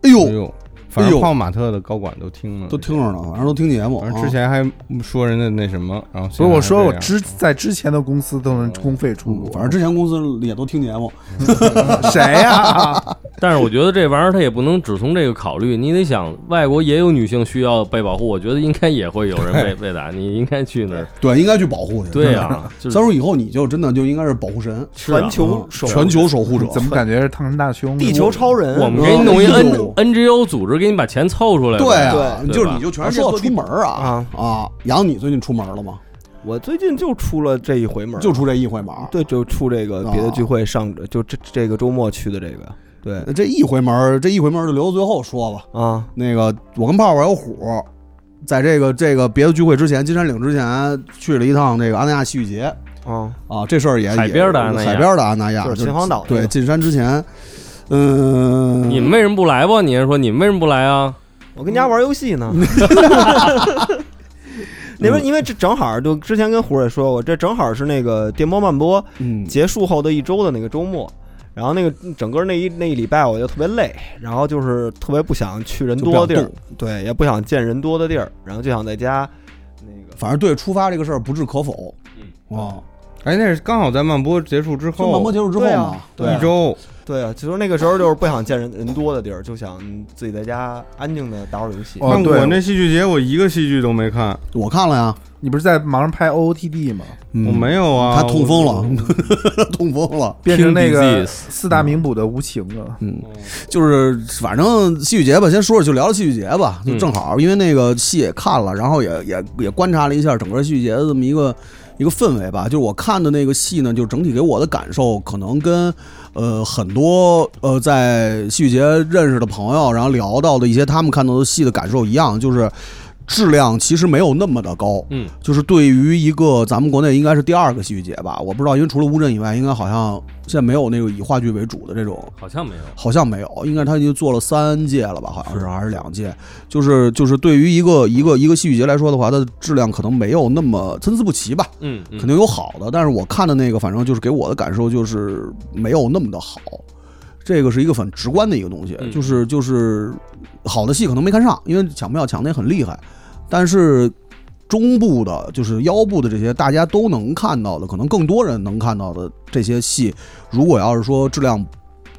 Speaker 2: 哎
Speaker 6: 呦，
Speaker 2: 呦，反
Speaker 6: 哎
Speaker 2: 正
Speaker 6: 呦
Speaker 2: 泡泡玛特的高管都听了，
Speaker 6: 都听着呢，反正都听节目。啊
Speaker 2: 反正之前还说人家那什么，然后
Speaker 7: 不是我说我
Speaker 2: 知
Speaker 7: 之在之前的公司都能公费出
Speaker 6: 嗯
Speaker 7: 国，
Speaker 6: 反正之前公司也都听节目，
Speaker 7: 谁 呀？
Speaker 4: 但是我觉得这玩意儿它也不能只从这个考虑，你得想外国也有女性需要被保护，我觉得应该也会有人 被被打，你应该去那儿，
Speaker 6: 对，应该去保护去。
Speaker 4: 对啊呀，就
Speaker 6: 三
Speaker 4: 是
Speaker 6: 叔以后你就真的就应该是保护神，
Speaker 4: 是啊
Speaker 8: 全球守护
Speaker 6: 全球守 护者。
Speaker 7: 怎么感觉是烫神大胸？
Speaker 8: 地球超人，
Speaker 4: 我们给你弄一
Speaker 6: 哎
Speaker 4: N
Speaker 6: 呦
Speaker 4: NGO 组织，给你把钱凑出来呗，
Speaker 6: 对啊，
Speaker 4: 对
Speaker 6: 就是
Speaker 4: 吧
Speaker 6: 啊你就全是说到出门啊啊，杨，你最近出门了吗？
Speaker 3: 我最近就出啊了这一回门儿，
Speaker 6: 就出这一回门儿。
Speaker 3: 对，就出这个别的聚会上，就这这个周末去的这个，对
Speaker 6: 这一回门儿，这一回门儿就留到最后说吧。
Speaker 3: 啊，
Speaker 6: 那个，我跟泡泡还有虎，在这个这个别的聚会之前，金山岭之前去了一趟这个阿那亚戏剧节
Speaker 3: 啊，
Speaker 6: 啊，这事儿也
Speaker 4: 海
Speaker 6: 也
Speaker 4: 边儿的阿那亚
Speaker 6: 海边儿的阿那亚，
Speaker 3: 就是秦皇岛那
Speaker 6: 对，
Speaker 3: 个
Speaker 6: 进山之前，嗯，
Speaker 4: 你们为什么不来吧？你是说你们为什么不来啊？
Speaker 3: 我跟家玩游戏 呢。那边因为这正好就之前跟胡儿也说过，这正好是那个电波慢播
Speaker 6: 嗯
Speaker 3: 结束后的一周的那个周末，然后那个整个那一那一礼拜我就特别累，然后就是特别不想去人多的地
Speaker 6: 就
Speaker 3: 儿
Speaker 6: 不，
Speaker 3: 对，也不想见人多的地儿，然后就想在家那个
Speaker 6: 反正对出发这个事儿不置可否。嗯
Speaker 4: 哦
Speaker 6: 啊，
Speaker 2: 哎，那是刚好在漫播结束之
Speaker 6: 就漫
Speaker 2: 后
Speaker 6: 播结束之后
Speaker 3: 对啊
Speaker 6: 嘛，
Speaker 3: 对啊
Speaker 2: 一周，
Speaker 3: 对啊，就是那个时候就是不想见人人多的地儿，就想自己在家安静的打会儿游戏。
Speaker 7: 哦
Speaker 2: 那
Speaker 7: 对
Speaker 2: 我那戏剧节我一个戏剧都没看，
Speaker 6: 我看了呀，
Speaker 7: 你不是在忙着拍 OOTD 吗？
Speaker 6: 嗯
Speaker 2: 我没有啊，
Speaker 6: 他痛
Speaker 2: 我
Speaker 6: 风
Speaker 4: 嗯
Speaker 6: 了， 痛风了。
Speaker 7: 变成那
Speaker 4: King
Speaker 7: 个
Speaker 4: disease
Speaker 7: 四大名捕的无情了。
Speaker 6: 就是反正戏剧节吧，先说说，就聊聊戏剧节吧，就正好，因为那个戏也看了，然后也也也观察了一下整个戏剧节的这么一个一个氛围吧。就是我看的那个戏呢，就整体给我的感受，可能跟呃很多呃在戏剧节认识的朋友，然后聊到的一些他们看到的戏的感受一样，就是。质量其实没有那么的高，
Speaker 4: 嗯，
Speaker 6: 就是对于一个咱们国内应该是第二个戏剧节吧，我不知道，因为除了乌镇以外，应该好像现在没有那个以话剧为主的这种
Speaker 4: 好像没有。
Speaker 6: 好像没有，应该他已经做了三届了吧？好像是还是两届，就是就是对于一个一个一个戏剧节来说的话，它的质量可能没有那么参差不齐吧，
Speaker 4: 嗯，嗯
Speaker 6: 肯定有好的，但是我看的那个，反正就是给我的感受就是没有那么的好，这个是一个很直观的一个东西，
Speaker 4: 嗯
Speaker 6: 就是就是好的戏可能没看上，因为抢票抢的也很厉害，但是中部的，就是腰部的这些大家都能看到的，可能更多人能看到的这些戏，如果要是说质量。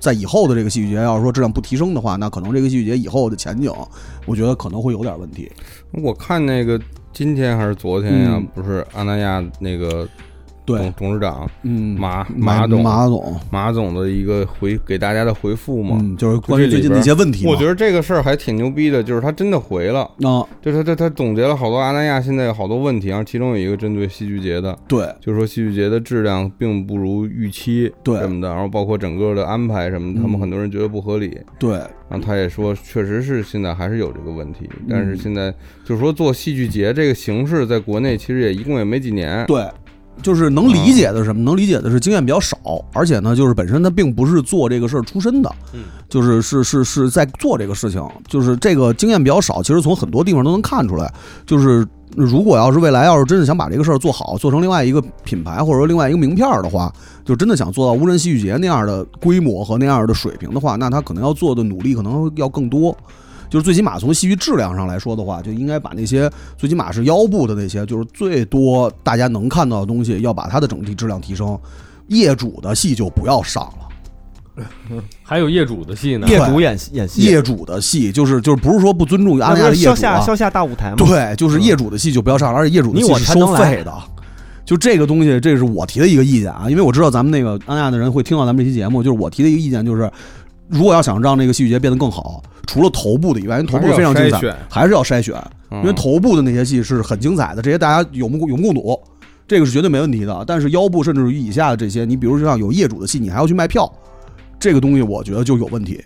Speaker 6: 在以后的这个戏剧节，要是说质量不提升的话，那可能这个戏剧节以后的前景，我觉得可能会有点问题。
Speaker 2: 我看那个今天还是昨天呀、
Speaker 6: 嗯
Speaker 2: 不是阿那亚那个
Speaker 6: 对
Speaker 2: 董，董事长
Speaker 6: 嗯，
Speaker 2: 哦马
Speaker 6: 马
Speaker 2: 总马
Speaker 6: 马总，
Speaker 2: 总的一个回给大家的回复嘛。
Speaker 6: 嗯，就是关于
Speaker 2: 这
Speaker 6: 最
Speaker 2: 里
Speaker 6: 近的
Speaker 2: 边
Speaker 6: 一些问题嘛。
Speaker 2: 我觉得这个事儿还挺牛逼的，就是他真的回了，
Speaker 6: 那、
Speaker 2: 就是他他他总结了好多阿那亚现在有好多问题，然后其中有一个针对戏剧节的，
Speaker 6: 对，
Speaker 2: 就是说戏剧节的质量并不如预期，
Speaker 6: 对
Speaker 2: 什么的，然后包括整个的安排什么的，他们
Speaker 6: 嗯
Speaker 2: 很多人觉得不合理，
Speaker 6: 对，
Speaker 2: 然后他也说，确实是现在还是有这个问题，但
Speaker 6: 嗯
Speaker 2: 是现在就是说做戏剧节这个形式，在国内其实也一共也没几年。
Speaker 6: 对，就是能理解的是什么？能理解的是经验比较少，而且呢，就是本身他并不是做这个事儿出身的，
Speaker 4: 嗯，
Speaker 6: 就是是是是在做这个事情，就是这个经验比较少，其实从很多地方都能看出来，就是。如果要是未来要是真的想把这个事儿做好，做成另外一个品牌或者说另外一个名片儿的话，就真的想做到无人戏剧节那样的规模和那样的水平的话，那他可能要做的努力可能要更多。就是最起码从戏剧质量上来说的话，就应该把那些最起码是腰部的那些，就是最多大家能看到的东西，要把它的整体质量提升。业主的戏就不要上了，
Speaker 4: 还有业主的戏呢，
Speaker 6: 业
Speaker 3: 业主演戏演戏，
Speaker 6: 业主的戏就是就是不是说不尊重
Speaker 3: 那
Speaker 6: 阿那
Speaker 3: 不是
Speaker 6: 亚的业
Speaker 3: 消
Speaker 6: 主
Speaker 3: 夏
Speaker 6: 啊，
Speaker 3: 消夏大舞台吗？ 嗯
Speaker 6: 对，就是业主的戏就不要上了，而且业主的
Speaker 3: 你
Speaker 6: 戏
Speaker 3: 我
Speaker 6: 是
Speaker 3: 才
Speaker 6: 收
Speaker 3: 能来
Speaker 6: 费的。就这个东西，这是我提的一个意见啊，因为我知道咱们那个安亚的人会听到咱们这期节目，就是我提的一个意见就是，如果要想让这个戏剧节变得更好，除了头部的以外，因为头部非常精
Speaker 2: 还是
Speaker 6: 彩
Speaker 2: 要筛选，
Speaker 6: 还是要筛选，
Speaker 2: 嗯
Speaker 6: 因为头部的那些戏是很精彩的，这些大家有目有目共睹，这个是绝对没问题的。但是腰部甚至于以下的这些，你比如像有业主的戏，你还要去卖票，这个东西我觉得就有问题。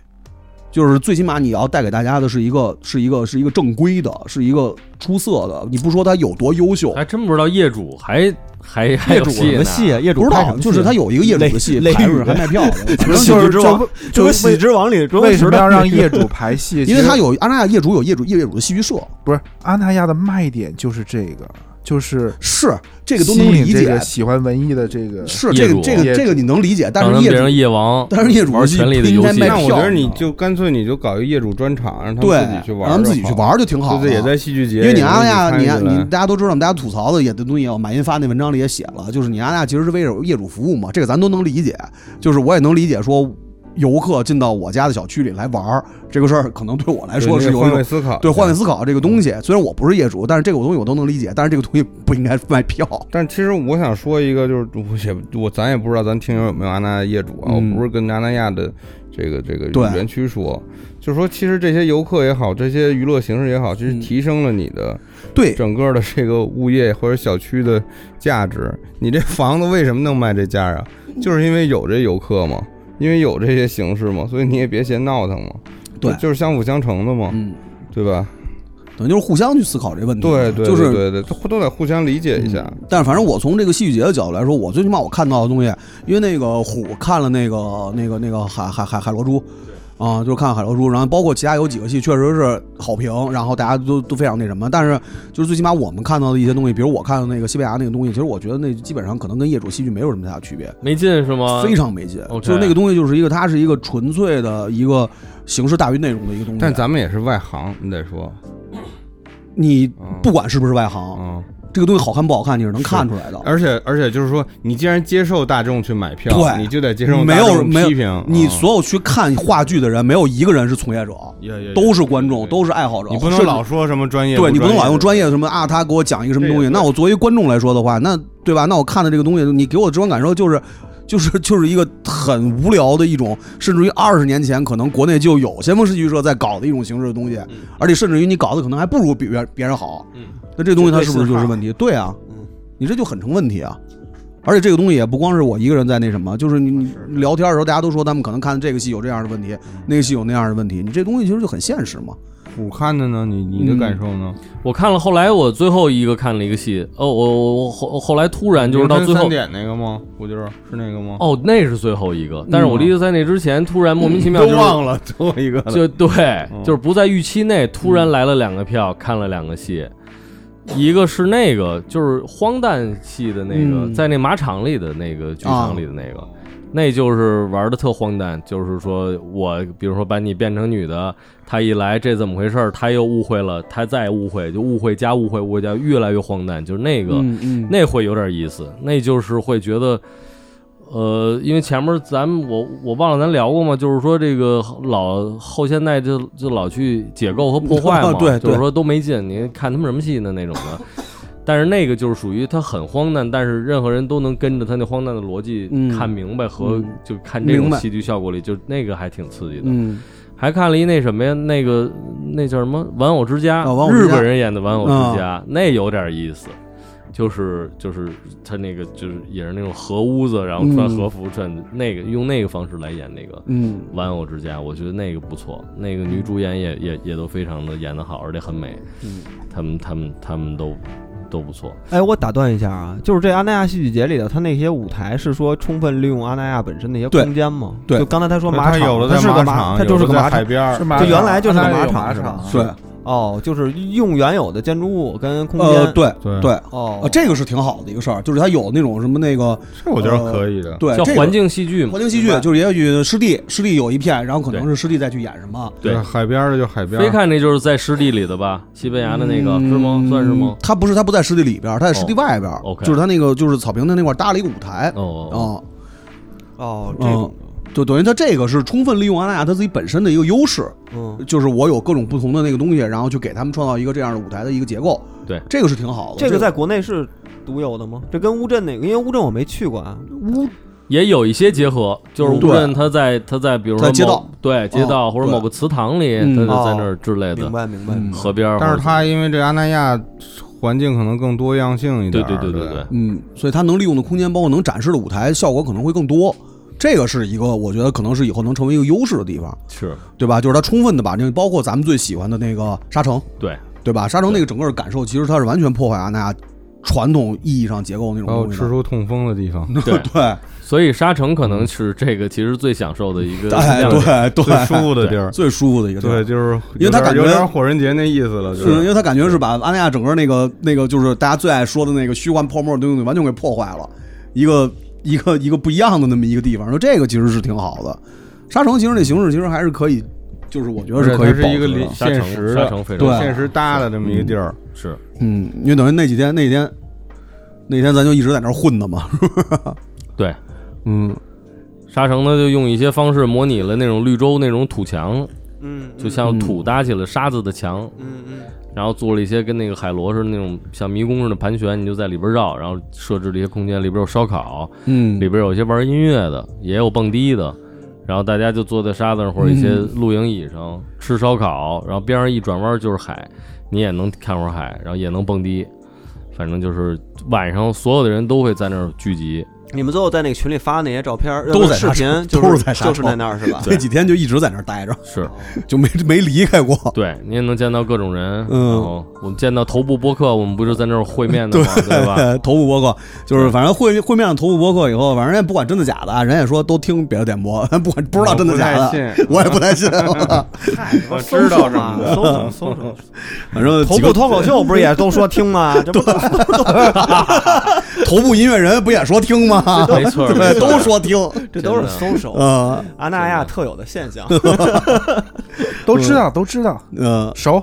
Speaker 6: 就是最起码你要带给大家的是一个是一个是一个正规的，是一个出色的。你不说他有多优秀，
Speaker 4: 还真不知道业主还还还
Speaker 8: 哎
Speaker 3: 业
Speaker 4: 有
Speaker 3: 主
Speaker 4: 戏
Speaker 3: 什
Speaker 4: 呢
Speaker 3: 么戏啊？业主
Speaker 6: 不知
Speaker 3: 拍什
Speaker 6: 道
Speaker 3: 么戏
Speaker 6: 就是他有一个业主的戏
Speaker 3: 雷
Speaker 6: 排
Speaker 3: 雷雨
Speaker 6: 着还卖票的，
Speaker 3: 就
Speaker 7: 就是是就是
Speaker 3: 就就
Speaker 7: 就
Speaker 3: 跟
Speaker 7: 为
Speaker 3: 《喜之王》里周
Speaker 7: 为
Speaker 3: 星驰
Speaker 7: 什么
Speaker 3: 的
Speaker 7: 要让业主排 戏？
Speaker 6: 因为
Speaker 7: 其实
Speaker 6: 他有阿那亚业主有业主业主的戏剧社，
Speaker 7: 不是阿那亚的卖点就是这个，就是
Speaker 6: 是这
Speaker 7: 这
Speaker 6: 个都能理
Speaker 7: 这
Speaker 6: 解
Speaker 7: 个，喜欢文艺的这个，
Speaker 6: 是
Speaker 4: 业
Speaker 6: 这
Speaker 4: 主
Speaker 6: 个这个这个你能理解，但
Speaker 4: 让他
Speaker 6: 是
Speaker 4: 们
Speaker 6: 业
Speaker 4: 变成
Speaker 6: 主
Speaker 4: 夜王，
Speaker 6: 但是业主
Speaker 4: 玩
Speaker 6: 的戏
Speaker 4: 权力的
Speaker 6: 不应
Speaker 4: 游
Speaker 6: 该
Speaker 4: 戏
Speaker 6: 卖
Speaker 2: 那
Speaker 6: 票
Speaker 2: 我觉得你
Speaker 6: 呢
Speaker 2: 就干脆你就搞一个业主专场，让他
Speaker 6: 对
Speaker 2: 们自己去玩，
Speaker 6: 让他们自己去，玩就挺好啊
Speaker 2: 就是
Speaker 6: 的，
Speaker 2: 也在戏剧节，
Speaker 6: 因为你
Speaker 2: 也能
Speaker 6: 阿那亚，
Speaker 2: 一
Speaker 6: 你
Speaker 2: 起
Speaker 6: 阿
Speaker 2: 参与
Speaker 6: 你
Speaker 2: 进来
Speaker 6: 大家都知道，我们大家吐槽的也的东西，马云发那文章里也写了，就是你阿那亚其实是为业主服务嘛，这个咱都能理解，就是我也能理解说。游客进到我家的小区里来玩儿，这个事儿可能对我来
Speaker 2: 对
Speaker 6: 说
Speaker 2: 那
Speaker 6: 是有一
Speaker 2: 个换
Speaker 6: 种
Speaker 2: 位思考，嗯
Speaker 6: 对换位思考这个东西。虽然我不是业主，但是这个东西我都能理解。但是这个东西不应该卖票。
Speaker 2: 但其实我想说一个，就是我也我咱也不知道咱听友有没有阿那亚业主啊，
Speaker 6: 嗯
Speaker 2: 我不是跟阿那亚的这个这个
Speaker 6: 对
Speaker 2: 园区说，就是说其实这些游客也好，这些娱乐形式也好，其实
Speaker 6: 嗯
Speaker 2: 提升了你的
Speaker 6: 对，
Speaker 2: 整个的这个物业或者小区的价值。你这房子为什么能卖这价啊？
Speaker 6: 嗯
Speaker 2: 就是因为有这游客嘛，因为有这些形式嘛，所以你也别嫌闹腾嘛，
Speaker 6: 对
Speaker 2: 就就是相辅相成的嘛，
Speaker 6: 嗯，
Speaker 2: 对吧？
Speaker 6: 等于就是互相去思考这问题。
Speaker 2: 对
Speaker 6: 嗯
Speaker 2: 对
Speaker 6: 就是嗯
Speaker 2: 对对，都都得互相理解一下。
Speaker 6: 但是反正我从这个戏剧节的角度来说，我最起码我看到的东西，因为那个虎看了那个那个那个海海海海螺珠，啊、就是看海螺珠，然后包括其他有几个戏确实是好评，然后大家都都非常那什么，但是就是最起码我们看到的一些东西，比如我看到那个西班牙那个东西，其实我觉得那基本上可能跟业主戏剧没有什么太大区别，
Speaker 4: 没劲是
Speaker 2: 啊
Speaker 4: 吗？
Speaker 6: 非常没劲，
Speaker 4: OK
Speaker 6: 就是那个东西就是一个它是一个纯粹的一个形式大于内容的一个东西，
Speaker 2: 嗯但咱们也是外行，你得说，
Speaker 6: 你
Speaker 2: 嗯
Speaker 6: 不管是不是外行，
Speaker 2: 嗯。
Speaker 6: 这个东西好看不好看你是能看出来的，
Speaker 2: 而且而且就是说，你既然接受大众去买票，
Speaker 6: 对
Speaker 2: 你就得接受
Speaker 6: 没
Speaker 2: 大
Speaker 6: 有
Speaker 2: 众
Speaker 6: 没有
Speaker 2: 批评。
Speaker 6: 你
Speaker 2: 嗯
Speaker 6: 所有去看话剧的人，没有一个人是从业者，都是观众，都是爱好者。
Speaker 2: 你不能
Speaker 6: 甚至
Speaker 2: 老说什么专业，
Speaker 6: 对你不能老用
Speaker 2: 专
Speaker 6: 专业的什么啊，他给我讲一个什么东
Speaker 2: 这
Speaker 6: 西。
Speaker 2: 也对
Speaker 6: 那我作为观众来说的话，那对吧？那我看的这个东西，你给我直观感受就是。就是就是一个很无聊的一种，甚至于二十年前可能国内就有先锋戏剧社在搞的一种形式的东西，
Speaker 2: 嗯
Speaker 6: 而且甚至于你搞的可能还不如别人别人好。那这东西它是不是就是问题？对啊，
Speaker 2: 嗯
Speaker 6: 你这就很成问题啊。而且这个东西也不光是我一个人在那什么，嗯就是你你聊天的时候，大家都说他们可能看这个戏有这样的问题，
Speaker 2: 嗯
Speaker 6: 那个戏有那样的问题，你这东西其实就很现实嘛。
Speaker 2: 业。我看的呢，你你的
Speaker 6: 嗯
Speaker 2: 感受呢？
Speaker 4: 我看了，后来我最后一个看了一个戏，哦，我我我后后来突然就是到最
Speaker 2: 三
Speaker 4: 后，
Speaker 2: 点那个吗？不就是是那个吗？
Speaker 4: 哦，那是最后一个，但是我离在那之前突然莫名其妙
Speaker 2: 嗯都
Speaker 4: 就是
Speaker 2: 忘了 最后一个了。
Speaker 4: 就对，就是不在预期内，突然来了两个票，看了两个戏，一个是那个就是荒诞系的那个，
Speaker 6: 嗯
Speaker 4: 在那马场里的那个剧场里的那个，那就是玩的特荒诞，就是说我比如说把你变成女的，她一来这怎么回事儿，她又误会了，她再误会，就误会加误会，误会加越来越荒诞，就是那个。
Speaker 6: 嗯
Speaker 4: 那会有点意思，那就是会觉得，呃，因为前面咱们我我忘了咱聊过吗？就是说这个老后现代就就老去解构和破坏嘛，
Speaker 6: 对对
Speaker 4: 就是说都没劲，你看他们什么戏呢那种的。 但是那个就是属于他很荒诞，但是任何人都能跟着他那荒诞的逻辑
Speaker 6: 嗯
Speaker 4: 看明白和
Speaker 6: 嗯
Speaker 4: 就看这种
Speaker 6: 明白
Speaker 4: 戏剧效果里，就那个还挺刺激的。
Speaker 6: 嗯
Speaker 4: 还看了一那什么呀，那个那叫什么《玩偶之家》
Speaker 6: 啊玩偶之
Speaker 4: 日
Speaker 6: 家啊
Speaker 4: 本人演的《玩偶之家》那有点意思，就是就是他那个就是也是那种和屋子，然后穿
Speaker 6: 嗯
Speaker 4: 和服，穿那个用那个方式来演那个《
Speaker 6: 嗯，
Speaker 4: 玩偶之家》，我觉得那个不错，那个女主演也也也都非常的演得好，而且很美，
Speaker 6: 嗯
Speaker 4: 他们他们他们都都不错，
Speaker 8: 哎，我打断一下啊，就是这阿那亚戏剧节里的，它那些舞台是说充分利用阿那亚本身那些
Speaker 6: 对
Speaker 8: 空间吗？
Speaker 6: 对
Speaker 8: 就刚才他说马
Speaker 2: 他
Speaker 8: 场，
Speaker 2: 有的在
Speaker 8: 是个
Speaker 2: 场，
Speaker 8: 它
Speaker 2: 有的
Speaker 8: 就是个
Speaker 2: 在海
Speaker 8: 马场。
Speaker 2: 边儿
Speaker 7: 是。马
Speaker 8: 就
Speaker 7: 场
Speaker 8: 原来就是个
Speaker 7: 那
Speaker 8: 马
Speaker 7: 有
Speaker 8: 场
Speaker 7: 马
Speaker 8: 是吧
Speaker 7: 场啊
Speaker 6: 对，
Speaker 8: 哦，就是用原有的建筑物跟空间。
Speaker 6: 呃，对
Speaker 2: 对
Speaker 6: 对，
Speaker 8: 哦
Speaker 6: 呃，，这个是挺好的一个事儿，就是它有那种什么那个
Speaker 2: 这我觉得可以的。
Speaker 6: 对
Speaker 4: 嗯叫
Speaker 6: 这个
Speaker 4: 环境戏剧嘛
Speaker 6: 环，境戏剧，就是也许师弟师弟有一片，然后可能
Speaker 4: 对
Speaker 6: 是师弟再去演什么，
Speaker 4: 对
Speaker 2: 海边儿的就海边儿。
Speaker 4: 非看那就是在湿地里的吧，西班牙的那个、是吗？
Speaker 6: 嗯
Speaker 4: 算是吗？？哦
Speaker 6: 他不是，他不在湿地里边儿，他在湿地外边儿，
Speaker 4: OK
Speaker 6: 就是他那个就是草坪的那块儿搭了一个舞台
Speaker 4: 哦哦哦
Speaker 6: 啊，
Speaker 8: 哦，这
Speaker 6: 嗯
Speaker 8: 种，
Speaker 6: 就等于他这个是充分利用阿那亚他自己本身的一个优势，
Speaker 8: 嗯，
Speaker 6: 就是我有各种不同的那个东西，然后去给他们创造一个这样的舞台的一个结构，
Speaker 4: 对
Speaker 6: 这个是挺
Speaker 3: 哦
Speaker 6: 好的。
Speaker 8: 这个在国内是独有的吗？这跟乌镇哪个？因为乌镇我没去过啊。
Speaker 6: 乌
Speaker 4: 也有一些结合，就是无
Speaker 6: 嗯对
Speaker 4: 论他在他在比如说
Speaker 6: 在街
Speaker 4: 某
Speaker 6: 道哦
Speaker 4: 对街道或者
Speaker 6: 对
Speaker 4: 某个祠堂里，
Speaker 6: 嗯
Speaker 4: 他就在那儿之类
Speaker 8: 明
Speaker 4: 的，
Speaker 8: 白，明白。
Speaker 6: 嗯
Speaker 4: 河边儿或者。
Speaker 2: 但是它因为这阿那亚环境可能更多样性一
Speaker 4: 对
Speaker 2: 点儿。
Speaker 4: 对对
Speaker 2: 对
Speaker 4: 对对，
Speaker 6: 嗯，所以它能利用的空间，包括能展示的舞台效果可能会更多。这个是一个，我觉得可能是以后能成为一个优势的地方，
Speaker 4: 是
Speaker 6: 对吧？就是它充分的把那个，包括咱们最喜欢的那个沙城，
Speaker 4: 对，
Speaker 6: 对吧？沙城那个整个感受，其实它是完全破坏阿那亚传统意义上结构那种
Speaker 2: 还有
Speaker 6: 东西
Speaker 2: 哦吃
Speaker 6: 的。
Speaker 2: 出痛风的地方，
Speaker 4: 对
Speaker 6: 对，
Speaker 4: 所以沙城可能是这个其实最享受的一个
Speaker 6: 哎，
Speaker 4: 亮点。
Speaker 6: 对
Speaker 2: 最
Speaker 6: 对，
Speaker 2: 舒服的地儿。
Speaker 6: 最舒服的一个地儿
Speaker 2: 对，，就是
Speaker 6: 因为它
Speaker 2: 有点
Speaker 6: 感觉
Speaker 2: 有点火人节那意思了，就是
Speaker 6: 因为他感觉是把阿那亚整个那个那个就是大家最爱说的那个虚幻泡沫的东西完全给破坏了，一个一个一个不一样的那么一个地方，说这个其实是挺好的。沙城其实那形式其实还是可以，就是我觉得是可以
Speaker 2: 它
Speaker 6: 保
Speaker 2: 是一个
Speaker 6: 持
Speaker 2: 离
Speaker 6: 的。
Speaker 4: 沙
Speaker 2: 现
Speaker 4: 城
Speaker 2: 实
Speaker 4: 沙
Speaker 2: 的
Speaker 4: 城非常
Speaker 6: 对
Speaker 2: 现实搭的这么一个地儿。
Speaker 4: 是
Speaker 6: 嗯，因为等于那几天那几天那几天咱就一直在那儿混的嘛，
Speaker 4: 对，
Speaker 6: 嗯，
Speaker 4: 沙城呢就用一些方式模拟了那种绿洲那种土墙，
Speaker 3: 嗯，
Speaker 4: 就像土搭起了沙子的墙，
Speaker 3: 嗯嗯
Speaker 4: 然后做了一些跟那个海螺似的那种像迷宫似的盘旋，你就在里边绕，然后设置了一些空间，里边有烧烤，
Speaker 6: 嗯
Speaker 4: 里边有一些玩音乐的，也有蹦迪的，然后大家就坐在沙子上或者一些
Speaker 6: 嗯
Speaker 4: 露营椅上、吃烧烤，然后边上一转弯就是海，你也能看会儿海，然后也能蹦迪，反正就是晚上所有的人都会在那儿聚集。
Speaker 3: 你们最后在那个群里发那些照片儿，要
Speaker 6: 都
Speaker 3: 不
Speaker 6: 在
Speaker 3: 视
Speaker 6: 沙
Speaker 3: 频
Speaker 6: 城，
Speaker 3: 就
Speaker 6: 都
Speaker 3: 是
Speaker 6: 是在沙
Speaker 3: 就是在
Speaker 6: 城
Speaker 3: 那儿是吧？
Speaker 6: 这几天就一直在那儿待着，
Speaker 4: 是
Speaker 6: 就没没离开过。
Speaker 4: 对，你也能见到各种人。
Speaker 6: 嗯
Speaker 4: 然后我们见到头部播客，我们不就在那儿会面 的吗？对吧？
Speaker 3: 啊
Speaker 6: 呃，头部播客
Speaker 3: 嗯
Speaker 6: 就是反正会会面上头部播客以后，反正也不管真的假的啊，人也说都听别的点播， 咱不管不知道真的假的，
Speaker 2: 的，
Speaker 6: 我也不太信。
Speaker 2: 我知道什么
Speaker 3: 搜什么搜什 么？
Speaker 6: 反正
Speaker 3: 头
Speaker 6: 几
Speaker 3: 部
Speaker 6: 个
Speaker 3: 脱口秀不是也都说听 吗？这不
Speaker 6: 头部音乐人不也说听吗？
Speaker 4: 没 错没
Speaker 6: 对，
Speaker 4: 错
Speaker 6: 都说听。
Speaker 3: 这都是搜手，
Speaker 6: 呃
Speaker 3: 阿那亚特有的现象。
Speaker 7: 都知道，都知道，
Speaker 6: 呃，
Speaker 7: 熟。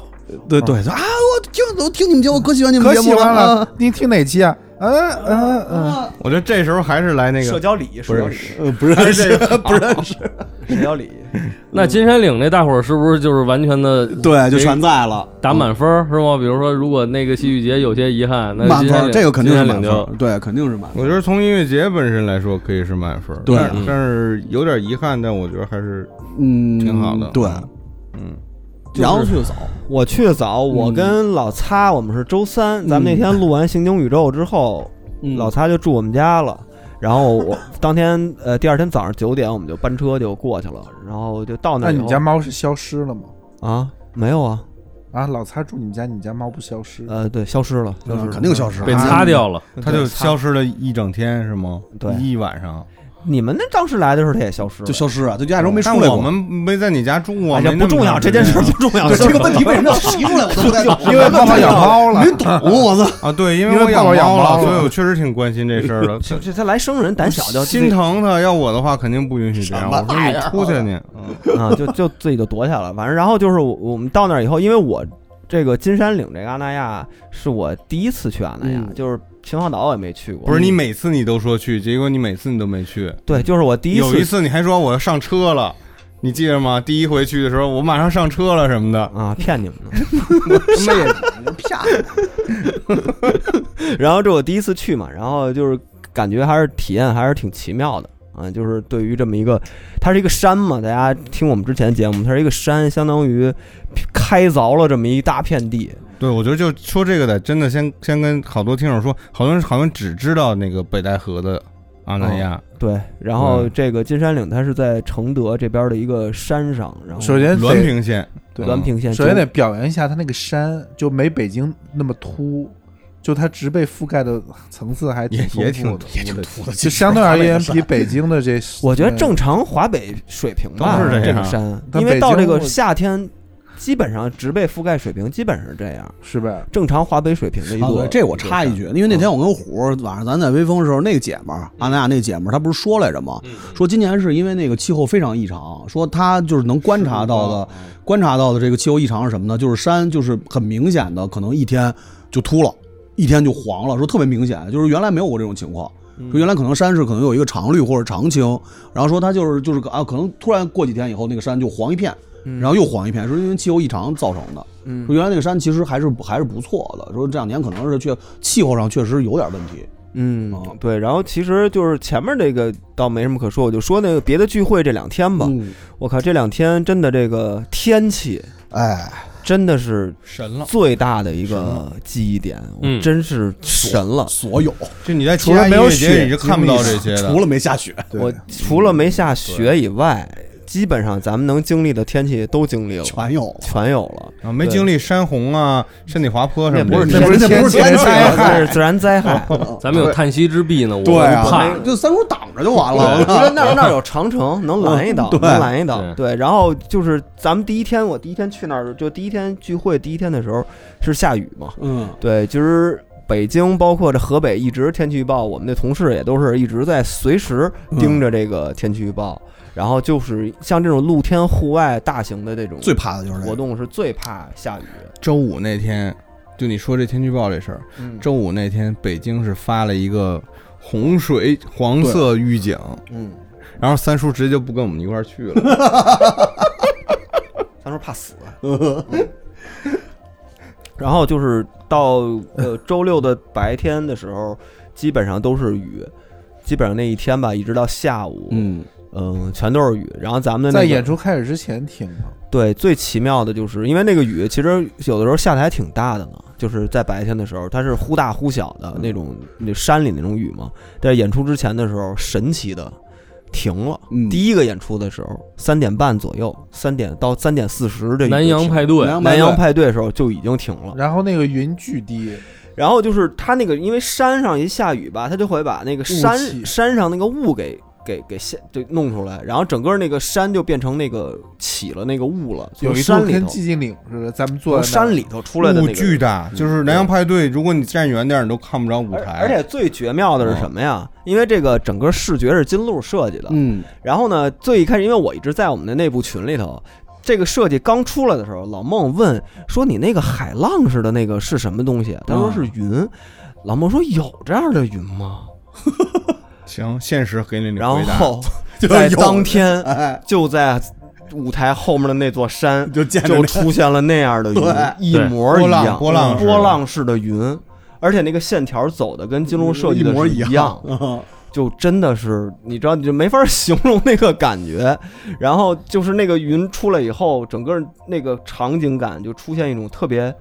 Speaker 6: 对对啊，我听都听你们节目，可喜欢你们
Speaker 7: 可
Speaker 6: 节
Speaker 7: 喜
Speaker 6: 目
Speaker 7: 欢
Speaker 6: 啊
Speaker 7: 了，你听哪期啊？嗯嗯嗯，
Speaker 2: 我觉得这时候还是来那
Speaker 3: 社
Speaker 2: 个
Speaker 3: 交礼仪，社交礼仪，
Speaker 6: 呃，不认识， 不认识，
Speaker 3: 社交礼仪。
Speaker 4: 那金山岭那大伙儿是不是就是完全的
Speaker 6: 对，就全在了，
Speaker 4: 打满分儿是吗？比如说，如果那个戏剧节有些遗憾，那
Speaker 6: 满
Speaker 4: 金山岭
Speaker 6: 分，这个肯定是
Speaker 4: 金山
Speaker 6: 满
Speaker 4: 岭就
Speaker 6: 分，对，肯定是满分。
Speaker 2: 我觉得从音乐节本身来说，可以是满分儿，
Speaker 6: 对
Speaker 3: 嗯
Speaker 2: 但但是有点遗憾，但我觉得还是
Speaker 6: 嗯，
Speaker 2: 挺好的。
Speaker 6: 对，
Speaker 2: 嗯，
Speaker 6: 然后去走，
Speaker 3: 我去的早，
Speaker 6: 嗯
Speaker 3: 我跟老擦，我们是周三，咱们那天录完《刑警宇宙》之后，
Speaker 4: 嗯
Speaker 3: 老擦就住我们家了。然后我 当天呃，第二天早上九点我们就班车就过去了，然后就到那
Speaker 7: 那
Speaker 3: 儿以
Speaker 7: 你
Speaker 3: 后。
Speaker 7: 们家猫是消失了吗？
Speaker 3: 啊？没有啊？
Speaker 7: 啊，老擦住你们家，你们家猫不消失？
Speaker 3: 呃，对，消失了，消失了
Speaker 6: 肯定消失了，啊
Speaker 4: 被擦掉了。
Speaker 2: 他就消失了一整天是吗？
Speaker 3: 对
Speaker 2: 一晚上。
Speaker 3: 你们那当时来的时候，它也消失了，
Speaker 6: 就消失啊，就压根没出
Speaker 2: 嗯但
Speaker 6: 来
Speaker 2: 我
Speaker 6: 过。
Speaker 2: 们没在你家住过，
Speaker 3: 哎
Speaker 2: 没
Speaker 3: 呀，
Speaker 2: 那
Speaker 3: 不
Speaker 2: 么
Speaker 3: 重要，
Speaker 2: 长时
Speaker 3: 这
Speaker 2: 间
Speaker 3: 件事儿不重要。
Speaker 6: 对这个问题为什么要提出来？我都不太懂。
Speaker 7: 因为爸爸养猫 了，
Speaker 6: 没懂， 我操！
Speaker 2: 啊，对，因
Speaker 7: 因为
Speaker 2: 为我
Speaker 7: 爸
Speaker 2: 养
Speaker 7: 爸养
Speaker 2: 猫
Speaker 7: 猫
Speaker 2: 了，
Speaker 7: 了
Speaker 2: 所以我确实挺关心这事儿的。
Speaker 3: 这这他来生人胆小就
Speaker 2: 心疼它，要我的话肯定不允许这样。
Speaker 6: 什么
Speaker 2: 我说你出去你，嗯
Speaker 3: 啊，就就自己就躲起来了。反正然后就是我我们到那儿以后，因为我这个金山岭这个阿那亚是我第一次去阿那亚，
Speaker 6: 嗯
Speaker 3: 就是秦皇岛我也没去过。
Speaker 2: 不是你每次你都说去，结果你每次你都没去。
Speaker 3: 对，就是我第一
Speaker 2: 有
Speaker 3: 次
Speaker 2: 一次你还说我上车了，你记着吗？第一回去的时候，我马上上车了什么的。
Speaker 3: 啊骗你们呢。
Speaker 2: 他们也
Speaker 6: 啊
Speaker 3: 然后这我第一次去嘛，然后就是感觉还是体验还是挺奇妙的。啊，就是对于这么一个，它是一个山嘛，大家听我们之前的节目，它是一个山，相当于开凿了这么一大片地，
Speaker 2: 对，我觉得就说这个得真的先先跟好多听友说，好多人好像只知道那个北戴河的阿那亚，
Speaker 3: 对，然后
Speaker 2: 嗯
Speaker 3: 这个金山岭它是在承德这边的一个山上，然后
Speaker 7: 首先得
Speaker 2: 滦平嗯县。
Speaker 7: 对
Speaker 3: 哎滦平县，
Speaker 7: 首先得表扬一下它那个山，就没北京那么秃，就它植被覆盖的层次还
Speaker 2: 也也
Speaker 7: 挺丰富的，
Speaker 2: 挺土的
Speaker 6: 吐了
Speaker 7: 就相对而言比北京的这，
Speaker 3: 我觉得
Speaker 7: 嗯
Speaker 3: 正常华北水平吧，
Speaker 2: 都是这样
Speaker 3: 个山，
Speaker 7: 但
Speaker 3: 因为
Speaker 7: 北
Speaker 3: 到
Speaker 7: 京
Speaker 3: 这个
Speaker 7: 我
Speaker 3: 夏天，基本上植被覆盖水平基本上是这样，
Speaker 7: 是吧？
Speaker 3: 正常华北水平的一
Speaker 6: 啊，
Speaker 3: 座。
Speaker 6: 对，这我插一句，因为那天我跟虎儿晚上咱在微风的时候，那个姐们儿，阿那亚那姐们儿，她不是说来着吗？说今年是因为那个气候非常异常，说她就是能观察到的，观察到的这个气候异常是什么呢？就是山就是很明显的，可能一天就秃了，一天就黄了，说特别明显，就是原来没有过这种情况。说原来可能山是可能有一个常绿或者常青，然后说它就是就是啊，可能突然过几天以后那个山就黄一片，然后又黄一片，说因为气候异常造成的。
Speaker 3: 嗯
Speaker 6: 说原来那个山其实还是还是不错的，说这两年可能是确气候上确实有点问题。
Speaker 3: 嗯
Speaker 6: 哦，
Speaker 3: 对。然后其实就是前面这个倒没什么可说，我就说那个别的聚会这两天吧，
Speaker 6: 嗯，
Speaker 3: 我靠，这两天真的这个天气
Speaker 6: 哎，
Speaker 3: 真的是
Speaker 2: 神
Speaker 6: 哦
Speaker 2: 了！
Speaker 3: 最大的一个记忆点，
Speaker 4: 嗯
Speaker 3: 我真是神了。
Speaker 6: 所有
Speaker 2: 就你在
Speaker 6: 除了没有
Speaker 2: 其他音乐节
Speaker 6: 雪
Speaker 2: 你是看不到这些的，
Speaker 6: 除了没下雪，
Speaker 7: 对
Speaker 3: 我除了没下雪以外，基本上咱们能经历的天气都经历了，
Speaker 6: 全有。
Speaker 3: 全有了。
Speaker 2: 啊，没经历山洪啊、山体滑坡什
Speaker 3: 那不
Speaker 2: 么的。
Speaker 3: 是
Speaker 6: 那不是
Speaker 3: 天
Speaker 6: 那不是
Speaker 3: 天
Speaker 6: 天
Speaker 3: 气
Speaker 6: 灾害
Speaker 3: 这是自然灾 害。
Speaker 4: 咱们有叹息之壁呢，我
Speaker 6: 哦对
Speaker 4: 们
Speaker 6: 啊，
Speaker 4: 怕
Speaker 6: 就三叔挡着就完
Speaker 3: 啊我
Speaker 6: 了。
Speaker 3: 觉得那儿那儿有长城，能拦一道，
Speaker 6: 嗯对
Speaker 3: 能拦一道。
Speaker 4: 对
Speaker 3: 对，然后就是咱们第一天，我第一天去那儿，就第一天聚会，第一天的时候是下雨嘛。
Speaker 6: 嗯，
Speaker 3: 对，其实北京包括这河北，一直天气预报，我们的同事也都是一直在随时
Speaker 6: 嗯
Speaker 3: 盯着这个天气预报。然后就是像这种露天户外大型的这种
Speaker 6: 最怕的就是这
Speaker 3: 活
Speaker 6: 个。
Speaker 3: 动，是最怕下雨。
Speaker 2: 周五那天，就你说这天气预报这事儿，
Speaker 3: 嗯
Speaker 2: 周五那天北京是发了一个洪水黄色预警，
Speaker 3: 嗯，
Speaker 2: 然后三叔直接就不跟我们一块儿去了。
Speaker 3: 他说怕死、然后就是到呃周六的白天的时候，基本上都是雨，基本上那一天吧，一直到下午，
Speaker 6: 嗯，
Speaker 3: 嗯、全都是雨。然后咱们的、那
Speaker 7: 在
Speaker 3: 个、
Speaker 7: 演出开始之前听的，
Speaker 3: 对，最奇妙的就是因为那个雨，其实有的时候下的还挺大的呢，就是在白天的时候，它是忽大忽小的那种，那山里那种雨嘛。但是演出之前的时候，神奇的停了。
Speaker 6: 嗯
Speaker 3: 第一个演出的时候，三点半左右，三点到三点四十这雨就
Speaker 4: 南洋
Speaker 3: 停
Speaker 4: 派对，
Speaker 6: 南
Speaker 3: 南洋派对的时候就已经停了。
Speaker 7: 然后那个云巨低，
Speaker 3: 然后就是它那个，因为山上一下雨吧，它就会把那个山
Speaker 7: 气
Speaker 3: 山上那个雾给给给下就弄出来，然后整个那个山就变成那个起了那个雾了，
Speaker 7: 有
Speaker 3: 从
Speaker 7: 一
Speaker 3: 山
Speaker 7: 度
Speaker 3: 里
Speaker 7: 跟
Speaker 3: 头
Speaker 7: 寂静岭似的，咱们
Speaker 3: 从
Speaker 7: 坐在那儿
Speaker 3: 山里头 出来的
Speaker 2: 雾
Speaker 3: 那个。
Speaker 2: 巨
Speaker 3: 嗯
Speaker 2: 大，就是南洋派对，如果你站远点儿，你都看不着舞
Speaker 3: 而
Speaker 2: 台。
Speaker 3: 而且最绝妙的是什么呀？因为这个整个视觉是金鹿设计的，
Speaker 6: 嗯，
Speaker 3: 然后呢，最一开始因为我一直在我们的内部群里头，这个设计刚出来的时候，老孟问说：“你那个海浪似的那个是什么东西？”他说是云。老孟说：“有这样的云吗
Speaker 2: 行，现实给你？”回
Speaker 3: 然
Speaker 2: 答。
Speaker 3: 后
Speaker 6: 就
Speaker 3: 在
Speaker 6: 有
Speaker 3: 当天
Speaker 6: 哎，
Speaker 3: 就在舞台后面的那座山
Speaker 6: 就见着
Speaker 3: 就
Speaker 6: 那
Speaker 3: 出现了那样的云
Speaker 2: 嗯
Speaker 6: 对，
Speaker 3: 一模一样，
Speaker 2: 波浪波浪式的
Speaker 3: 哎波浪式的云。而且那个线条走的跟金融设计的
Speaker 6: 一模
Speaker 3: 是
Speaker 6: 一
Speaker 3: 样，
Speaker 6: 嗯
Speaker 3: 就真的是，你知道，你就没法形容那个感觉。 然后就是那个云出来以后，整个那个场景感就出现一种特别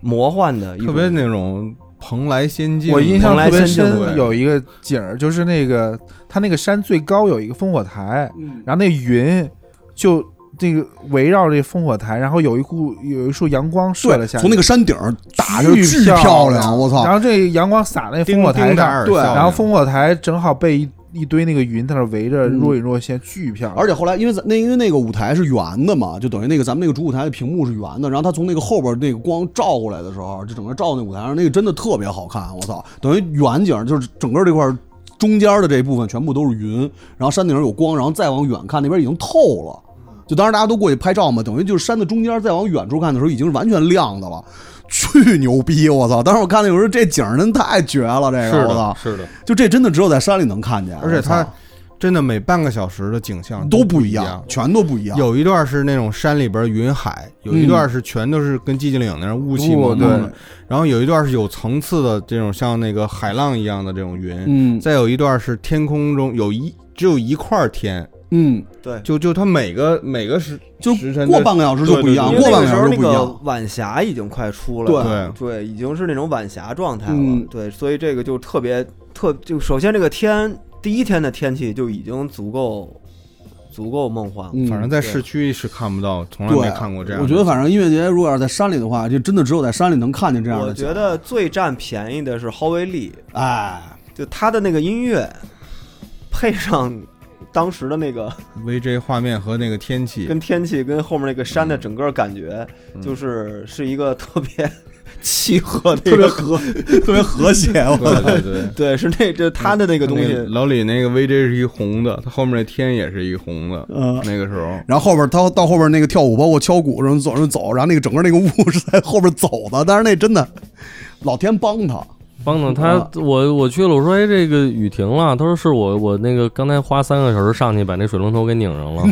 Speaker 3: 魔幻的一
Speaker 2: 特
Speaker 3: 种，
Speaker 2: 别那种蓬莱仙境，
Speaker 7: 我印象
Speaker 3: 蓬莱
Speaker 7: 特别
Speaker 3: 仙境
Speaker 7: 深，
Speaker 2: 对
Speaker 7: 有一个景儿，就是那个它那个山最高有一个烽火台，
Speaker 6: 嗯
Speaker 7: 然后那云就这个围绕这烨火台，然后有一股有一束阳光射了
Speaker 6: 对，
Speaker 7: 下去，
Speaker 6: 从那个山顶儿打着巨
Speaker 7: 巨
Speaker 6: 漂亮，
Speaker 7: 亮，
Speaker 6: 我
Speaker 7: 然
Speaker 6: 操！
Speaker 7: 后这阳光洒在那烽
Speaker 2: 烽
Speaker 7: 火
Speaker 2: 火台
Speaker 7: 台上，
Speaker 6: 对
Speaker 7: 然后烽火台正好被一一堆那个云在那围着，
Speaker 6: 嗯
Speaker 7: 若隐若现，巨漂亮。
Speaker 6: 而且后来，因为咱那因为那个舞台是圆的嘛，就等于那个咱们那个主舞台的屏幕是圆的，然后它从那个后边那个光照过来的时候，就整个照那舞台上，那个真的特别好看，我操！等于远景就是整个这块儿中间的这一部分全部都是云，然后山顶上有光，然后再往远看那边已经透了。就当时大家都过去拍照嘛，等于就是山的中间，再往远处看的时候已经是完全亮的了，巨牛逼！我操！当时我看那有时候这景儿真太绝了，这
Speaker 2: 是
Speaker 6: 个我
Speaker 2: 的
Speaker 6: 操，，
Speaker 2: 是的，
Speaker 6: 就这真的只有在山里能看见，
Speaker 2: 而且
Speaker 6: 我
Speaker 2: 它
Speaker 6: 操
Speaker 2: 真的每半个小时的景象
Speaker 6: 都
Speaker 2: 不
Speaker 6: 不一样，全都不一样。
Speaker 2: 有一段是那种山里边云海，有一段是全都是跟寂静岭那样雾气
Speaker 7: 哦
Speaker 2: 蒙蒙
Speaker 3: 嗯
Speaker 2: 的，然后有一段是有层次的这种像那个海浪一样的这种云，
Speaker 6: 嗯
Speaker 2: 再有一段是天空中有一只有一块天，
Speaker 6: 嗯，
Speaker 2: 就就它每个每个时
Speaker 6: 就
Speaker 2: 时辰
Speaker 6: 过
Speaker 2: 的
Speaker 6: 半个小时就不一样，
Speaker 3: 因为
Speaker 6: 过
Speaker 3: 那
Speaker 6: 半
Speaker 3: 个时
Speaker 6: 小
Speaker 3: 候
Speaker 6: 时就
Speaker 3: 那
Speaker 6: 不一
Speaker 3: 个
Speaker 6: 样。
Speaker 3: 晚霞已经快出了，
Speaker 2: 对
Speaker 3: 对，已经是那种晚霞状态了，
Speaker 6: 嗯
Speaker 3: 对，所以这个就特别特就首先这个天第一天的天气就已经足够足够梦幻了，
Speaker 6: 嗯
Speaker 2: 反正在市区是看不到，从来
Speaker 6: 对，
Speaker 2: 没看过这样的。
Speaker 6: 我觉得反正音乐节如果要是在山里的话，就真的只有在山里能看见这样的
Speaker 3: 我
Speaker 6: 景。
Speaker 3: 觉得最占便宜的是蒿威利，
Speaker 6: 哎，
Speaker 3: 就他的那个音乐配上当时的那个
Speaker 2: VJ 画面和那个天气，
Speaker 3: 跟天气跟后面那个山的整个感觉，就是是一个特别契合的一
Speaker 6: 特别
Speaker 3: 个。
Speaker 6: 和特别和谐，我
Speaker 2: 对对对。
Speaker 3: 对，是那这他的那个东
Speaker 2: 那
Speaker 3: 西，
Speaker 2: 个老李那个 VJ 是一红的，他后面那天也是一红的。
Speaker 6: 嗯
Speaker 2: 那个时候
Speaker 6: 然后后边他到后边那个跳舞，包括敲鼓什么走着走，然后那个整个那个雾是在后边走的，但是那真的老天帮他，
Speaker 4: 帮到他
Speaker 6: 啊，
Speaker 4: 我我去了，我说哎，这个雨停了。他说是我我那个刚才花三个小时上去把那水龙头给拧上 了。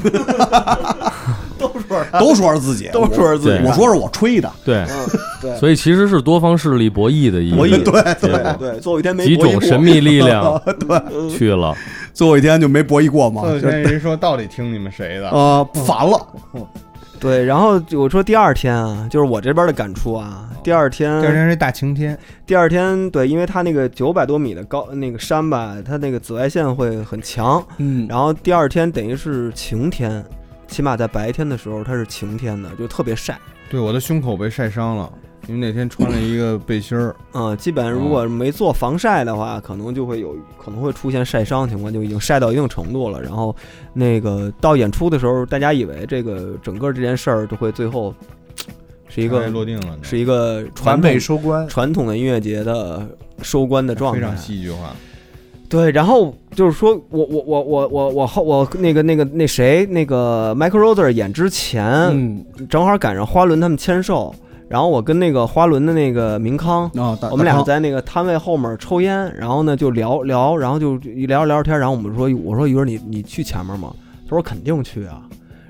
Speaker 6: 都说是自己，
Speaker 3: 都说是自己
Speaker 6: 我我说是我吹的，
Speaker 4: 对，
Speaker 3: 嗯，对，
Speaker 4: 所以其 实是多方势力博弈的意
Speaker 3: 博弈
Speaker 4: 义，
Speaker 6: 对
Speaker 3: 对对，最后一天没
Speaker 4: 几
Speaker 3: 博弈
Speaker 4: 种
Speaker 3: 过
Speaker 4: 神秘力 量 去了。
Speaker 6: 最后一天就没博弈过嘛，
Speaker 2: 有
Speaker 6: 就
Speaker 2: 些人说到底听你们谁
Speaker 3: 哦
Speaker 2: 的？
Speaker 6: 啊烦了，
Speaker 3: 对，然后我说第二天啊，就是我这边的感触啊，第二天
Speaker 2: 第二天是大晴天，
Speaker 3: 第二天，对，因为它那个九百多米的高那个山吧，它那个紫外线会很强。
Speaker 6: 嗯，
Speaker 3: 然后第二天等于是晴天，起码在白天的时候它是晴天的，就特别晒。
Speaker 2: 对我的胸口被晒伤了，因为那天穿了一个背心儿，
Speaker 3: 嗯，基本如果没做防晒的话，可能就会有可能会出现晒伤的情况，就已经晒到一定程度了。然后，那个到演出的时候，大家以为这个整个这件事儿就会最后是一
Speaker 2: 该
Speaker 3: 个
Speaker 2: 哎落定了，
Speaker 3: 是一个传
Speaker 7: 完
Speaker 3: 统
Speaker 7: 美收官，
Speaker 3: 传统的音乐节的收官的状态，
Speaker 2: 非常戏剧化。
Speaker 3: 对，然后就是说我我我我我我后我那个那个那谁那个 Michael Roser 演之前，
Speaker 6: 嗯
Speaker 3: 正好赶上花轮他们签售，然后我跟那个花轮的那个明康，
Speaker 6: 啊，大
Speaker 3: 我们
Speaker 6: 大
Speaker 3: 俩
Speaker 6: 康
Speaker 3: 在那个摊位后面抽烟，然后呢就聊聊，然后就一聊着聊着天，然后我们说，我说一会儿你你去前面吗？他说肯定去啊。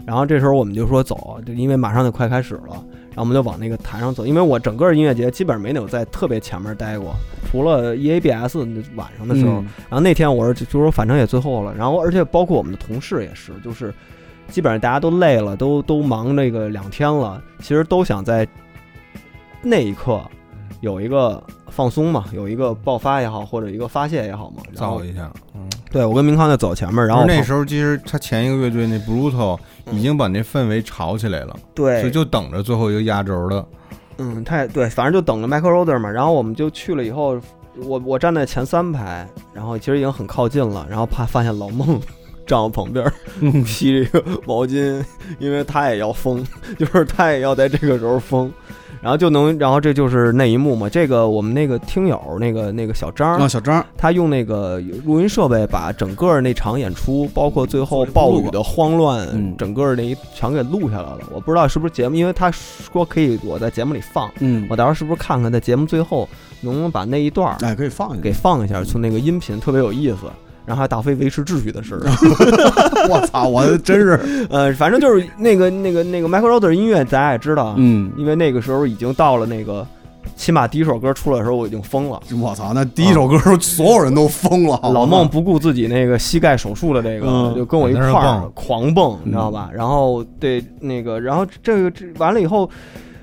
Speaker 3: 然后这时候我们就说走，就因为马上就快开始了，然后我们就往那个台上走。因为我整个音乐节基本没有在特别前面待过，除了 E EABS 晚上的时候。
Speaker 6: 嗯
Speaker 3: 然后那天我是就说反正也最后了，然后而且包括我们的同事也是，就是基本上大家都累了，都都忙这个两天了，其实都想在那一刻有一个放松嘛，有一个爆发也好，或者一个发泄也好嘛。然后
Speaker 2: 造一下。
Speaker 3: 对我跟明康就走前面，然后
Speaker 2: 而那
Speaker 3: 旁
Speaker 2: 时候其实他前一个乐队那 Brutal 已经把那氛围炒起来了，所以
Speaker 3: 对，
Speaker 2: 就等着最后一个压轴的。
Speaker 3: 嗯，他也对，反正就等着 Michael Roder 嘛，然后我们就去了以后。我我站在前三排，然后其实已经很靠近了，然后怕发现老孟站我旁边，
Speaker 6: 嗯
Speaker 3: 披着一个毛巾，因为他也要疯，就是他也要在这个时候疯，然后就能，然后这就是那一幕嘛。这个我们那个听友那个那个小张，
Speaker 6: 啊，小张，
Speaker 3: 他用那个录音设备把整个那场演出，包括最后暴雨的慌乱，
Speaker 6: 嗯
Speaker 3: 整个那一场给录下来了。我不知道是不是节目，因为他说可以我在节目里放，
Speaker 6: 嗯
Speaker 3: 我到时候是不是看看在节目最后能不能把那一段儿
Speaker 6: 哎，可以放一
Speaker 3: 给
Speaker 6: 下。
Speaker 3: 放一下，从那个音频特别有意思。然后还有大飞维持秩序的事儿，
Speaker 6: 我操，我真是，
Speaker 3: 呃，反正就是那个那个那个 Michael Roder 音乐，大家也知道，啊
Speaker 6: 嗯，
Speaker 3: 因为那个时候已经到了那个，起码第一首歌出来的时候我已经疯了。
Speaker 6: 我操，那第一首歌儿所有人都疯哦了，好吗
Speaker 3: 啊老孟不顾自己那个膝盖手术的这个，
Speaker 6: 嗯
Speaker 3: 就跟我一块
Speaker 2: 在那儿
Speaker 3: 儿
Speaker 2: 蹦
Speaker 3: 狂蹦，你知道吧？然后对那个，然后这个这完了以后，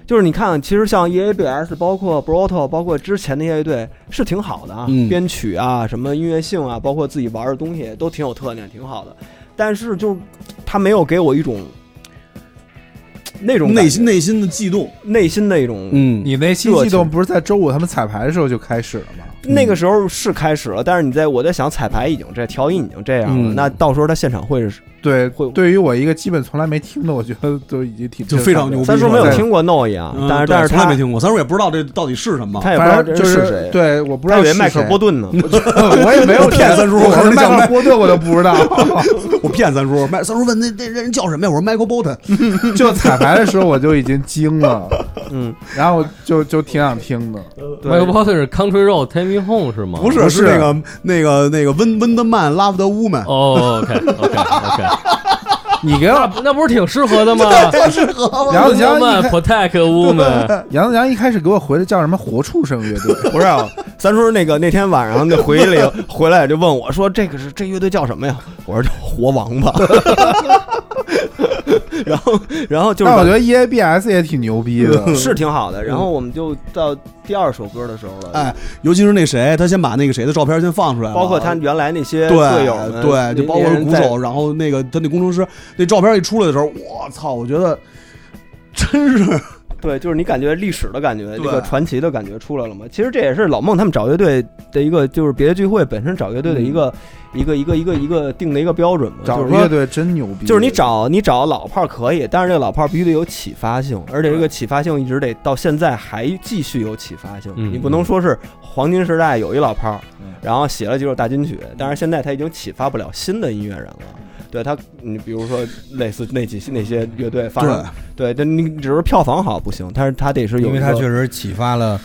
Speaker 3: 就是你看，其实像 E EABS，包括 Broto，包括之前那些乐队是挺好的啊，
Speaker 6: 嗯
Speaker 3: 编曲啊，什么音乐性啊，包括自己玩的东西都挺有特点，挺好的。但是就是他没有给我一种那种感
Speaker 6: 内
Speaker 3: 觉
Speaker 6: 心内心的悸动，
Speaker 3: 内心的一种
Speaker 6: 嗯，
Speaker 7: 你那期
Speaker 3: 热
Speaker 7: 悸
Speaker 3: 情
Speaker 7: 动不是在周五他们彩排的时候就开始了吗？
Speaker 3: 那个时候是开始了，但是你在我在想彩排已经这调音已经这样了，
Speaker 6: 嗯
Speaker 3: 那到时候他现场会是
Speaker 7: 对
Speaker 3: 会，
Speaker 7: 对于我一个基本从来没听的，我觉得都已经挺
Speaker 6: 就非常牛逼
Speaker 3: 三叔没有
Speaker 7: 对
Speaker 3: 听过 No 一样，啊
Speaker 6: 嗯
Speaker 3: 但是
Speaker 6: 对
Speaker 3: 但是
Speaker 6: 从来
Speaker 3: 他
Speaker 6: 没听过，三叔也不知道这到底是什么，
Speaker 3: 他也不知道
Speaker 7: 反
Speaker 3: 这
Speaker 7: 正就是
Speaker 3: 谁，
Speaker 7: 对，我不知
Speaker 3: 他
Speaker 7: 道
Speaker 3: 以为
Speaker 7: 是
Speaker 3: 迈克尔
Speaker 7: 谁
Speaker 3: 波，顿 呢，
Speaker 7: 我也没 有
Speaker 6: 骗三叔
Speaker 7: 我
Speaker 6: 我说
Speaker 7: 连
Speaker 6: 你
Speaker 7: 迈
Speaker 6: 想
Speaker 7: 克尔
Speaker 6: 卖
Speaker 7: 波顿我都不知道。
Speaker 6: 我骗三叔，麦三叔问那那人叫什么呀？我说 Michael Bolton，
Speaker 7: 就彩排的时候我就已经惊了，
Speaker 3: 嗯，
Speaker 7: 然后就就挺想听的。
Speaker 4: Michael b o t t e r Country Road Take Me Home 是吗？
Speaker 6: 不是，
Speaker 7: 不
Speaker 6: 是
Speaker 7: 是
Speaker 6: 那个那个那个温温德曼 Love the Woman，
Speaker 4: 哦，OK OK OK，
Speaker 7: 你给我，
Speaker 4: 那不是挺适合的 吗？
Speaker 7: 杨子强一
Speaker 4: Woman
Speaker 7: 开，
Speaker 4: protect woman，
Speaker 7: 杨子强一开始给我回的叫什么“活畜生乐队
Speaker 3: 不是啊、三叔那个那天晚上那回忆里回来就问我说这个是这乐队叫什么呀？我说叫活王八。然后然后”， 就是
Speaker 7: 但我觉得 E 嗯 EABS 也挺牛逼 的。
Speaker 3: 是挺好的，然后我们就到第二首歌的时候了，
Speaker 6: 哎，尤其是那谁，他先把那个谁的照片先放出来了，
Speaker 3: 包括他原来那些队友们
Speaker 6: 啊对对，就包括鼓手，，然后那个他那工程师那照片一出来的时候，我操，我觉得真是
Speaker 3: 对，就是你感觉历史的感觉，
Speaker 6: 对
Speaker 3: 这个传奇的感觉出来了嘛？其实这也是老孟他们找乐队的一个，就是别的聚会本身找乐队的一个、一个一个一个一个定的一个标准嘛，
Speaker 7: 嗯找
Speaker 3: 就是
Speaker 7: 乐
Speaker 3: 说。
Speaker 7: 队真牛逼，
Speaker 3: 就是你找你找老炮儿可以，但是这个老炮儿必须得有启发性，而且这个启发性一直得到现在还继续有启发性。
Speaker 4: 嗯
Speaker 3: 你不能说是黄金时代有一老炮儿，然后写了几首大金曲，但是现在他已经启发不了新的音乐人了。对他，你比如说类似那几那些乐队发生对，
Speaker 6: 对，
Speaker 3: 但你只是票房好不行，但是他得是有
Speaker 2: 因为
Speaker 3: 一
Speaker 2: 他
Speaker 3: 个
Speaker 2: 确实启发了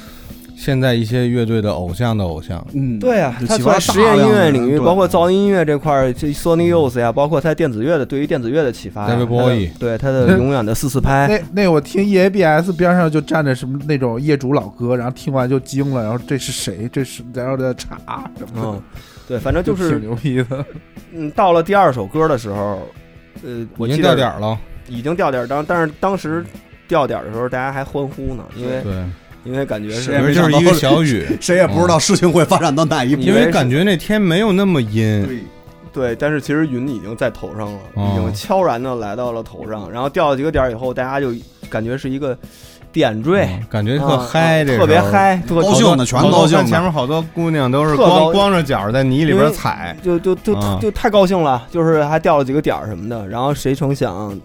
Speaker 2: 现在一些乐队的偶像的偶像。
Speaker 6: 嗯，
Speaker 3: 对啊，
Speaker 6: 就
Speaker 3: 他
Speaker 6: 启发
Speaker 3: 在
Speaker 6: 了
Speaker 3: 实
Speaker 6: 大
Speaker 3: 验音
Speaker 6: 量的
Speaker 3: 乐
Speaker 6: 人
Speaker 3: 领域，
Speaker 6: 对
Speaker 3: 包括噪音音乐这块儿，这 Sonic Youth 呀，包括他电子乐的对于电子乐的启发呀，他
Speaker 2: David
Speaker 3: 的
Speaker 2: Bowie
Speaker 3: 对他的永远的四四
Speaker 6: 哎
Speaker 3: 拍，
Speaker 7: 那那我听 E EABS 边上就站着什么那种业主老哥，然后听完就惊了，然后这是谁？这是然后在查什么
Speaker 3: 嗯
Speaker 7: 的，，
Speaker 3: 对，反正就
Speaker 7: 挺
Speaker 3: 是
Speaker 7: 牛逼的。
Speaker 3: 嗯，到了第二首歌的时候，呃，我
Speaker 2: 已
Speaker 3: 记
Speaker 2: 经
Speaker 3: 得
Speaker 2: 掉点儿了，
Speaker 3: 已经掉点儿，当但是当时掉点儿的时候，大家还欢呼呢，因为
Speaker 2: 对，
Speaker 3: 因为感觉
Speaker 6: 是
Speaker 3: 是
Speaker 6: 也
Speaker 2: 因
Speaker 6: 没
Speaker 2: 为
Speaker 6: 想
Speaker 2: 就
Speaker 6: 到
Speaker 2: 是一个小雨，嗯
Speaker 6: 谁也不知道事情会发展到哪一步，
Speaker 3: 嗯
Speaker 2: 因为感觉那天没有那么阴，
Speaker 3: 对，但是其实云已经在头上了，
Speaker 2: 哦嗯
Speaker 3: 已经悄然的来到了头上，然后掉了几个点儿以后，大家就感觉是一个点缀，
Speaker 2: 嗯感觉特
Speaker 3: 啊
Speaker 2: 嗨，
Speaker 3: 啊
Speaker 2: 这
Speaker 3: 特别
Speaker 2: 时候。
Speaker 3: 嗨，特
Speaker 6: 高兴的全
Speaker 2: 好多
Speaker 6: 高兴
Speaker 2: 看前
Speaker 6: 的，
Speaker 2: 面好多姑娘都是
Speaker 3: 特高
Speaker 2: 光光着脚在泥里边踩，
Speaker 3: 就就就
Speaker 2: 啊
Speaker 3: 就太高兴了，就是还掉了几个点儿什么的，然后谁成想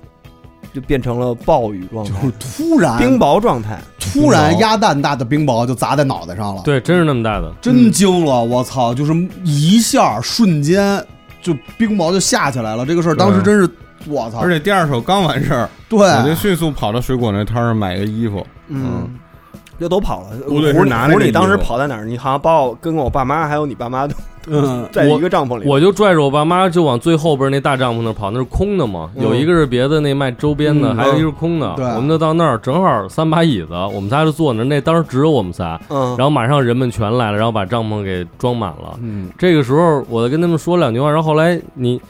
Speaker 3: 就变成了暴雨状
Speaker 6: 就是
Speaker 3: 态、
Speaker 6: 突
Speaker 3: 冰
Speaker 6: 然
Speaker 3: 雹状态。
Speaker 6: 突然
Speaker 2: 冰雹
Speaker 6: 鸭蛋大的冰雹就砸在脑袋上了，
Speaker 4: 对，真是那么大的，
Speaker 6: 真惊了，我操！就是一下瞬间就冰雹就下起来了，这个事儿当时真是我操！
Speaker 2: 而且第二首刚完事儿，
Speaker 6: 对，
Speaker 2: 我就迅速跑到水果那摊儿上买个衣服，嗯，
Speaker 3: 就都跑了。
Speaker 2: 部队是
Speaker 3: 胡
Speaker 2: 拿那
Speaker 3: 胡
Speaker 2: 个
Speaker 3: 你当
Speaker 2: 衣
Speaker 3: 时
Speaker 2: 服
Speaker 3: 跑在哪儿？你好像把我跟我爸妈还有你爸妈都
Speaker 6: 嗯，
Speaker 3: 在
Speaker 4: 我
Speaker 3: 一个帐篷里。
Speaker 4: 我就拽着我爸妈就往最后边那大帐篷那儿跑，那是空的嘛。有一个是别的那卖周边的，
Speaker 6: 嗯
Speaker 4: 还有一个是空的。
Speaker 6: 对
Speaker 4: 我们就到那儿，正好三把椅子，我们仨就坐那儿。那当时只有我们仨，
Speaker 3: 嗯，
Speaker 4: 然后马上人们全来了，然后把帐篷给装满了。
Speaker 6: 嗯，
Speaker 4: 这个时候我跟他们说两句话，然后后来你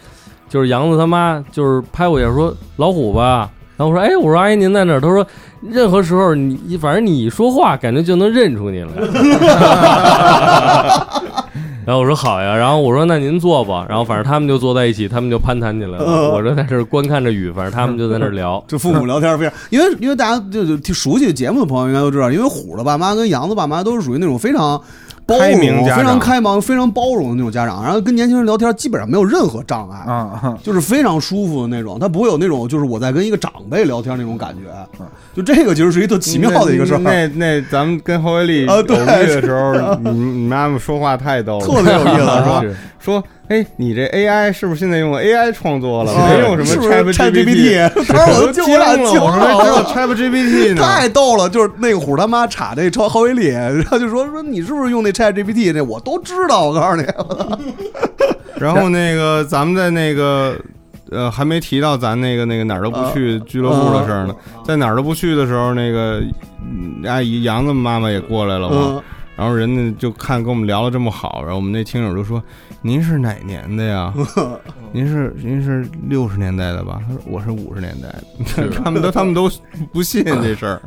Speaker 4: 就是杨子他妈就是拍我一下说老虎吧，然后我说哎，我说阿姨您在哪儿？他说任何时候你反正你一说话感觉就能认出你来。 然后我说好呀，然后我说那您坐吧，然后反正他们就坐在一起，他们就攀谈起来了。我这在这儿观看着雨，反正他们就在那儿聊。
Speaker 6: 这父母聊天非常，因为因为大家就就听熟悉节目的朋友应该都知道，因为虎的爸妈跟羊的爸妈都是属于那种非常包
Speaker 2: 开明
Speaker 6: 容、
Speaker 2: 家长
Speaker 6: 非常开放、非常包容的那种家长，然后跟年轻人聊天基本上没有任何障碍，
Speaker 7: 啊啊！
Speaker 6: 就是非常舒服的那种，他不会有那种就是我在跟一个长辈聊天那种感觉，
Speaker 7: 嗯
Speaker 6: 就这个其实是一特奇妙的一个事儿，
Speaker 2: 那那那咱们跟侯伟丽
Speaker 6: 啊
Speaker 2: 偶
Speaker 6: 对
Speaker 2: 遇的时候，你你妈妈说话太逗了，
Speaker 6: 特别有意思，是吧？
Speaker 2: 嗯是说，哎，你这 AI 是不是现在用 AI 创作了？
Speaker 6: 啊
Speaker 2: 没用什
Speaker 6: 是不
Speaker 2: 么
Speaker 6: 是
Speaker 2: ChatGPT，
Speaker 6: 当时我
Speaker 2: 都
Speaker 6: 就
Speaker 2: 惊
Speaker 6: 我俩
Speaker 2: 了，
Speaker 6: 惊
Speaker 2: 我
Speaker 6: 了
Speaker 2: 说还有 ChatGPT 呢，
Speaker 6: 太逗了，就是那个虎他妈插那超浩威力，然后就说说你是不是用那 Chat GPT 那我都知道，我告诉你，
Speaker 2: 然后那个咱们在那个呃还没提到咱那个那个哪儿都不
Speaker 6: 呃
Speaker 2: 去俱乐部的事儿呢，在哪儿都不去的时候，那个嗯阿姨杨子妈妈也过来了嘛，
Speaker 7: 啊
Speaker 6: 嗯，
Speaker 2: 然后人家就看跟我们聊的这么好，然后我们那听友就说您是哪年的 呀？您是您是六十年代的吧？他说我是五十年代的， 他们都他们都不 信这事儿。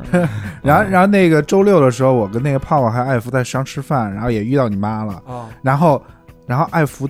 Speaker 7: 然后，然后那个周六的时候，我跟那个胖胖还有艾福在食堂吃饭，然后也遇到你妈了。
Speaker 6: 啊
Speaker 7: 然后，然后艾福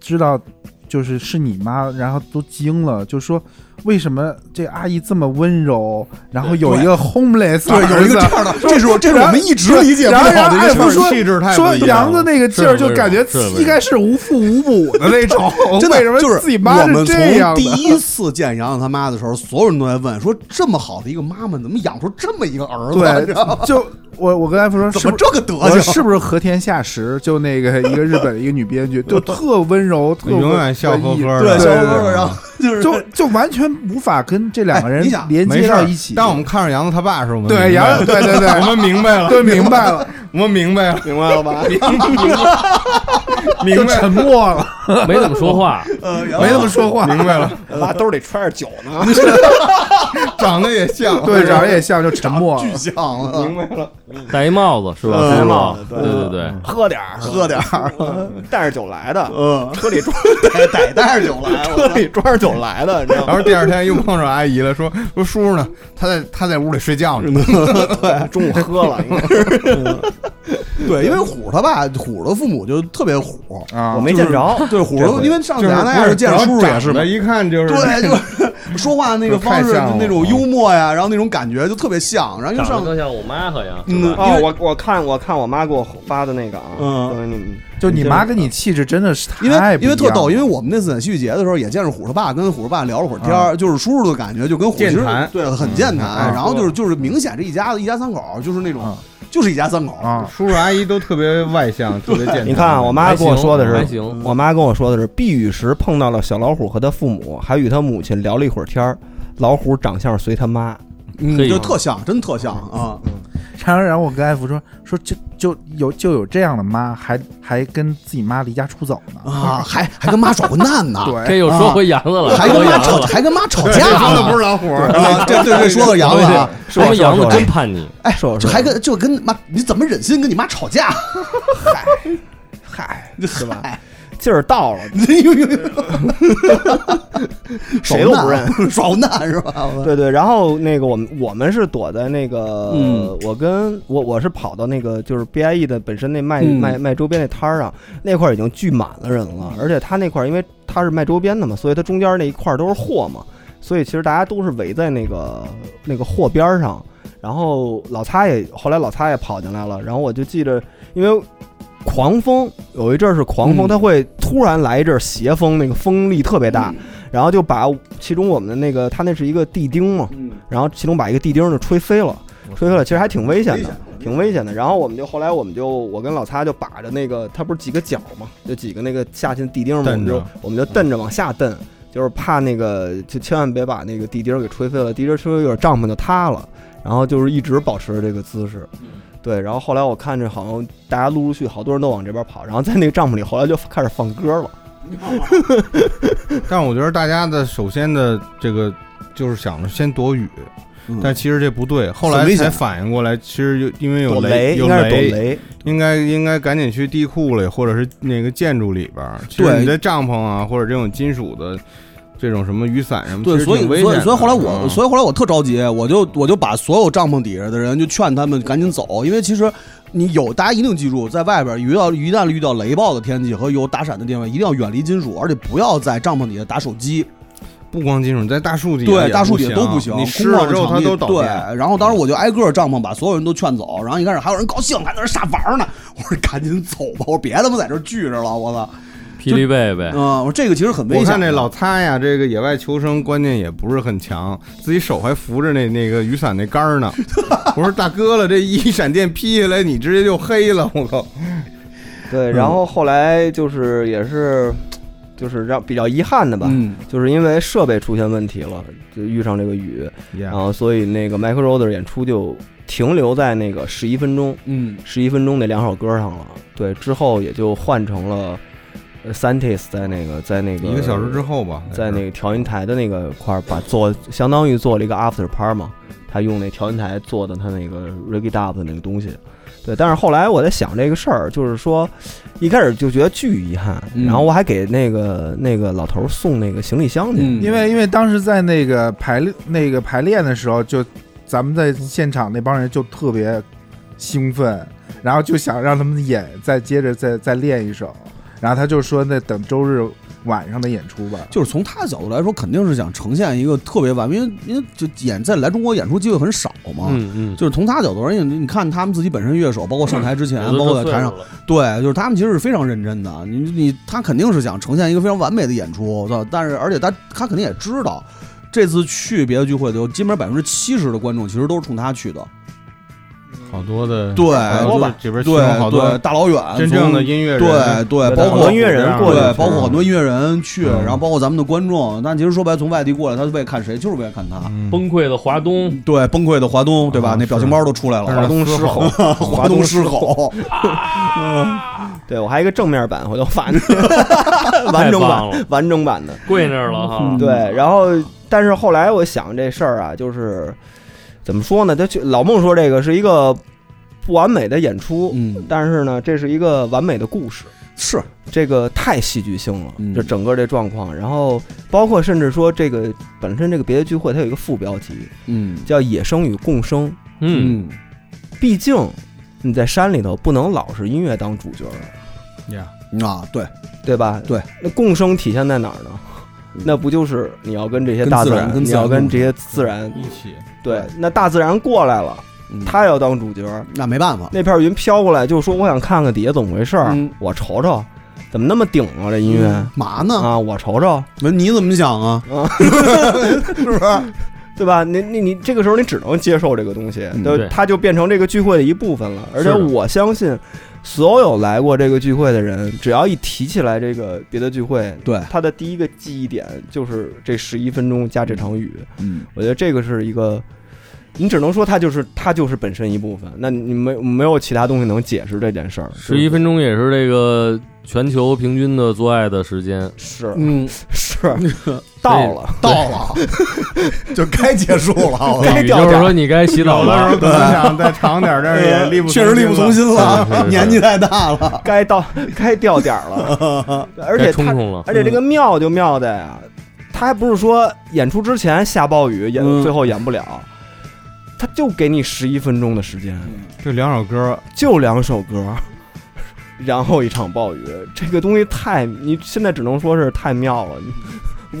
Speaker 7: 知道就是是你妈，然后都惊了，就说为什么这阿姨这么温柔，然后有一个 homeless
Speaker 6: 对，有一个这
Speaker 7: 儿子
Speaker 6: 样的，这是我这是我们一直理解不
Speaker 7: 然后然
Speaker 6: 了
Speaker 7: 后
Speaker 6: 的一个
Speaker 7: 艾
Speaker 6: 事
Speaker 7: 福
Speaker 6: 儿。
Speaker 7: 说
Speaker 2: 气质太不
Speaker 7: 说
Speaker 2: 一样
Speaker 7: 杨
Speaker 2: 了
Speaker 7: 子那个劲儿，就感觉
Speaker 4: 是的是的
Speaker 7: 应该是无父无母的那种，
Speaker 6: 真的
Speaker 7: 为什么
Speaker 6: 就是
Speaker 7: 自己妈
Speaker 6: 我们
Speaker 7: 是
Speaker 6: 从
Speaker 7: 这样
Speaker 6: 第
Speaker 7: 的？
Speaker 6: 一次见洋洋他妈的时候，所有人都在问说：这么好的一个妈妈，怎么养出这么一个儿子？你知道吗
Speaker 7: 对，就我我跟艾福说，
Speaker 6: 怎
Speaker 7: 是
Speaker 6: 么
Speaker 7: 不
Speaker 6: 这个德
Speaker 7: 我说
Speaker 6: 行？
Speaker 7: 是不是和田夏实？就那个一个日本的一个女编剧，就特温柔，特
Speaker 2: 永远笑呵呵的
Speaker 7: 对
Speaker 2: 对
Speaker 6: 小
Speaker 7: 对
Speaker 6: 哥哥，
Speaker 7: 对
Speaker 6: 然后就是
Speaker 7: 就就完全无法跟这两个
Speaker 6: 哎
Speaker 7: 人
Speaker 6: 你想
Speaker 7: 连
Speaker 2: 没
Speaker 7: 接
Speaker 2: 事
Speaker 7: 到
Speaker 2: 儿
Speaker 7: 一起。
Speaker 2: 当我们看上杨子他爸的时，候，我们
Speaker 7: 对
Speaker 2: 明白
Speaker 7: 杨
Speaker 2: 了
Speaker 7: 对对对，
Speaker 2: 我们明白了，
Speaker 7: 对明 白了，
Speaker 2: 我们明白了，
Speaker 3: 明白了 吧？
Speaker 2: 明
Speaker 7: 就
Speaker 2: 白了，
Speaker 7: 沉默了，
Speaker 4: 没怎么说话，
Speaker 6: 呃，然后呃
Speaker 7: 没怎么说话。
Speaker 2: 明白了，
Speaker 3: 拉兜里揣着酒呢。
Speaker 2: 长得也像，
Speaker 7: 对，长得也像，就沉默了。
Speaker 6: 巨像啊，
Speaker 2: 明白了，
Speaker 4: 戴一帽子是吧？
Speaker 6: 嗯
Speaker 4: 是吧
Speaker 3: 帽子对
Speaker 4: 对对对。
Speaker 3: 喝点儿，嗯
Speaker 6: 喝点儿，
Speaker 3: 带着酒来的，
Speaker 6: 嗯，
Speaker 3: 车里 装
Speaker 6: 逮逮带着酒来，我
Speaker 3: 车里装着酒来的，你知道
Speaker 2: 然后第二天又碰上阿姨了，说说叔叔呢，他在他在屋里睡觉呢。
Speaker 3: 吗？中午喝 了，应该是
Speaker 6: 对，因为虎他爸虎的父母就特别虎，
Speaker 7: 啊
Speaker 3: 我没见着。
Speaker 6: 对虎
Speaker 2: 这，回
Speaker 6: 因为上次
Speaker 2: 就是
Speaker 6: 咱那要是见叔叔也是
Speaker 2: 长
Speaker 6: 嘛
Speaker 2: 得，一看就是
Speaker 6: 对， 就是说话那个方式
Speaker 2: 就太像了
Speaker 6: 就那种幽默呀，然后那种感觉就特别像，然后又
Speaker 4: 长得
Speaker 6: 上
Speaker 4: 更像我妈好像，
Speaker 6: 嗯
Speaker 4: 是吧？
Speaker 3: 哦，我我看我看我妈给我发的那个啊，
Speaker 6: 嗯
Speaker 3: 就是你们
Speaker 7: 就你妈
Speaker 2: 啊
Speaker 7: 跟你气质真的是太
Speaker 6: 因为因为特逗，因为
Speaker 7: 为
Speaker 6: 我们那次在戏剧节的时候也见着虎他爸，跟虎他爸聊了会儿天儿，就是叔叔的感觉就跟虎其
Speaker 2: 嗯健
Speaker 6: 实
Speaker 2: 谈
Speaker 6: 对很健谈，
Speaker 2: 嗯
Speaker 6: 然后就是就是明显这一家子一家三口儿就是那种就是一家三口儿，
Speaker 7: 啊，
Speaker 2: 叔叔阿姨都特别外 向，特别健谈。
Speaker 3: 你看啊我妈跟我说的
Speaker 4: 还
Speaker 3: 是，
Speaker 4: 行，
Speaker 3: 我妈跟我说的是，毕雨时碰到了小老虎和他父母，还与他母亲聊了一会儿天儿。老虎长相随他妈，
Speaker 6: 嗯，
Speaker 4: 可以
Speaker 6: 就
Speaker 4: 吗
Speaker 6: 特像，真特像啊，
Speaker 7: 然后然后我跟艾福说说就就有就有这样的妈，还还跟自己妈离家出走呢。
Speaker 6: 啊，还还跟妈耍混蛋呢，啊
Speaker 4: 这又说回杨子了，
Speaker 6: 还
Speaker 4: 说回
Speaker 6: 跟妈
Speaker 4: 杨子
Speaker 6: 吵，
Speaker 4: 了。
Speaker 6: 还跟妈吵
Speaker 2: 对
Speaker 6: 架
Speaker 2: 这说的
Speaker 6: 呢
Speaker 2: 不是老虎，
Speaker 6: 啊，这对对，说到杨了啊，
Speaker 4: 说明杨子真叛逆，
Speaker 6: 哎，
Speaker 3: 说
Speaker 6: 这还跟就跟妈，你怎么忍心跟你妈吵架？哎
Speaker 3: 嗨，
Speaker 6: 是 吧？
Speaker 3: 劲儿到了，谁都不认，
Speaker 6: 认，耍混蛋是吧？
Speaker 3: 对对，然后那个我们我们是躲在那个，
Speaker 6: 嗯
Speaker 3: 我跟我我是跑到那个就是 BIE 的本身那卖、
Speaker 6: 嗯
Speaker 3: 卖卖周边那摊儿上，那块儿已经聚满了人了，而且他那块儿因为他是卖周边的嘛，所以他中间那一块儿都是货嘛，所以其实大家都是围在那个那个货边儿上，然后老擦也后来老擦也跑进来了，然后我就记着，因为。狂风有一阵儿是狂风，
Speaker 6: 嗯
Speaker 3: 它会突然来一阵儿斜风，那个风力特别大，然后就把其中我们的那个，它那是一个地钉嘛，然后其中把一个地钉就吹飞了，吹飞了，其实还挺危险的，挺危险的。然后我们就后来我们就我跟老擦就把着那个，它不是几个角嘛，就几个那个下去的地钉嘛，我们
Speaker 2: 蹬着
Speaker 3: 就我们就蹬着往下蹬，就是怕那个就千万别把那个地钉给吹飞了，地钉吹飞有点帐篷就塌了。然后就是一直保持着这个姿势。对，然后后来我看着好像大家陆陆续好多人都往这边跑，然后在那个帐篷里，后来就开始放歌了。
Speaker 2: 但是我觉得大家的首先的这个就是想着先躲雨，
Speaker 6: 嗯
Speaker 2: 但其实这不对，后
Speaker 6: 很
Speaker 2: 来
Speaker 6: 危险
Speaker 2: 才反应过来，其实有因为有
Speaker 3: 躲雷
Speaker 2: 有
Speaker 3: 应该是躲
Speaker 2: 雷，
Speaker 3: 雷，
Speaker 2: 应该应该赶紧去地库里，或者是那个建筑里边儿。其实
Speaker 6: 对
Speaker 2: 你的帐篷啊，或者这种金属的这种什么雨伞什么，
Speaker 6: 对，
Speaker 2: 其实
Speaker 6: 所以
Speaker 2: 挺危
Speaker 6: 所以
Speaker 2: 险
Speaker 6: 所以后来
Speaker 2: 的
Speaker 6: 我，
Speaker 2: 嗯
Speaker 6: 所以后来我特着急，我就我就把所有帐篷底下的人就劝他们赶紧走，因为其实你有大家一定记住，在外边遇到一旦遇到雷暴的天气和有打闪的地方，一定要远离金属，而且不要在帐篷底下打手机，
Speaker 2: 不光金属，在大树底下
Speaker 6: 对，
Speaker 2: 也
Speaker 6: 大树底下都
Speaker 2: 不啊
Speaker 6: 行，
Speaker 2: 你
Speaker 6: 空
Speaker 2: 湿
Speaker 6: 旷
Speaker 2: 了
Speaker 6: 的
Speaker 2: 之后
Speaker 6: 场
Speaker 2: 它
Speaker 6: 地
Speaker 2: 都倒
Speaker 6: 对
Speaker 2: 地。，
Speaker 6: 然后当时我就挨个帐篷把所有人都劝走，然后一开始还有人高兴，还在那儿傻玩儿呢，我说赶紧走吧，我说别他妈在这儿聚着了，我操，
Speaker 4: 霹雳贝贝
Speaker 2: 哎
Speaker 6: 嗯，，我说这个其实很危
Speaker 2: 我
Speaker 6: 险的。
Speaker 2: 看这老擦呀，这个野外求生观念也不是很强，自己手还扶着那那个雨伞那杆儿呢。我说大哥了，这一闪电劈下来，你直接就黑了，我靠！嗯
Speaker 3: 对，然后后来就是也是，就是让比较遗憾的吧，
Speaker 6: 嗯，
Speaker 3: 就是因为设备出现问题了，就遇上这个雨，然后所以那个 Michael r o d e r 演出就停留在那个十一分钟，
Speaker 6: 嗯，
Speaker 3: 十一分钟那两首歌上了。对，之后也就换成了呃 Scientist 在那个在那个
Speaker 2: 一个小时之，后吧，
Speaker 3: 在那个调音台的那个块儿把做相当于做了一个 After Part 嘛，他用那调音台做的他那个 Reggae Dub 的那个东西。对，但是后来我在想这个事儿，就是说，一开始就觉得巨遗憾，
Speaker 6: 嗯
Speaker 3: 然后我还给那个那个老头儿送那个行李箱去，
Speaker 6: 嗯
Speaker 7: 因为因为当时在那个排练那个排练的时候，就咱们在现场那帮人就特别兴奋，然后就想让他们演，再接着再再练一首，然后他就说那等周日晚上的演出吧。
Speaker 6: 就是从他的角度来说，肯定是想呈现一个特别完美，因为因为就演在来中国演出机会很少嘛。
Speaker 4: 嗯嗯，
Speaker 6: 就是从他角度而言，你你看他们自己本身乐手，包括上台之前，
Speaker 4: 嗯有的
Speaker 6: 包括
Speaker 4: 都
Speaker 6: 在
Speaker 4: 岁
Speaker 6: 台上
Speaker 4: 数，了
Speaker 6: 对，就是他们其实是非常认真的。你你他肯定是想呈现一个非常完美的演出，我操！但是而且他他肯定也知道，这次去别的聚会的时候，基本上百分之七十的观众其实都是冲他去的。
Speaker 2: 好多的
Speaker 6: 对
Speaker 2: 好多这边形容好
Speaker 6: 对对，
Speaker 2: 多
Speaker 6: 大老远
Speaker 2: 真正的
Speaker 6: 从
Speaker 2: 音乐人，
Speaker 6: 对对，
Speaker 3: 对
Speaker 6: 包
Speaker 3: 很
Speaker 6: 括
Speaker 3: 多音乐人过去
Speaker 6: 对，
Speaker 3: 了
Speaker 6: 包括很多音乐人去，
Speaker 2: 嗯
Speaker 6: 然后包括咱们的观众。但其实说白，了，从外地过来，他是为了看谁？就是为了看他。
Speaker 4: 崩溃的华东，
Speaker 6: 对，崩溃的华东，对吧？
Speaker 2: 啊
Speaker 6: 那表情包都出来
Speaker 2: 但是
Speaker 6: 了，
Speaker 2: 东狮吼，
Speaker 6: 华东狮吼，
Speaker 3: 对我还有一个正面版，回头发你，完
Speaker 4: 太
Speaker 3: 整
Speaker 4: 棒
Speaker 3: 版
Speaker 4: 了，
Speaker 3: 完整版
Speaker 6: 嗯
Speaker 3: 的。
Speaker 4: 跪那儿了哈，
Speaker 3: 对，然后但是后来我想这事儿啊，就是怎么说呢？他去老孟说这个是一个不完美的演出，
Speaker 6: 嗯，
Speaker 3: 但是呢，这是一个完美的故事。
Speaker 6: 是，
Speaker 3: 这个太戏剧性了
Speaker 6: 嗯，
Speaker 3: 这整个这状况，然后包括甚至说这个本身这个别的聚会，它有一个副标题
Speaker 6: 嗯
Speaker 3: 叫“野生与共生
Speaker 4: 嗯，”。
Speaker 3: 毕竟你在山里头不能老是音乐当主角啊，
Speaker 6: 啊，对，
Speaker 3: 对吧？
Speaker 6: 对，
Speaker 3: 那共生体现在哪儿呢？那不就是你要跟这些大然，
Speaker 6: 跟自然跟
Speaker 3: 你要跟
Speaker 6: 自然共生
Speaker 3: 这些自然，
Speaker 2: 一起
Speaker 3: 对，那大自然过来了，
Speaker 6: 嗯
Speaker 3: 它要当主角，
Speaker 6: 那没办法，
Speaker 3: 那片云飘过来，就说我想看看底下怎么回事儿，
Speaker 6: 嗯
Speaker 3: 我瞅瞅，怎么那么顶啊这音乐、
Speaker 6: 嘛呢？
Speaker 3: 啊，我瞅瞅，
Speaker 6: 文，你怎么想啊？
Speaker 3: 对吧？你你你这个时候你只能接受这个东西，
Speaker 6: 嗯
Speaker 3: 对
Speaker 4: 对
Speaker 3: 它就变成这个聚会的一部分了。而且
Speaker 4: 是的
Speaker 3: 我相信，所有来过这个聚会的人，只要一提起来这个别的聚会，
Speaker 6: 对
Speaker 3: 他的第一个记忆点就是这十一分钟加这场雨。
Speaker 6: 嗯，
Speaker 3: 我觉得这个是一个，你只能说它就是它就是本身一部分，那你没没有其他东西能解释这件事儿。
Speaker 4: 十一分钟也是这个全球平均的做爱的时间，
Speaker 3: 是
Speaker 6: 嗯，
Speaker 3: 是到了，
Speaker 6: 到了， 就该结束 了。
Speaker 3: 该
Speaker 4: 也
Speaker 3: 掉
Speaker 4: 就是
Speaker 3: 价
Speaker 4: 说你该洗澡
Speaker 2: 有的时
Speaker 7: 啊
Speaker 4: 了
Speaker 2: 候。可能想再长点儿，但
Speaker 7: 哎
Speaker 2: 是也力不
Speaker 6: 确实力不从
Speaker 2: 了。
Speaker 6: 心
Speaker 4: 是是
Speaker 6: 了，
Speaker 4: 是
Speaker 6: 年纪太大了。
Speaker 3: 该到 该掉点儿了， 而且
Speaker 4: 该冲
Speaker 3: 它
Speaker 4: 冲了，
Speaker 3: 而且这个妙就妙在啊，他还不是说演出之前下暴雨演，
Speaker 6: 嗯
Speaker 3: 最后演不了，他就给你十一分钟的时间，
Speaker 2: 这两首歌，
Speaker 3: 就两首歌， 然后一场暴雨，这个东西太你现在只能说是太妙了，你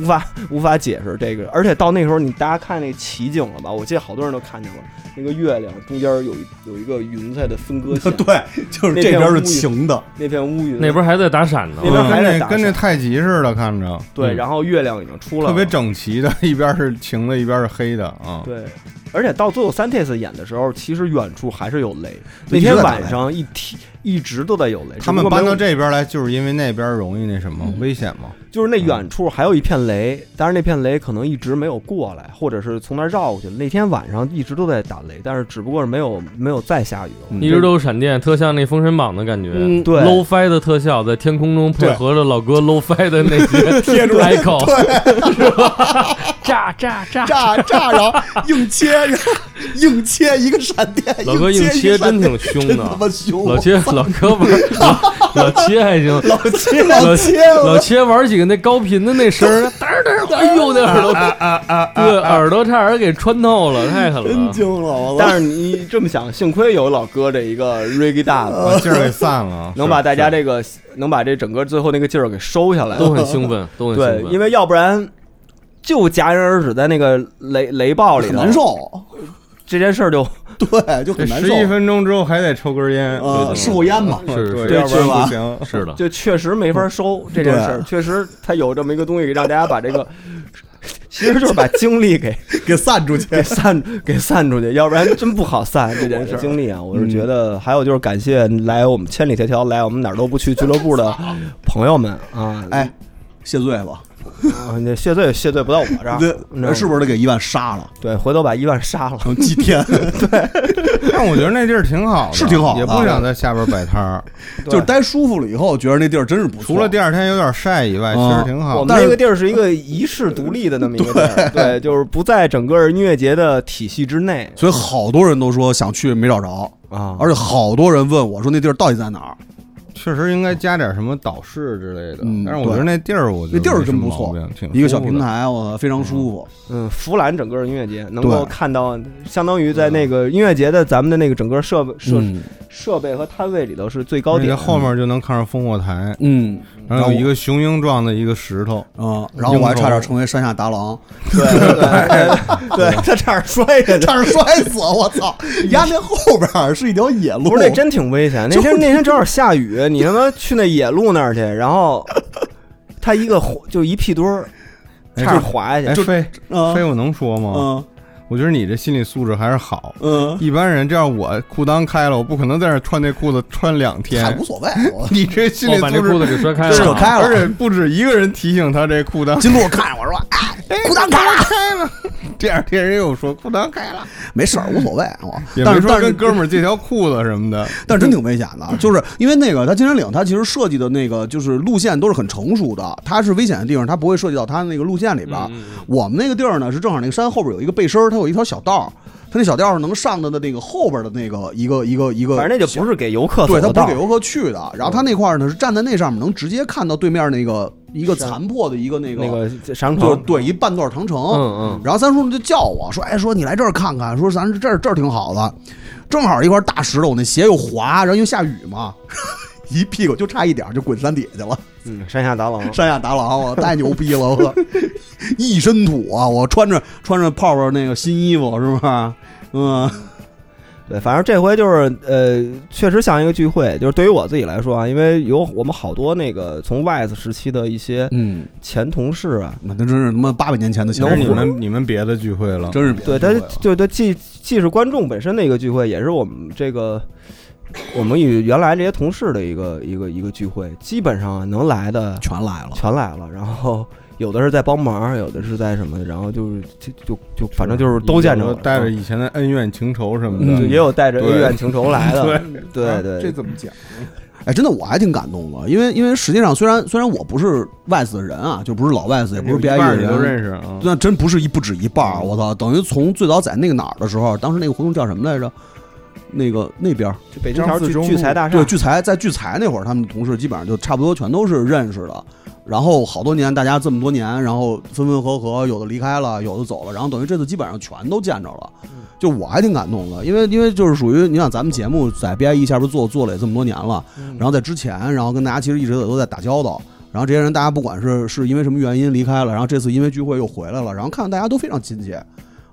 Speaker 3: 无法无法解释这个。而且到那时候你大家看那奇景了吧？我记得好多人都看见了，那个月亮中间有一有一个云彩的分割线，
Speaker 6: 对，就是这边是晴的，
Speaker 3: 那片乌云
Speaker 4: 那边还在打闪呢
Speaker 3: 那。边还
Speaker 2: 跟
Speaker 3: 在
Speaker 2: 那
Speaker 3: 打
Speaker 2: 跟那
Speaker 3: 闪
Speaker 2: 太极似的，看着
Speaker 3: 对，
Speaker 4: 嗯
Speaker 3: 然后月亮已经出来了，
Speaker 2: 特别整齐的，一边是晴的，一边是黑的啊。
Speaker 3: 对，而且到最后三 t e s 演的时候，其实远处还是有雷。
Speaker 9: 对
Speaker 3: 那
Speaker 9: 一直在
Speaker 3: 天
Speaker 9: 打雷
Speaker 3: 晚上一踢，一直都在有雷。
Speaker 2: 他
Speaker 3: 只不
Speaker 2: 们
Speaker 3: 过
Speaker 2: 搬
Speaker 3: 没
Speaker 2: 到
Speaker 3: 有，嗯
Speaker 2: 这边来，就是因为那边容易那什么危险嘛。
Speaker 3: 就是
Speaker 4: 嗯
Speaker 3: 那远处还有一片雷，但是那片雷可能一直没有过来，或者是从那儿绕过去了。那天晚上一直都在打雷，但是只不过是没有没有再下雨了。
Speaker 4: 一直都有闪电，特像那《封神榜》的感觉。
Speaker 3: 对
Speaker 4: 嗯 low fi 的特效在天空中配合着老哥 low fi 的那些贴出来口，
Speaker 10: 炸炸炸！
Speaker 6: 炸炸，然后硬切，然后硬切一个闪电，
Speaker 4: 老哥硬
Speaker 6: 哎硬
Speaker 4: 切
Speaker 6: 一个闪
Speaker 4: 真
Speaker 6: 电
Speaker 4: 挺凶
Speaker 6: 真他
Speaker 4: 的。
Speaker 6: 妈凶，
Speaker 4: 老切老哥玩 老老切还行，
Speaker 6: 老切
Speaker 4: 老
Speaker 6: 老切
Speaker 4: 老切玩几个那高频的那声 儿，嘚儿嘚儿，哎呦，那耳朵，
Speaker 6: 啊
Speaker 4: 对，耳朵差点给穿透了，太狠
Speaker 6: 真
Speaker 4: 了。
Speaker 6: 惊了，我操！
Speaker 3: 但是你这么想，幸亏有老哥这一个 reggae 大
Speaker 4: 嗯
Speaker 3: 的，
Speaker 2: 把劲儿给散了，
Speaker 3: 能把大家
Speaker 2: 这
Speaker 3: 这个能把这整个最后那个劲儿给收下来。
Speaker 4: 啊都很兴奋，都很兴
Speaker 3: 对，
Speaker 4: 奋。哦
Speaker 3: 因为要不然就戛然而止在那个雷雷暴里
Speaker 6: 很
Speaker 3: 头，
Speaker 6: 难受，
Speaker 3: 这件事儿就
Speaker 6: 对，就很难
Speaker 2: 十
Speaker 6: 受
Speaker 2: 一。分钟之后还得抽根烟，
Speaker 6: 呃，
Speaker 4: 对对
Speaker 6: 事后烟嘛，
Speaker 4: 是是
Speaker 2: 对，要不然
Speaker 3: 是吧
Speaker 2: 不行。
Speaker 4: 是的，
Speaker 3: 就确实没法收这件事儿，确实他有这么一个东西让大家把这个，其实就是把精力给
Speaker 6: 给散出去。
Speaker 3: 给散给散出去，要不然真不好散这件事儿。经历啊，我是觉得还有就是感谢来我们千里迢迢来我们哪儿都不去俱乐部的朋友们啊，
Speaker 6: 哎，谢罪吧，
Speaker 3: 啊，那谢罪谢罪不到我这儿，
Speaker 6: 这是不是得给伊万杀了？
Speaker 3: 对，回头把伊万杀了。
Speaker 6: 成祭 天，
Speaker 2: 但我觉得那地儿挺好的，
Speaker 6: 是挺好的
Speaker 2: 也不想在下边摆摊儿。
Speaker 6: 就是待舒服了以后，觉得那地儿真是不错。
Speaker 2: 除了第二天有点晒以外，其
Speaker 6: 啊
Speaker 2: 实挺好
Speaker 3: 我
Speaker 2: 的。
Speaker 3: 们
Speaker 6: 但
Speaker 3: 那
Speaker 6: 是
Speaker 3: 个地儿是一个遗世独立的那么一个地儿，对，就是不在整个音乐节的体系之内
Speaker 6: 所以好多人都说想去没找着，
Speaker 3: 啊。
Speaker 6: 而且好多人问我说那地儿到底在哪儿？
Speaker 2: 嗯确实应该加点什么导视之类的
Speaker 6: 嗯。
Speaker 2: 但是我觉得那地儿，我觉
Speaker 6: 那
Speaker 2: 得
Speaker 6: 地儿
Speaker 2: 没什
Speaker 6: 真
Speaker 2: 么
Speaker 6: 不
Speaker 2: 毛
Speaker 6: 错
Speaker 2: 病，挺
Speaker 6: 一个
Speaker 2: 舒
Speaker 6: 小
Speaker 2: 服的
Speaker 6: 平。台，我非常舒服。
Speaker 3: 嗯，俯览整个音乐节，能够
Speaker 6: 对
Speaker 3: 看到，相当于在那个音乐节的咱们的那个整个设备设
Speaker 6: 嗯
Speaker 3: 设备和摊位里头是最高
Speaker 2: 而且
Speaker 3: 点。
Speaker 2: 后面就能看上烽火台，
Speaker 6: 嗯，
Speaker 2: 然后有一个雄鹰状的一个石头，
Speaker 6: 嗯，然后我还差点成为山下达 郎，
Speaker 3: 对 对对，他差点摔下去。
Speaker 6: 差点摔死我！我 操，压那后边儿是一条野路，
Speaker 3: 不是那真挺危险，那
Speaker 6: 就
Speaker 3: 天那天正好下 雨，你他妈去那野路那儿去，然后他一个就一屁墩儿，差点滑下去。
Speaker 2: 哎，飞
Speaker 6: 嗯
Speaker 2: 飞，我能说吗？
Speaker 6: 嗯
Speaker 2: 我觉得你这心理素质还是好。
Speaker 6: 嗯，
Speaker 2: 一般人这样，我裤裆开了，我不可能在这穿那裤子穿两
Speaker 6: 还
Speaker 2: 天
Speaker 6: 无。所谓。 我
Speaker 2: 你哦这心理
Speaker 4: 我把那裤
Speaker 2: 素
Speaker 4: 子
Speaker 2: 质
Speaker 4: 给摔开
Speaker 6: 扯
Speaker 4: 了，啊
Speaker 6: 开
Speaker 2: 而
Speaker 6: 了，
Speaker 2: 且不止一个人提醒他这裤裆
Speaker 6: 金鹿看着我说：“哎，裤裆开了，
Speaker 2: 第二天人又说裤裆开了，
Speaker 6: 没事儿，无所谓。”我
Speaker 2: 也
Speaker 6: 但
Speaker 2: 没
Speaker 6: 是
Speaker 2: 说
Speaker 6: 但是
Speaker 2: 跟哥们儿借条裤子什么的。
Speaker 6: 但是真挺危险
Speaker 3: 嗯
Speaker 6: 的，就是因为那个它金山岭，它其实设计的那个就是路线都是很成熟的，它是危险的地方，它不会涉及到它那个路线里边
Speaker 3: 嗯
Speaker 6: 儿。我们那个地儿呢，是正好那个山后边有一个背身儿，它有一条小道儿，它那小道儿是能上的的那个后边的那个一个一个一个，
Speaker 3: 反正那就不是给游客走
Speaker 6: 对，它
Speaker 3: 的
Speaker 6: 不
Speaker 3: 道
Speaker 6: 是给游客去的。然后它那块儿呢是站在那上面，能直接看到对面那个一个残破的一个那个
Speaker 3: 啊那个商
Speaker 6: 就是
Speaker 3: 场，
Speaker 6: 对一半段长城。
Speaker 4: 嗯
Speaker 6: 然后三叔就叫我说：“哎，说你来这儿看看，说咱这儿这儿挺好的，正好一块大石头，我那鞋又滑，然后因为下雨嘛， 一屁股就差一点儿就滚山底下去了，
Speaker 3: 嗯，山下达郎。
Speaker 6: 山下达郎，我太牛逼了，我一身土啊，我穿着穿着泡泡那个新衣服是吧？嗯，
Speaker 3: 对，反正这回就是呃，确实像一个聚会。就是对于我自己来说啊，因为有我们好多那个从 YS 时期的一些
Speaker 6: 嗯，
Speaker 3: 前同事啊，
Speaker 6: 那真是他妈八百年前的
Speaker 2: 其
Speaker 6: 情
Speaker 2: 实
Speaker 6: 况，
Speaker 2: 你们你们别的聚会了，
Speaker 6: 真是
Speaker 3: 对，他就他既既是观众本身的一个聚会，也是我们这个我们与原来这些同事的一个一个一个聚会，基本上能来的
Speaker 6: 全来了，
Speaker 3: 全来了，然后。有的是在帮忙，有的是在什么，然后就是就就就反正就是都见着
Speaker 2: 有
Speaker 3: 了
Speaker 2: 的，带着以前的恩怨情仇什么
Speaker 3: 嗯
Speaker 2: 的，
Speaker 3: 也有带着
Speaker 2: 对
Speaker 3: 恩怨情仇来的，对对，
Speaker 7: 这怎么讲？
Speaker 6: 哎，真的我还挺感动的，因为因为实际上虽然虽然我不是外死的人啊，就不是老外死，也不是
Speaker 2: 别
Speaker 6: BIE 的
Speaker 2: 你
Speaker 6: 人，
Speaker 2: 都认识啊。
Speaker 6: 那真不是一不止一半儿，啊
Speaker 3: 嗯
Speaker 6: 我操！等于从最早在那个哪儿的时候，当时那个活动叫什么来着？那个那边儿
Speaker 3: 就北京桥
Speaker 7: 张自
Speaker 3: 聚
Speaker 7: 忠
Speaker 3: 聚财大厦
Speaker 6: 对，聚财，在聚财那会儿，他们的同事基本上就差不多全都是认识的。然后好多年，大家这么多年，然后分分合合，有的离开了，有的走了，然后等于这次基本上全都见着了。
Speaker 3: 嗯
Speaker 6: 就我还挺感动的，因为因为就是属于你想咱们节目在 BIE 下边做做了也这么多年了，
Speaker 3: 嗯
Speaker 6: 然后在之前，然后跟大家其实一直都在打交道。然后这些人，大家不管是是因为什么原因离开了，然后这次因为聚会又回来了，然后看大家都非常亲切，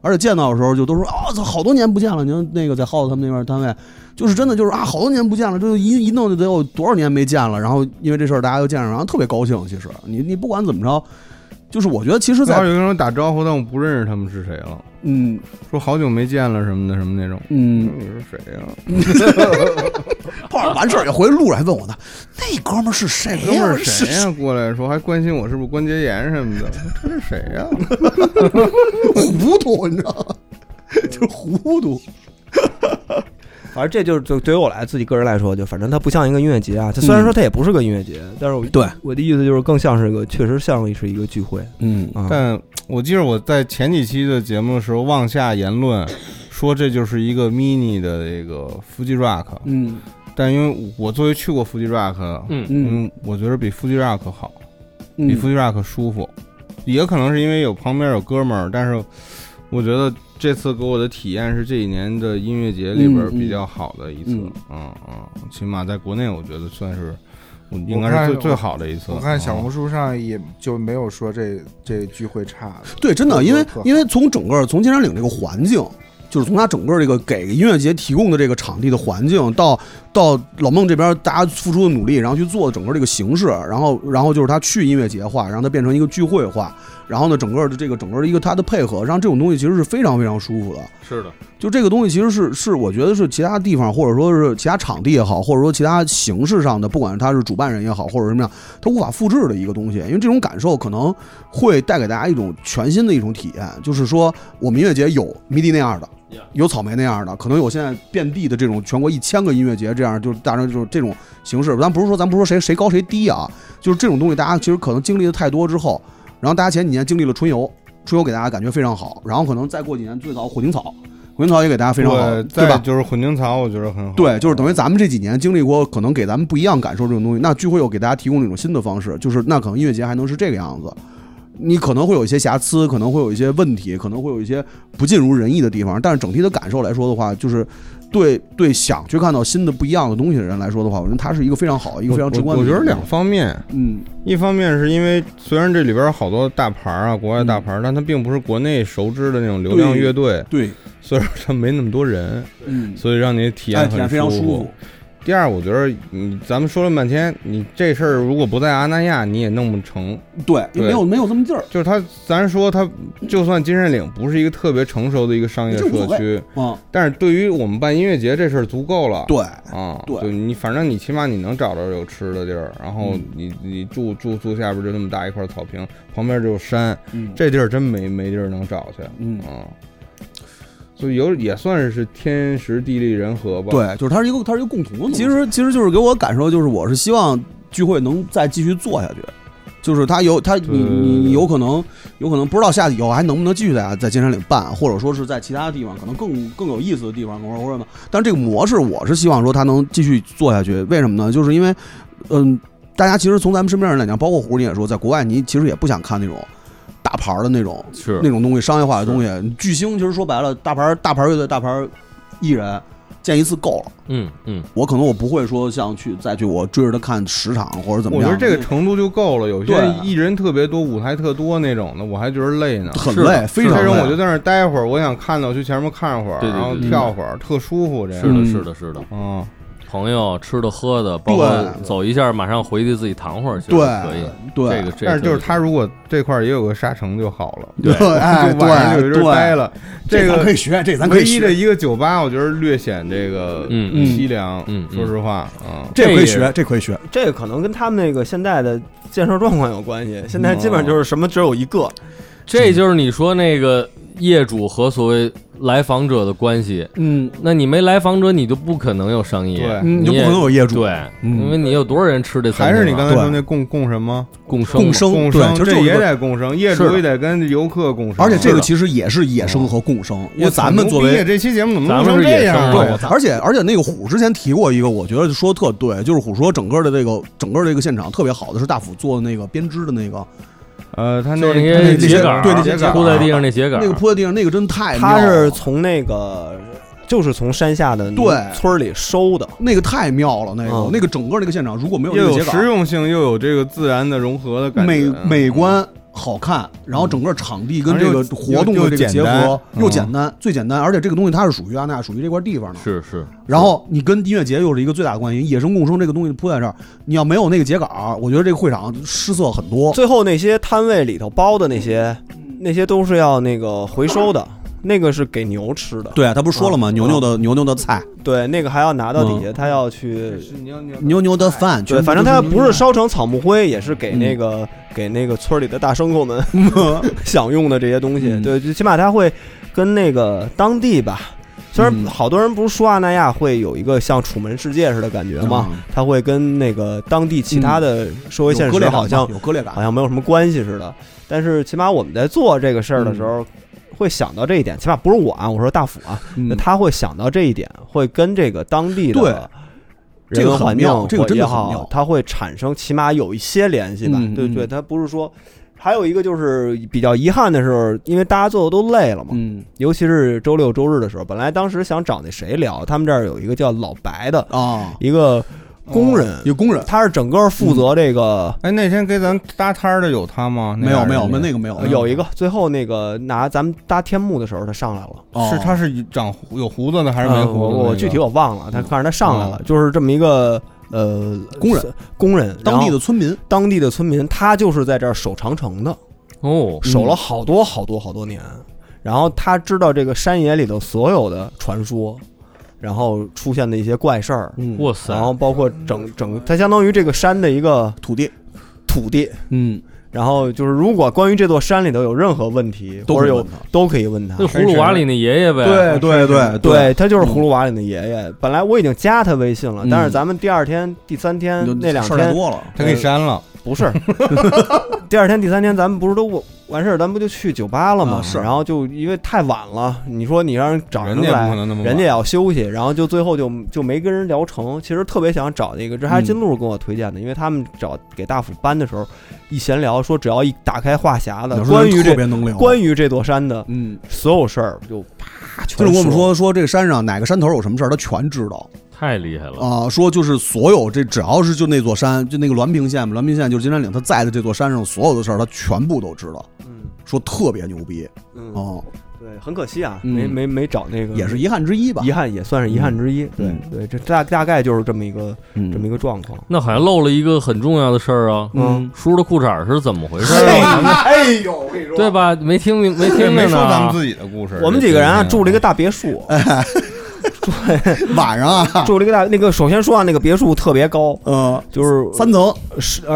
Speaker 6: 而且见到的时候就都说啊，操、好多年不见了！您那个在浩子他们那边单位，就是真的就是啊，好多年不见了，这一一弄就得有多少年没见了。然后因为这事儿大家又见上，然后特别高兴。其实你你不管怎么着，就是我觉得其实
Speaker 2: 然
Speaker 6: 在，
Speaker 2: 后有跟我打招呼，但我不认识他们是谁了，
Speaker 6: 嗯
Speaker 2: 说好久没见了什么的什么那种。
Speaker 6: 嗯，
Speaker 2: 你是谁呀、
Speaker 6: 碰上完事儿也回路上还问我呢，那哥们儿是谁呀？
Speaker 2: 哥们
Speaker 6: 我
Speaker 2: 儿
Speaker 6: 说
Speaker 2: 谁呀、过来说还关心我是不是关节炎什么的，他是谁呀、
Speaker 6: 糊涂，你知道吗？ 就是糊涂。
Speaker 3: 反正这就是就对于我来自己个人来说，就反正它不像一个音乐节啊。它虽然说它也不是个音乐节，但是我
Speaker 6: 对
Speaker 3: 我的意思就是更像是个，确实像是一个聚会
Speaker 6: 嗯
Speaker 3: 啊。
Speaker 2: 但我记得我在前几期的节目的时候妄下言 论，说这就是一个 mini 的这个 Fuji Rock，
Speaker 6: 嗯
Speaker 2: 但因为我作为去过 Fuji Rock，
Speaker 4: 嗯，
Speaker 6: 嗯
Speaker 2: 嗯，我觉得比 Fuji Rock 好，比
Speaker 6: 嗯，
Speaker 2: Fuji Rock 舒服，也可能是因为有旁边有哥们儿，但是我觉得这次给我的体验是这一年的音乐节里边
Speaker 6: 嗯嗯
Speaker 2: 比较好的一次，
Speaker 6: 嗯
Speaker 2: 嗯嗯起码在国内我觉得算是我应
Speaker 7: 我
Speaker 2: 该
Speaker 7: 看
Speaker 2: 是最
Speaker 7: 我
Speaker 2: 最好的一次。
Speaker 7: 我看
Speaker 6: 哦
Speaker 7: 小
Speaker 2: 嗯
Speaker 7: 红书上也就没有说这这聚会差的，
Speaker 6: 对，真的，
Speaker 7: 特
Speaker 6: 因为
Speaker 7: 特好
Speaker 6: 因为从整个从金山岭这个环境，就是从它整个这个给音乐节提供的这个场地的环境，到到老孟这边大家付出的努力，然后去做整个这个形式，然后然后就是它去音乐节化，让它变成一个聚会化，然后呢，整个的这个整个的一个它的配合，让这种东西其实是非常非常舒服的。
Speaker 2: 嗯
Speaker 4: 是的，
Speaker 6: 就这个东西其实是是我觉得是其他地方或者说是其他场地也好，或者说其他形式上的，不管是他是主办人也好，或者什么样，他无法复制的一个东西。因为这种感受可能会带给大家一种全新的一种体验，就是说我们音乐节有迷笛那样的
Speaker 4: Yeah，
Speaker 6: 有草莓那样的，可能有现在遍地的这种全国一千个音乐节这样，就是大家就是这种形式。咱不是说咱不是说谁谁高谁低啊，就是这种东西，大家其实可能经历的太多之后，然后大家前几年经历了春游，春游给大家感觉非常好，然后可能再过几年最早火青草，火青草也给大家非常好，
Speaker 2: 对，
Speaker 6: 对
Speaker 2: 再
Speaker 6: 吧？
Speaker 2: 就是混凝草，我觉得很好。
Speaker 6: 对，就是等于咱们这几年经历过，可能给咱们不一样感受这种东西。那聚会又给大家提供了一种新的方式，就是那可能音乐节还能是这个样子。你可能会有一些瑕疵，可能会有一些问题，可能会有一些不尽如人意的地方，但是整体的感受来说的话，就是对对想去看到新的不一样的东西的人来说的话，我觉得它是一个非常好、一个非常直观的
Speaker 2: 我我
Speaker 6: 一
Speaker 2: 觉
Speaker 6: 个
Speaker 2: 得
Speaker 6: 东西。
Speaker 2: 两方面，
Speaker 6: 嗯
Speaker 2: 一方面是因为虽然这里边有好多大牌儿啊，国外大牌儿，但它并不是国内熟知的那种流量乐队，
Speaker 6: 嗯对，
Speaker 2: 所以说它没那么多人，
Speaker 6: 嗯，
Speaker 2: 所以让你体
Speaker 6: 哎，
Speaker 2: 验
Speaker 6: 体验
Speaker 2: 很
Speaker 6: 非常舒
Speaker 2: 服
Speaker 6: 服。。
Speaker 2: 第二，我觉得你咱们说了半天，你这事儿如果不在阿那亚，你也弄不成。
Speaker 6: 对，
Speaker 2: 对
Speaker 6: 没有没有这么劲儿
Speaker 2: 就是它，咱说它，就算金山岭不是一个特别成熟的一个商业
Speaker 6: 这无所
Speaker 2: 社
Speaker 6: 谓
Speaker 2: 区，
Speaker 6: 啊。
Speaker 2: 但是对于我们办音乐节这事儿足够了。
Speaker 6: 对，
Speaker 2: 啊，
Speaker 6: 对
Speaker 2: 就你反正你起码你能找着有吃的地儿，然后
Speaker 6: 嗯
Speaker 2: 你你住住宿下边就那么大一块草坪，旁边就是山，
Speaker 6: 嗯，
Speaker 2: 这地儿真没没地儿能找去，
Speaker 6: 嗯
Speaker 2: 啊，所以有也算是天时地利人和吧，，
Speaker 6: 对，就是它是一个它是一个共同的东西。
Speaker 11: 其实其实就是给我感受就是我是希望
Speaker 6: 聚会能再继续做下去，就是它有它你
Speaker 2: 对对
Speaker 6: 你
Speaker 2: 对
Speaker 6: 你有可能有可能不知道下以后还能不能继续在在金山岭办，或者说是在其他地方可能更更有意思的地方或者或者什么。但是这个模式我是希望说它能继续做下去，为什么呢？就是因为嗯，大家其实从咱们身边人来讲，包括胡儿你也说，在国外你其实也不想看那种大牌儿的那种
Speaker 4: 是
Speaker 6: 那种东西，商业化的东西，巨星其实说白了，大牌大牌乐队、大牌艺人见一次够了。
Speaker 4: 嗯嗯，
Speaker 6: 我可能我不会说像去再去我追着他看十场或者怎么
Speaker 2: 我
Speaker 6: 样。
Speaker 2: 觉得这个程度就够了，有些
Speaker 6: 对
Speaker 2: 艺人特别多，舞台特多那种的，我还觉得累呢。
Speaker 6: 很
Speaker 4: 是
Speaker 6: 累，
Speaker 4: 的
Speaker 6: 非
Speaker 4: 是
Speaker 6: 常
Speaker 4: 的
Speaker 2: 这种
Speaker 6: 累
Speaker 2: 我就在那儿待会儿，我想看到我去前面看会儿，
Speaker 4: 对对对
Speaker 2: 然后
Speaker 4: 对
Speaker 2: 跳会儿，特舒服这样。
Speaker 4: 是的，是的，是的，
Speaker 2: 嗯，
Speaker 4: 朋友吃的喝的，包括
Speaker 6: 对
Speaker 4: 走一下，马上回去自己躺会儿，其实
Speaker 6: 对
Speaker 4: 可以。这
Speaker 6: 对
Speaker 4: 个，这
Speaker 2: 但是就是
Speaker 4: 个
Speaker 2: 他如果这块儿也有个沙城就好了。
Speaker 4: 对
Speaker 6: 对，哎，
Speaker 2: 就晚上就
Speaker 6: 对
Speaker 2: 有地儿待
Speaker 6: 对，
Speaker 2: 了。这
Speaker 6: 咱
Speaker 2: 个
Speaker 6: 可以学，这咱可
Speaker 2: 唯
Speaker 6: 以学，
Speaker 2: 一的一个酒吧，我觉得略显这个
Speaker 4: 嗯
Speaker 6: 嗯
Speaker 2: 凄凉。
Speaker 4: 嗯嗯
Speaker 2: 说实话啊，
Speaker 6: 这可以
Speaker 4: 这
Speaker 6: 学，这可以学，
Speaker 3: 这个可能跟他们那个现在的建设状况有关系，现在基本上就是什么只有一个，
Speaker 4: 这就是你说那个业主和所谓来访者的关系。
Speaker 6: 嗯，
Speaker 4: 那你没来访者，你就不可能有商业，
Speaker 2: 对
Speaker 6: 你就不
Speaker 4: 也
Speaker 6: 可能有业主，嗯
Speaker 4: 对，因为你有多少人吃这餐
Speaker 2: 还
Speaker 4: 厅啊？
Speaker 2: 是你刚才
Speaker 6: 对
Speaker 2: 说那共共什么
Speaker 4: 共生
Speaker 6: 共
Speaker 4: 嘛
Speaker 6: 生，
Speaker 2: 共
Speaker 6: 对，
Speaker 2: 生，
Speaker 6: 其实
Speaker 2: 这
Speaker 6: 就是
Speaker 2: 也
Speaker 6: 个。
Speaker 2: 得共生，业主也得跟游客共生。
Speaker 6: 而且这个
Speaker 2: 是的
Speaker 6: 其实也是野生和共生，因为
Speaker 2: 我
Speaker 6: 咱
Speaker 2: 操
Speaker 6: 们作
Speaker 2: 牛逼
Speaker 6: 为
Speaker 2: 啊这期节目怎么
Speaker 4: 咱
Speaker 2: 弄
Speaker 4: 们
Speaker 2: 成
Speaker 4: 是
Speaker 2: 这
Speaker 4: 野
Speaker 2: 样
Speaker 4: 生
Speaker 2: 啊？
Speaker 4: 动
Speaker 6: 对，而且而且那个虎之前提过一个，我觉得说特对，就是虎说整个的这个整个这个现场特别好的是大虎做的那个编织的那个
Speaker 2: 呃，他
Speaker 4: 就是那
Speaker 2: 他
Speaker 4: 些
Speaker 6: 那
Speaker 4: 秸
Speaker 6: 些
Speaker 4: 秆儿，
Speaker 6: 对那些啊
Speaker 2: 秸秆儿
Speaker 4: 铺在地上那秸秆儿，
Speaker 6: 那个铺在地上那个真太妙
Speaker 3: 他是
Speaker 6: 了，
Speaker 3: 从那个就是从山下的
Speaker 6: 对哦
Speaker 3: 村儿里收的，
Speaker 6: 那个太妙了，那个
Speaker 3: 嗯
Speaker 6: 那个整个那个现场如果没有
Speaker 2: 啊又
Speaker 6: 那个
Speaker 2: 有
Speaker 6: 秸秆
Speaker 2: 实
Speaker 6: 儿，
Speaker 2: 用性，又有这个自然的融合的感
Speaker 6: 美
Speaker 2: 觉，啊
Speaker 6: 美观好看，然后整个场地跟这
Speaker 2: 嗯
Speaker 6: 个
Speaker 2: 而且又
Speaker 6: 活动的这个结合
Speaker 2: 又
Speaker 6: 又
Speaker 2: 又简单
Speaker 6: 简单，最简单，而且这个东西它是属于安娜，属于这块地方的。
Speaker 4: 是是，
Speaker 6: 然后你跟音乐节又是一个最大的关系，野生共生这个东西铺在这儿，你要没有那个节稿，我觉得这个会场失色很多。
Speaker 3: 最后那些摊位里头包的那些，那些都是要那个回收的，那个是给牛吃的，
Speaker 6: 对啊，他不是说了吗？牛牛的牛牛的菜，
Speaker 3: 对，那个还要拿到底下，他要去
Speaker 6: 牛牛的饭，
Speaker 3: 对，
Speaker 6: 全部
Speaker 3: 反正
Speaker 6: 都
Speaker 3: 它
Speaker 6: 是嗯
Speaker 3: 不是烧成草木灰，也是给那个、给那个村里的大牲口们 享用的这些东西。
Speaker 6: 嗯
Speaker 3: 对，就起码它会跟那个当地吧。虽然
Speaker 6: 嗯
Speaker 3: 好多人不是说阿那亚会有一个像楚门世界似的感觉吗？
Speaker 6: 嗯
Speaker 3: 它会跟那个当地其他的社会
Speaker 6: 有
Speaker 3: 现
Speaker 6: 割
Speaker 3: 实
Speaker 6: 裂感吧
Speaker 3: 好像
Speaker 6: 有割裂
Speaker 3: 好
Speaker 6: 感，
Speaker 3: 像没有什么关系似的。但是起码我们在做这个事儿的时候，会想到这一点。起码不是我啊，我说大府啊，
Speaker 6: 嗯
Speaker 3: 那他会想到这一点，会跟这个当地
Speaker 6: 对
Speaker 3: 的
Speaker 6: 这
Speaker 3: 人
Speaker 6: 个
Speaker 3: 文
Speaker 6: 很
Speaker 3: 环境
Speaker 6: 妙这个
Speaker 3: 或
Speaker 6: 真的
Speaker 3: 也
Speaker 6: 很
Speaker 3: 好
Speaker 6: 妙，
Speaker 3: 他会产生起码有一些联系吧？
Speaker 6: 嗯
Speaker 3: 对
Speaker 6: 嗯
Speaker 3: 对，他不是说。还有一个就是比较遗憾的是，因为大家做的都累了嘛，
Speaker 6: 嗯
Speaker 3: 尤其是周六周日的时候，本来当时想找那谁聊，他们这儿有一个叫老白的
Speaker 6: 啊，
Speaker 3: 一个工人，
Speaker 6: 有工人
Speaker 3: 他是整个负责这个、
Speaker 2: 哎，那天给咱搭摊儿的有他吗？
Speaker 6: 没有没有，没
Speaker 2: 那俩人
Speaker 6: 那个没有
Speaker 3: 呃，有一个最后那个拿咱们搭天幕的时候，他上来了，
Speaker 6: 哦
Speaker 2: 是他是长胡有胡子的还是没
Speaker 6: 啊
Speaker 3: 呃
Speaker 2: 胡
Speaker 3: 我
Speaker 2: 子的那个？
Speaker 3: 我具体我忘
Speaker 6: 嗯
Speaker 3: 了，他反正他上来了，就是这么一个呃
Speaker 6: 工人
Speaker 3: 是工人，
Speaker 6: 当地
Speaker 3: 然
Speaker 6: 的
Speaker 3: 后
Speaker 6: 村民，
Speaker 3: 当地的村民，他就是在这儿守长城的，
Speaker 4: 哦，
Speaker 6: 嗯
Speaker 3: 守了好多好多好多年，然后他知道这个山野里头所有的传说，然后出现的一些怪事儿，
Speaker 6: 嗯
Speaker 4: 哇塞
Speaker 3: 然，后包括整整他相当于这个山的一个
Speaker 6: 土地，
Speaker 3: 土地，
Speaker 6: 嗯，
Speaker 3: 然后就是如果关于这座山里头有任何问题，
Speaker 6: 都
Speaker 3: 或
Speaker 6: 可
Speaker 3: 者
Speaker 6: 以
Speaker 3: 有
Speaker 6: 问他
Speaker 3: 都可以问他
Speaker 4: 那。葫芦娃里那爷爷呗，
Speaker 6: 对对对
Speaker 3: 对他就是葫芦娃里的爷爷。本来我已经加他微信了，
Speaker 6: 嗯
Speaker 3: 但是咱们第二天、第三天
Speaker 6: 就
Speaker 3: 那两
Speaker 6: 事儿太
Speaker 3: 天
Speaker 6: 多了，
Speaker 2: 他给删了，
Speaker 3: 不 是，第二天、第三天咱们不是都完完事儿，咱们不就去酒吧了吗？
Speaker 6: 啊是
Speaker 3: 然后就因为太晚了，你说你让人找
Speaker 2: 人
Speaker 3: 出
Speaker 2: 家也不可
Speaker 3: 来。
Speaker 2: 能那么晚
Speaker 3: 人家也要休息，然后就最后就就没跟人聊成。其实特别想找那个，这还是金鹿跟我推
Speaker 6: 嗯
Speaker 3: 荐的，因为他们找给大府搬的时候，一闲聊说只要一打开话匣子，
Speaker 6: 有时候
Speaker 3: 关于
Speaker 6: 特
Speaker 3: 这
Speaker 6: 别能聊，
Speaker 3: 关于这座山的
Speaker 6: 嗯，
Speaker 3: 所有事儿就啪全
Speaker 6: 就是跟我们说说这个山上哪个山头有什么事儿，他全知道
Speaker 4: 太厉害了，
Speaker 6: 啊、说就是所有这只要是就那座山，就那个滦平县嘛，滦平县就是金山岭，他在的这座山上所有的事儿，他全部都知道，
Speaker 3: 嗯
Speaker 6: 说特别牛逼
Speaker 3: 嗯
Speaker 6: 哦、
Speaker 3: 对，很可惜啊，
Speaker 6: 嗯
Speaker 3: 没没没找那个，
Speaker 6: 也是遗憾之一吧。
Speaker 3: 遗憾，也算是遗憾之一。
Speaker 6: 嗯
Speaker 3: 对对，这大大概就是这么一个
Speaker 6: 嗯
Speaker 3: 这么一个状况。
Speaker 4: 那好像漏了一个很重要的事儿啊。
Speaker 6: 嗯，
Speaker 4: 叔的裤衩是怎么回事啊？
Speaker 7: 哎呦，我跟你 说
Speaker 4: 对吧？没听明，没听
Speaker 2: 这没
Speaker 4: 明
Speaker 2: 说咱们
Speaker 4: 呢。
Speaker 2: 自己的故事。
Speaker 3: 我们几个人啊，
Speaker 2: 这
Speaker 3: 住了一个大别 墅，
Speaker 6: 哎晚上啊，
Speaker 3: 住了一个大那个。首先说啊，那个别墅特别高，
Speaker 6: 呃，
Speaker 3: 就是
Speaker 6: 三层，
Speaker 3: 十呃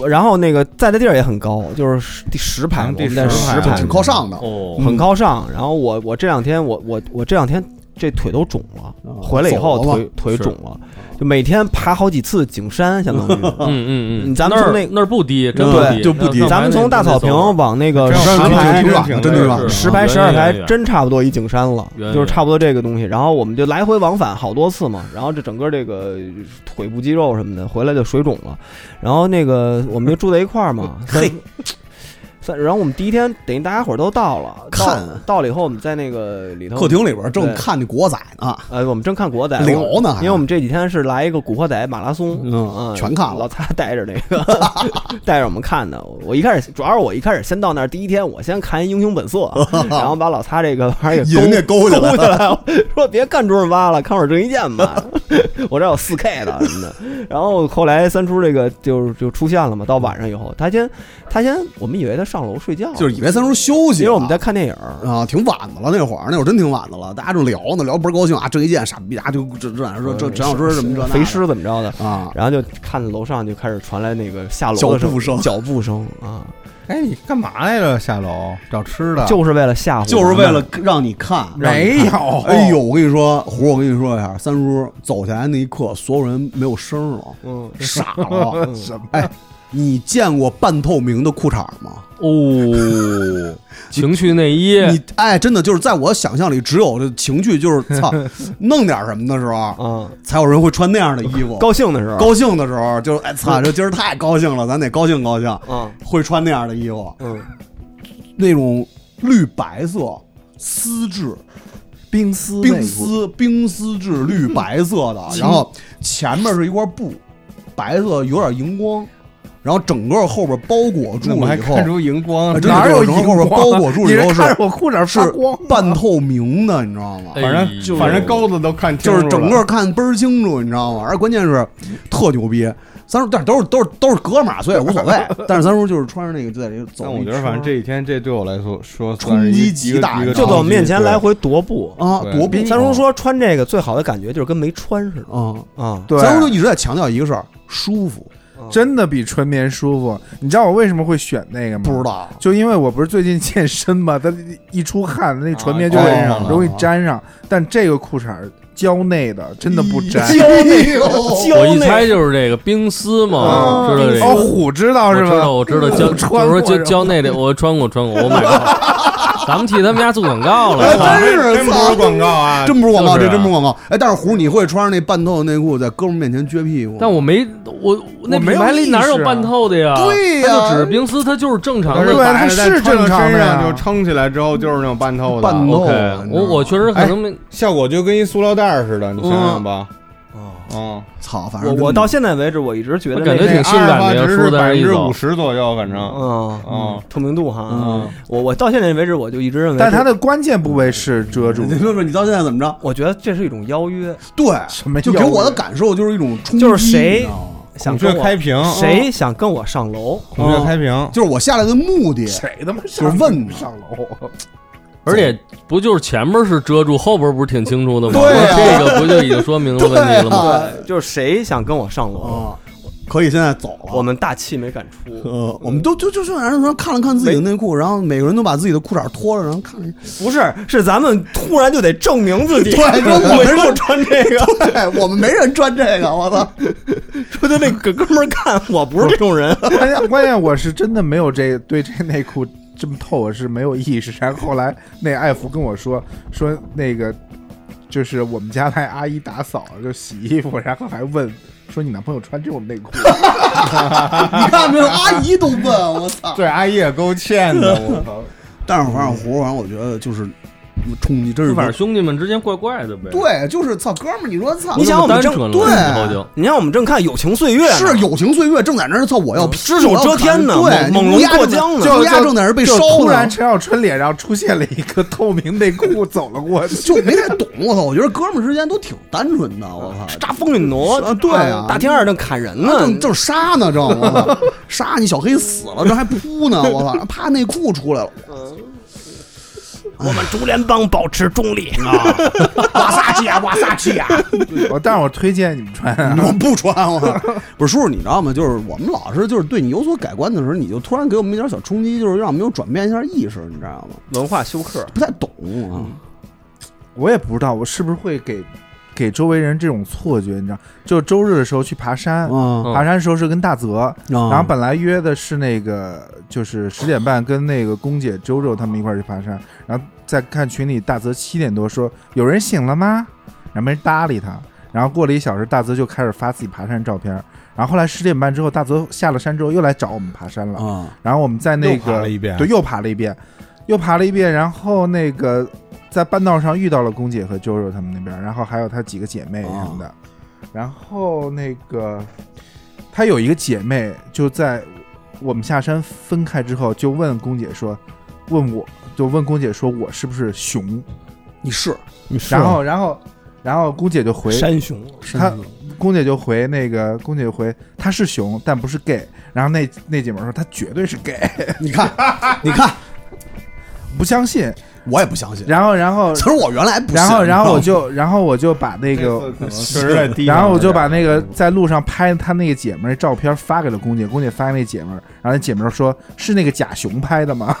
Speaker 3: 呃，然后那个在的地儿也很高，就是十第十排，
Speaker 2: 好
Speaker 3: 我
Speaker 2: 像
Speaker 3: 们
Speaker 2: 第
Speaker 3: 在
Speaker 2: 十排嗯
Speaker 3: 十排
Speaker 6: 挺靠上的。
Speaker 4: 哦，
Speaker 3: 很高尚。然后我我这两天我我我这两天这腿都肿了，回来以后
Speaker 6: 嗯走了
Speaker 3: 腿腿肿了，就每天爬好几次景山，相当于。
Speaker 4: 嗯嗯嗯，
Speaker 3: 咱们
Speaker 4: 那
Speaker 3: 从
Speaker 4: 儿
Speaker 3: 那
Speaker 4: 那儿不低，真不
Speaker 3: 对
Speaker 4: 低，
Speaker 6: 就不低
Speaker 2: 嗯
Speaker 4: 那
Speaker 3: 咱们从大草坪往那个
Speaker 2: 这
Speaker 3: 十
Speaker 2: 样
Speaker 6: 挺
Speaker 3: 排
Speaker 2: 嗯
Speaker 6: 挺远的，真挺远的。
Speaker 3: 十排、十二排
Speaker 4: 远远远
Speaker 3: 真差不多一景山了，
Speaker 4: 远远
Speaker 3: 就是差不多这个东西。然后我们就来回往返好多次嘛，然后这整个这个腿部肌肉什么的回来就水肿了。然后那个我们就住在一块儿 嘛，嘿。算，然后我们第一天等于大家伙儿都到了，到
Speaker 6: 看
Speaker 3: 到了以后，我们在那个里头
Speaker 6: 客，厅里边正
Speaker 3: 对
Speaker 6: 看那国仔呢，
Speaker 3: 呃，我们正看国仔，我
Speaker 6: 聊呢，还
Speaker 3: 因为我们这几天是来一个古惑仔马拉松，
Speaker 6: 嗯全看了
Speaker 3: 老擦带着那 个，带着我们看的。我一开始主要是我一开始先到那儿，第一天我先看《英雄本色》， 然后把老擦这个玩意儿
Speaker 6: 引
Speaker 3: 给
Speaker 6: 那勾起
Speaker 3: 勾
Speaker 6: 来
Speaker 3: 起来 了，说别看周润发了，看会儿郑伊健吧， 我这有四 K 的什么的。然后后来三叔这个就是就出现了嘛，到晚上以后，他先他先我们以为他上楼睡觉了，
Speaker 6: 就是以为三叔休息了，
Speaker 3: 因为我们在看电影。
Speaker 6: 啊，挺晚的了，那会儿那会儿真挺晚的了，大家正聊呢，聊倍儿高兴啊，郑伊健傻逼啊，就这这这说这陈小春什么这那的
Speaker 3: 呃肥狮怎么着的，
Speaker 6: 啊，
Speaker 3: 然后就看楼上就开始传来那个下楼的
Speaker 6: 脚步声
Speaker 3: 脚步声啊，
Speaker 2: 哎，你干嘛来着？下楼找吃的？
Speaker 3: 就是为了吓唬，
Speaker 6: 啊就是为了让你看。
Speaker 7: 没有，
Speaker 6: 哎呦，，我跟你说，胡，我跟你说一下，三叔走下来那一刻，所有人没有声了，
Speaker 3: 嗯，
Speaker 6: 傻了。
Speaker 7: 什么？
Speaker 6: 哎， 你见过半透明的裤衩吗？
Speaker 4: 哦，情趣内衣，
Speaker 6: 你哎，真的就是在我想象里，只有这情趣，就是操，弄点什么的时候，
Speaker 3: 啊，
Speaker 6: 才有人会穿那样的衣服。
Speaker 3: 高兴的
Speaker 7: 啊
Speaker 3: 时候，
Speaker 6: 高兴的时候，就是哎操，
Speaker 7: 嗯
Speaker 6: 这今儿太高兴了，咱得高兴高兴，
Speaker 3: 啊，
Speaker 6: 会穿那样的衣服。
Speaker 3: 嗯，
Speaker 6: 那种绿白色丝质
Speaker 7: 冰丝嗯内裤，
Speaker 6: 冰丝冰丝质绿白色的，然后前面是一块布，白色有点荧光，然后整个后边包裹住
Speaker 2: 那我还
Speaker 6: 以后
Speaker 2: 看，出荧光
Speaker 6: 啊
Speaker 2: 了，
Speaker 6: 真的
Speaker 7: 哪有
Speaker 6: 就是
Speaker 7: 荧
Speaker 6: 后边
Speaker 7: 光
Speaker 6: 包裹住
Speaker 7: 你
Speaker 6: 以
Speaker 7: 是
Speaker 6: 后
Speaker 7: 看
Speaker 6: 是
Speaker 7: 着我裤衩发
Speaker 6: 是
Speaker 7: 光吗
Speaker 6: 半透明的，你知道吗？
Speaker 4: 哎
Speaker 2: 反正
Speaker 4: 就是
Speaker 2: 反正钩子都看清
Speaker 6: 就
Speaker 2: 楚
Speaker 6: 是
Speaker 2: 了
Speaker 6: 整个看倍儿清楚，你知道吗？而关键是特牛逼。三叔，但是都是都是都是哥们儿，啊所以无所谓。但是三叔就是穿着那个就在这走
Speaker 2: 但
Speaker 6: 了
Speaker 2: 我
Speaker 6: 一圈儿，
Speaker 2: 觉得反正这一天这对我来说说
Speaker 6: 冲
Speaker 2: 算是一
Speaker 6: 击极大
Speaker 2: 一个
Speaker 6: 就
Speaker 2: 冲
Speaker 6: 在
Speaker 2: 击
Speaker 6: 我
Speaker 3: 回踱步。
Speaker 6: 啊
Speaker 2: 对
Speaker 6: 多逼
Speaker 3: 三叔说穿这个最好的感觉就是跟没穿似
Speaker 6: 啊！
Speaker 3: 的啊，
Speaker 7: 对，
Speaker 6: 三叔就一直在强调一个事儿，舒服，
Speaker 3: 嗯
Speaker 7: 真的比纯棉舒服。你知道我为什么会选那个吗？
Speaker 6: 不知，道
Speaker 7: 就因为我不是最近健身嘛，它一出汗，那纯棉就
Speaker 2: 啊
Speaker 7: 会
Speaker 2: 粘上了
Speaker 7: 容易粘上。但这个裤衩胶内的真的不粘，
Speaker 6: 哎那个
Speaker 4: 我一猜就是这个冰丝
Speaker 6: 啊
Speaker 4: 嘛，知道这
Speaker 7: 哦，
Speaker 4: 个。
Speaker 7: 虎知道
Speaker 4: 我
Speaker 7: 是
Speaker 4: 知
Speaker 7: 吧
Speaker 4: 道，？我知道，
Speaker 7: 我
Speaker 4: 胶
Speaker 7: 穿过
Speaker 4: 就是说胶
Speaker 7: 是吧
Speaker 4: 胶内的，我穿过穿过，我买过。咱们替他们家做广告了，操
Speaker 6: 真是
Speaker 2: 哎 真不是广告 啊，
Speaker 6: 真不是广告，
Speaker 4: 就是
Speaker 6: 这
Speaker 4: 啊
Speaker 6: 真不是广告。哎，但是胡，你会穿着那半透的内裤在哥们儿面前撅屁股吗？
Speaker 4: 但我没我那
Speaker 7: 我
Speaker 4: 品
Speaker 7: 没有
Speaker 4: 牌里哪
Speaker 7: 意
Speaker 4: 有
Speaker 7: 识啊
Speaker 4: 半透的呀？
Speaker 6: 对呀
Speaker 4: 它就只是冰丝，它就是正常
Speaker 2: 但
Speaker 4: 的
Speaker 2: 是
Speaker 7: 对
Speaker 2: 摆
Speaker 7: 它
Speaker 2: 着在
Speaker 7: 是
Speaker 2: 穿到
Speaker 7: 正常
Speaker 2: 身
Speaker 7: 的呀
Speaker 2: 上就撑起来之后就是那种半透的，
Speaker 6: 半透
Speaker 4: OK，
Speaker 6: 的。你知
Speaker 4: 我
Speaker 6: 道吗
Speaker 4: 我确实可能没
Speaker 2: 效果就跟一塑料袋儿似的，你想想吧。哦，
Speaker 6: 操，反
Speaker 3: 我
Speaker 6: 正
Speaker 3: 我到现在为止我一直觉得
Speaker 4: 我感觉
Speaker 3: 那个
Speaker 4: 挺性感的
Speaker 2: 阿尔法值
Speaker 4: 说
Speaker 2: 是
Speaker 4: 的是
Speaker 2: 百分
Speaker 4: 一
Speaker 2: 之
Speaker 4: 种
Speaker 2: 五十左右，反正
Speaker 3: 嗯
Speaker 4: 啊
Speaker 2: 嗯
Speaker 3: 透明度哈，
Speaker 2: 嗯，
Speaker 3: 我我到现在为止我就一直认为，
Speaker 7: 但它的关键部位是 遮住
Speaker 6: 你
Speaker 7: 的，
Speaker 6: 说说你到现在怎么着？
Speaker 3: 我觉得这是一种邀约，
Speaker 6: 对，
Speaker 7: 什么
Speaker 6: 就
Speaker 7: 妖
Speaker 6: 给我的
Speaker 7: 怪
Speaker 6: 感受就是一种冲击，
Speaker 3: 就是谁
Speaker 6: 你知道吗
Speaker 3: 想
Speaker 2: 孔
Speaker 3: 跟
Speaker 2: 雀
Speaker 3: 我
Speaker 2: 开屏，嗯
Speaker 3: 谁想跟我上楼，
Speaker 2: 孔雀开屏，
Speaker 6: 就是我下来的目的。
Speaker 7: 谁他妈
Speaker 6: 就是
Speaker 7: 上
Speaker 6: 问呢
Speaker 7: 上楼？
Speaker 4: 而且不就是前面是遮住，后边不是挺清楚的吗？
Speaker 6: 对啊
Speaker 4: 这个不就已经说明了问题了吗？
Speaker 6: 啊，
Speaker 3: 嗯就是谁想跟我上楼，
Speaker 6: 啊，可以现在走了。
Speaker 3: 我们大气没敢 出，
Speaker 6: 呃，我们都就就就让人看了看自己的内裤，然后每个人都把自己的裤衩脱了，然后看了一。
Speaker 3: 不是，是咱们突然就得证明自己，
Speaker 6: 对说我
Speaker 3: 我
Speaker 6: 们
Speaker 3: 就穿这个，
Speaker 6: 对我们没人穿这个，我 操！
Speaker 3: 说的那个哥们儿看我不是这种人，
Speaker 7: 关键关键我是真的没有这对这内裤这么透，我是没有意识。然后后来那艾福跟我说说那个就是我们家来阿姨打扫就洗衣服，然后还问说你男朋友穿这种内裤？
Speaker 6: 你看没有，阿姨都问我操。
Speaker 2: 对阿姨也够欠的，我 操！
Speaker 6: 但是反正胡，反正我觉得就是冲击，真是
Speaker 4: 反正兄弟们之间怪怪的呗。
Speaker 6: 对，就是操哥们儿，你说操，
Speaker 3: 你想我们
Speaker 4: 单
Speaker 3: 正
Speaker 4: 纯了，
Speaker 6: 对
Speaker 4: 以后就
Speaker 3: 你让我们正看《友情岁月》呢，
Speaker 6: 是友情岁月正在那儿，操，我要
Speaker 3: 嗯只手遮天呢
Speaker 6: 我要砍对，
Speaker 3: 猛猛龙过江呢
Speaker 6: 就乌
Speaker 7: 就
Speaker 6: 鸦正在那儿被烧
Speaker 7: 就突
Speaker 6: 呢
Speaker 7: 然，陈小春脸上出现了一个透明内裤走了过去，
Speaker 6: 就没太懂，我操，我觉得哥们儿之间都挺单纯
Speaker 3: 嗯
Speaker 6: 的，我操，
Speaker 3: 大风运挪哎
Speaker 6: 啊对啊
Speaker 3: 大天二正砍人呢，
Speaker 6: 正正嗯杀呢，正我操，杀你小黑死了，这还扑呢，我操，啪内裤出 来了，
Speaker 3: 我们竹联帮保持中立啊，
Speaker 6: 哇撒气啊，哇撒气啊！
Speaker 7: 我但是我推荐你们穿啊。
Speaker 6: 我不穿，我操！不是叔叔，你知道吗？就是我们老是就是对你有所改观的时候，你就突然给我们一点小冲击，就是让我们有转变一下意识，你知道吗？
Speaker 3: 文化休克，
Speaker 6: 不太懂啊，
Speaker 7: 我也不知道我是不是会给给周围人这种错觉，你知道？就周日的时候去爬山，
Speaker 6: 啊
Speaker 2: 嗯
Speaker 7: 爬山的时候是跟大泽，
Speaker 6: 然
Speaker 7: 然后本来约的是那个就是十点半跟那个龚姐、周周他们一块儿去爬山，然后再看群里大泽七点多说有人醒了吗？然后没人搭理他，然后过了一小时，大泽就开始发自己爬山照片。然后后来十点半之后，大泽下了山之后又来找我们爬山了，
Speaker 6: 啊，
Speaker 7: 然后我们在那
Speaker 2: 哦又爬
Speaker 7: 个
Speaker 2: 了一
Speaker 12: 哎
Speaker 2: 遍
Speaker 7: 对，又爬了一遍，又爬了一遍，然后那个在半道上遇到了龚姐和周周他们那边，然后还有她几个姐妹什么的，
Speaker 12: 哦
Speaker 7: 然后那个她有一个姐妹就在我们下山分开之后，就问龚姐说，问我就问龚姐说我是不是熊，
Speaker 6: 你是
Speaker 12: 你是
Speaker 7: 然后然后然后龚姐就回
Speaker 12: 山熊，
Speaker 7: 她龚姐就回那个龚姐就回她是熊，但不是 gay。然后那那姐们说她绝对是 gay，
Speaker 6: 你看，你看，
Speaker 7: 不相信。
Speaker 6: 我也不相信。
Speaker 7: 然后然后
Speaker 6: 其实我原来不信，
Speaker 7: 然后，然后我
Speaker 6: 你知道吗
Speaker 7: 就，然后我就把
Speaker 2: 这
Speaker 7: 那
Speaker 2: 次，
Speaker 7: 个
Speaker 2: 可能确实在 地上
Speaker 7: 然后我就
Speaker 2: 有点
Speaker 7: 把那个在路上拍他那个姐们儿照片发给了龚姐，龚姐发给那姐们儿，然后那姐们儿说：“是那个假熊拍 的吗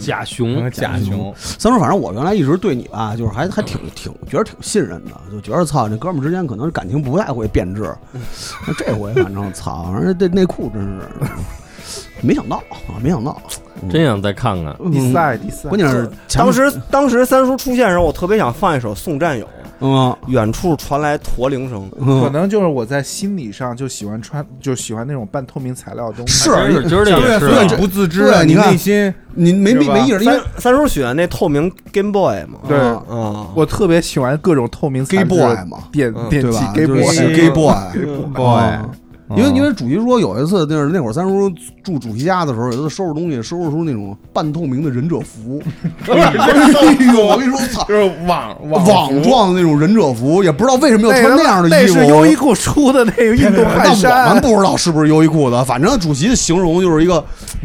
Speaker 4: 假
Speaker 2: 那
Speaker 4: 熊
Speaker 2: 个嗯假熊，
Speaker 6: 三叔，反正我原来一直对你吧，就是还还挺挺觉得挺信任的，就觉得操，这哥们儿之间可能感情不太会变质。那这回反正操，反正这内裤真是没想到啊，没想到。
Speaker 4: 嗯真想再看看？”。
Speaker 7: 第
Speaker 6: 嗯
Speaker 7: 三，第三
Speaker 6: 关，键是前
Speaker 3: 当时当时三叔出现的时候，我特别想放一首《送战友》，
Speaker 6: 嗯
Speaker 3: 远处传来驼铃声，
Speaker 7: 可
Speaker 6: 嗯
Speaker 7: 能就是我在心理上就喜欢穿，就喜欢那种半透明材料的东西。
Speaker 6: 是
Speaker 4: 真是今儿这
Speaker 2: 对
Speaker 4: 也
Speaker 2: 呀，
Speaker 4: 是
Speaker 2: 所
Speaker 4: 啊
Speaker 2: 以你不自知
Speaker 6: 对
Speaker 2: 啊，
Speaker 6: 你
Speaker 2: 你
Speaker 6: 看
Speaker 2: 内心
Speaker 6: 你没
Speaker 2: 是
Speaker 6: 没
Speaker 2: 吧
Speaker 6: 没意思，因为
Speaker 3: 三三叔喜欢那透明 Game Boy 嘛，
Speaker 7: 对
Speaker 3: 啊，
Speaker 7: 我特别喜欢各种透明材质
Speaker 6: Gay boy 嘛
Speaker 7: 电
Speaker 3: 嗯
Speaker 7: 电
Speaker 6: 对
Speaker 7: 器
Speaker 6: 吧？
Speaker 7: gay
Speaker 6: 啊就是
Speaker 7: boy，啊哦
Speaker 6: gay boy，
Speaker 2: boy， 嗯
Speaker 6: 因为因为主席说有一次，就是那会儿三叔住主席家的时候，有一次收拾东西，收拾出那种半透明的忍者服。哎呦，我跟你说，我操！
Speaker 2: 就是网
Speaker 6: 网状的那种忍者服，也不知道为什么要穿那样的衣服。
Speaker 7: 那是优衣库出的那个 运动汗
Speaker 6: 但我
Speaker 7: 衫
Speaker 6: 们，不知道是不是优衣库的，反正主席的形容就是一个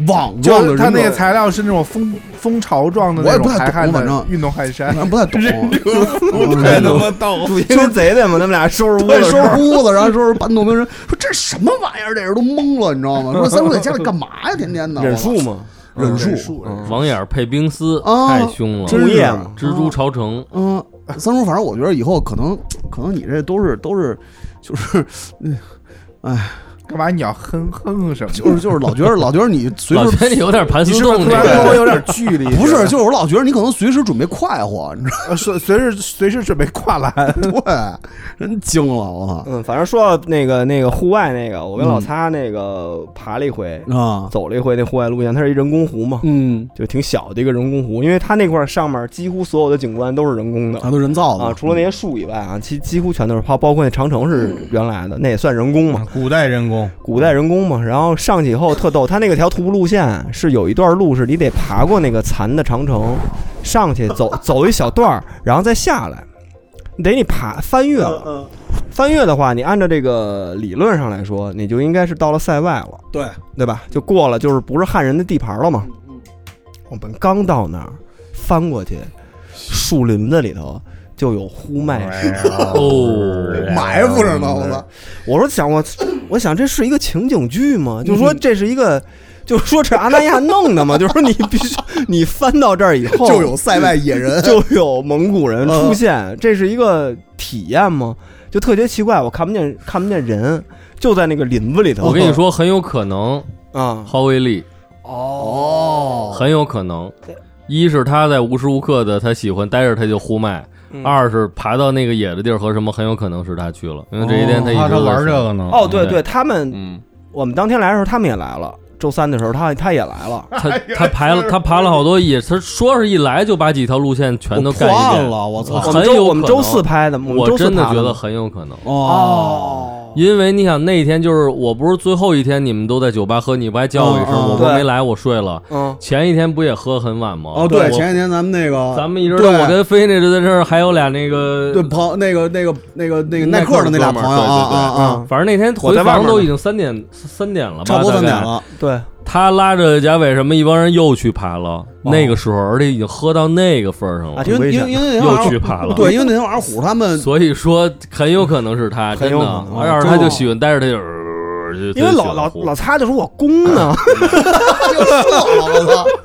Speaker 6: 网状的
Speaker 7: 就
Speaker 6: 忍者。
Speaker 7: 它那个材料是那种蜂蜂巢状的那
Speaker 6: 我也
Speaker 7: 种
Speaker 6: 不太
Speaker 7: 排汗
Speaker 6: 懂
Speaker 7: 的
Speaker 6: 反正
Speaker 7: 运动汗
Speaker 6: 反
Speaker 7: 衫。
Speaker 6: 正不太懂，啊 嗯
Speaker 2: 太他妈逗了，
Speaker 3: 就是贼的嘛，他们俩收拾屋
Speaker 6: 对，
Speaker 3: 的时
Speaker 6: 收
Speaker 3: 候
Speaker 6: 拾屋 子，然后收拾半透明人，说这什么玩意儿？这人都懵了，你知道吗？说三叔在家里干嘛呀？天天的
Speaker 3: 忍术， 嘛，
Speaker 6: 我操嗯忍术，
Speaker 7: 术
Speaker 4: 网眼配冰丝，
Speaker 6: 啊
Speaker 4: 太凶了，
Speaker 6: 真
Speaker 3: 木
Speaker 6: 是
Speaker 3: 叶嘛
Speaker 4: 蜘蛛朝城，
Speaker 6: 嗯，三叔，反正我觉得以后可能可能你这都是都是就是
Speaker 7: 干嘛你要哼哼哼什么？
Speaker 6: 就是就是 老觉得老觉得你随
Speaker 4: 老
Speaker 6: 时
Speaker 4: 觉得你有点盘丝洞
Speaker 7: 突
Speaker 4: 那
Speaker 3: 哦
Speaker 7: 然
Speaker 4: 个
Speaker 7: 跟我有点距离，
Speaker 6: 啊不是，就是我老觉得你可能随时准备快活，你知
Speaker 7: 呃随随时随时准备跨栏。
Speaker 6: 道吗？ 对，真惊了，我操！
Speaker 3: 嗯，反正说到那个那个户外那个，我跟老擦那个爬了一回，
Speaker 6: 啊，
Speaker 3: 走了一回那户外路线，它是一人工湖嘛，
Speaker 6: 嗯，
Speaker 3: 就挺小的一个人工湖，因为它那块儿上面几乎所有的景观都是人工的
Speaker 6: 全都人造的
Speaker 3: 啊，除了那些树以外啊，其几乎全都是，包包括那长城是原来的，那也算人工嘛，
Speaker 2: 古代人工，
Speaker 3: 古代人工嘛。然后上去以后特逗，它那个条徒步路线是有一段路是你得爬过那个残的长城，上去走走一小段儿，然后再下来，得你爬翻越了。翻越的话，你按照这个理论上来说，你就应该是到了塞外了，
Speaker 6: 对
Speaker 3: 对吧？就过了，就是不是汉人的地盘了嘛。我们刚到那儿，翻过去，树林子里头就有呼麦
Speaker 2: 哎
Speaker 3: 声。
Speaker 4: 哦，
Speaker 6: 埋伏着呢，我操！
Speaker 3: 我说想我，我想这是一个情景剧
Speaker 4: 嗯
Speaker 3: 吗？就说这是一个，就说这阿那亚弄的嘛，就说你必须你翻到这儿以后
Speaker 6: 就有塞外野人，
Speaker 3: 就有蒙古人
Speaker 4: 嗯
Speaker 3: 出现，这是一个体验吗？就特别奇怪，我看不见看不见人，就在那个林子里头。
Speaker 4: 我跟你说，很有可能
Speaker 3: 啊，
Speaker 4: 浩威利
Speaker 6: 哦，
Speaker 4: 很有可能，一是他在无时无刻的他喜欢待着他就呼麦，
Speaker 3: 嗯
Speaker 4: 二是爬到那个野的地儿和什么很有可能是他去了，因为这一天他一
Speaker 2: 他
Speaker 4: 直
Speaker 2: 哎他
Speaker 4: 都在
Speaker 2: 玩这
Speaker 4: 说，
Speaker 2: 个呢。
Speaker 3: 哦，对对，他们
Speaker 4: 嗯，
Speaker 3: 我们当天来的时候，他们也来了。周三的时候，他他也来了，
Speaker 4: 他他排了他爬了好多野，他说是一来就把几条路线全都
Speaker 6: 破
Speaker 4: 干一
Speaker 6: 案
Speaker 4: 遍，哦
Speaker 6: 了，我操！
Speaker 3: 我
Speaker 4: 很
Speaker 3: 们
Speaker 4: 有
Speaker 3: 周
Speaker 4: 可能
Speaker 3: 我们周四拍的，我们周
Speaker 4: 我
Speaker 3: 四
Speaker 4: 真的
Speaker 3: 拍
Speaker 4: 觉
Speaker 3: 的
Speaker 4: 得很有可能。
Speaker 6: 哦，
Speaker 4: 因为你想那一天就是我不是最后一天你们都在酒吧喝，你不还叫我一声，
Speaker 6: 嗯嗯
Speaker 4: 我说
Speaker 3: 对
Speaker 4: 没来，我睡了。
Speaker 3: 嗯，
Speaker 4: 前一天不也喝很晚吗？
Speaker 6: 哦，对，
Speaker 4: 我
Speaker 6: 前几天咱们那个，
Speaker 4: 咱们一直
Speaker 6: 对
Speaker 4: 我跟飞那就在这儿，还有俩那个
Speaker 6: 对朋那个那个那个那个
Speaker 4: 耐
Speaker 6: 耐
Speaker 4: 克
Speaker 6: 克的那俩
Speaker 4: 哥们
Speaker 6: 朋
Speaker 4: 儿
Speaker 6: 友啊啊
Speaker 4: 对
Speaker 3: 嗯
Speaker 6: 啊，
Speaker 4: 反正那天
Speaker 3: 我
Speaker 4: 回
Speaker 3: 在外
Speaker 4: 房
Speaker 3: 面
Speaker 4: 都
Speaker 3: 呢
Speaker 4: 已经三点三点了嗯吧，
Speaker 6: 差不多
Speaker 4: 大
Speaker 6: 三
Speaker 4: 概
Speaker 6: 点。了，
Speaker 3: 对，
Speaker 4: 他拉着贾伟什么一帮人又去爬了，那个时候而且已经喝到那个份儿上了
Speaker 3: 啊，
Speaker 6: 因为因为因为那天晚
Speaker 4: 又去
Speaker 6: 上
Speaker 4: 爬了。
Speaker 6: 对，因为那天晚上虎他们
Speaker 4: 所以说很有可能是他，
Speaker 3: 很
Speaker 4: 真
Speaker 3: 有
Speaker 4: 的
Speaker 3: 可能，
Speaker 4: 而要是他就喜欢待着，他就呃就
Speaker 3: 因为老老老擦就说我公
Speaker 6: 啊
Speaker 3: 呢，
Speaker 6: 就射了，我操！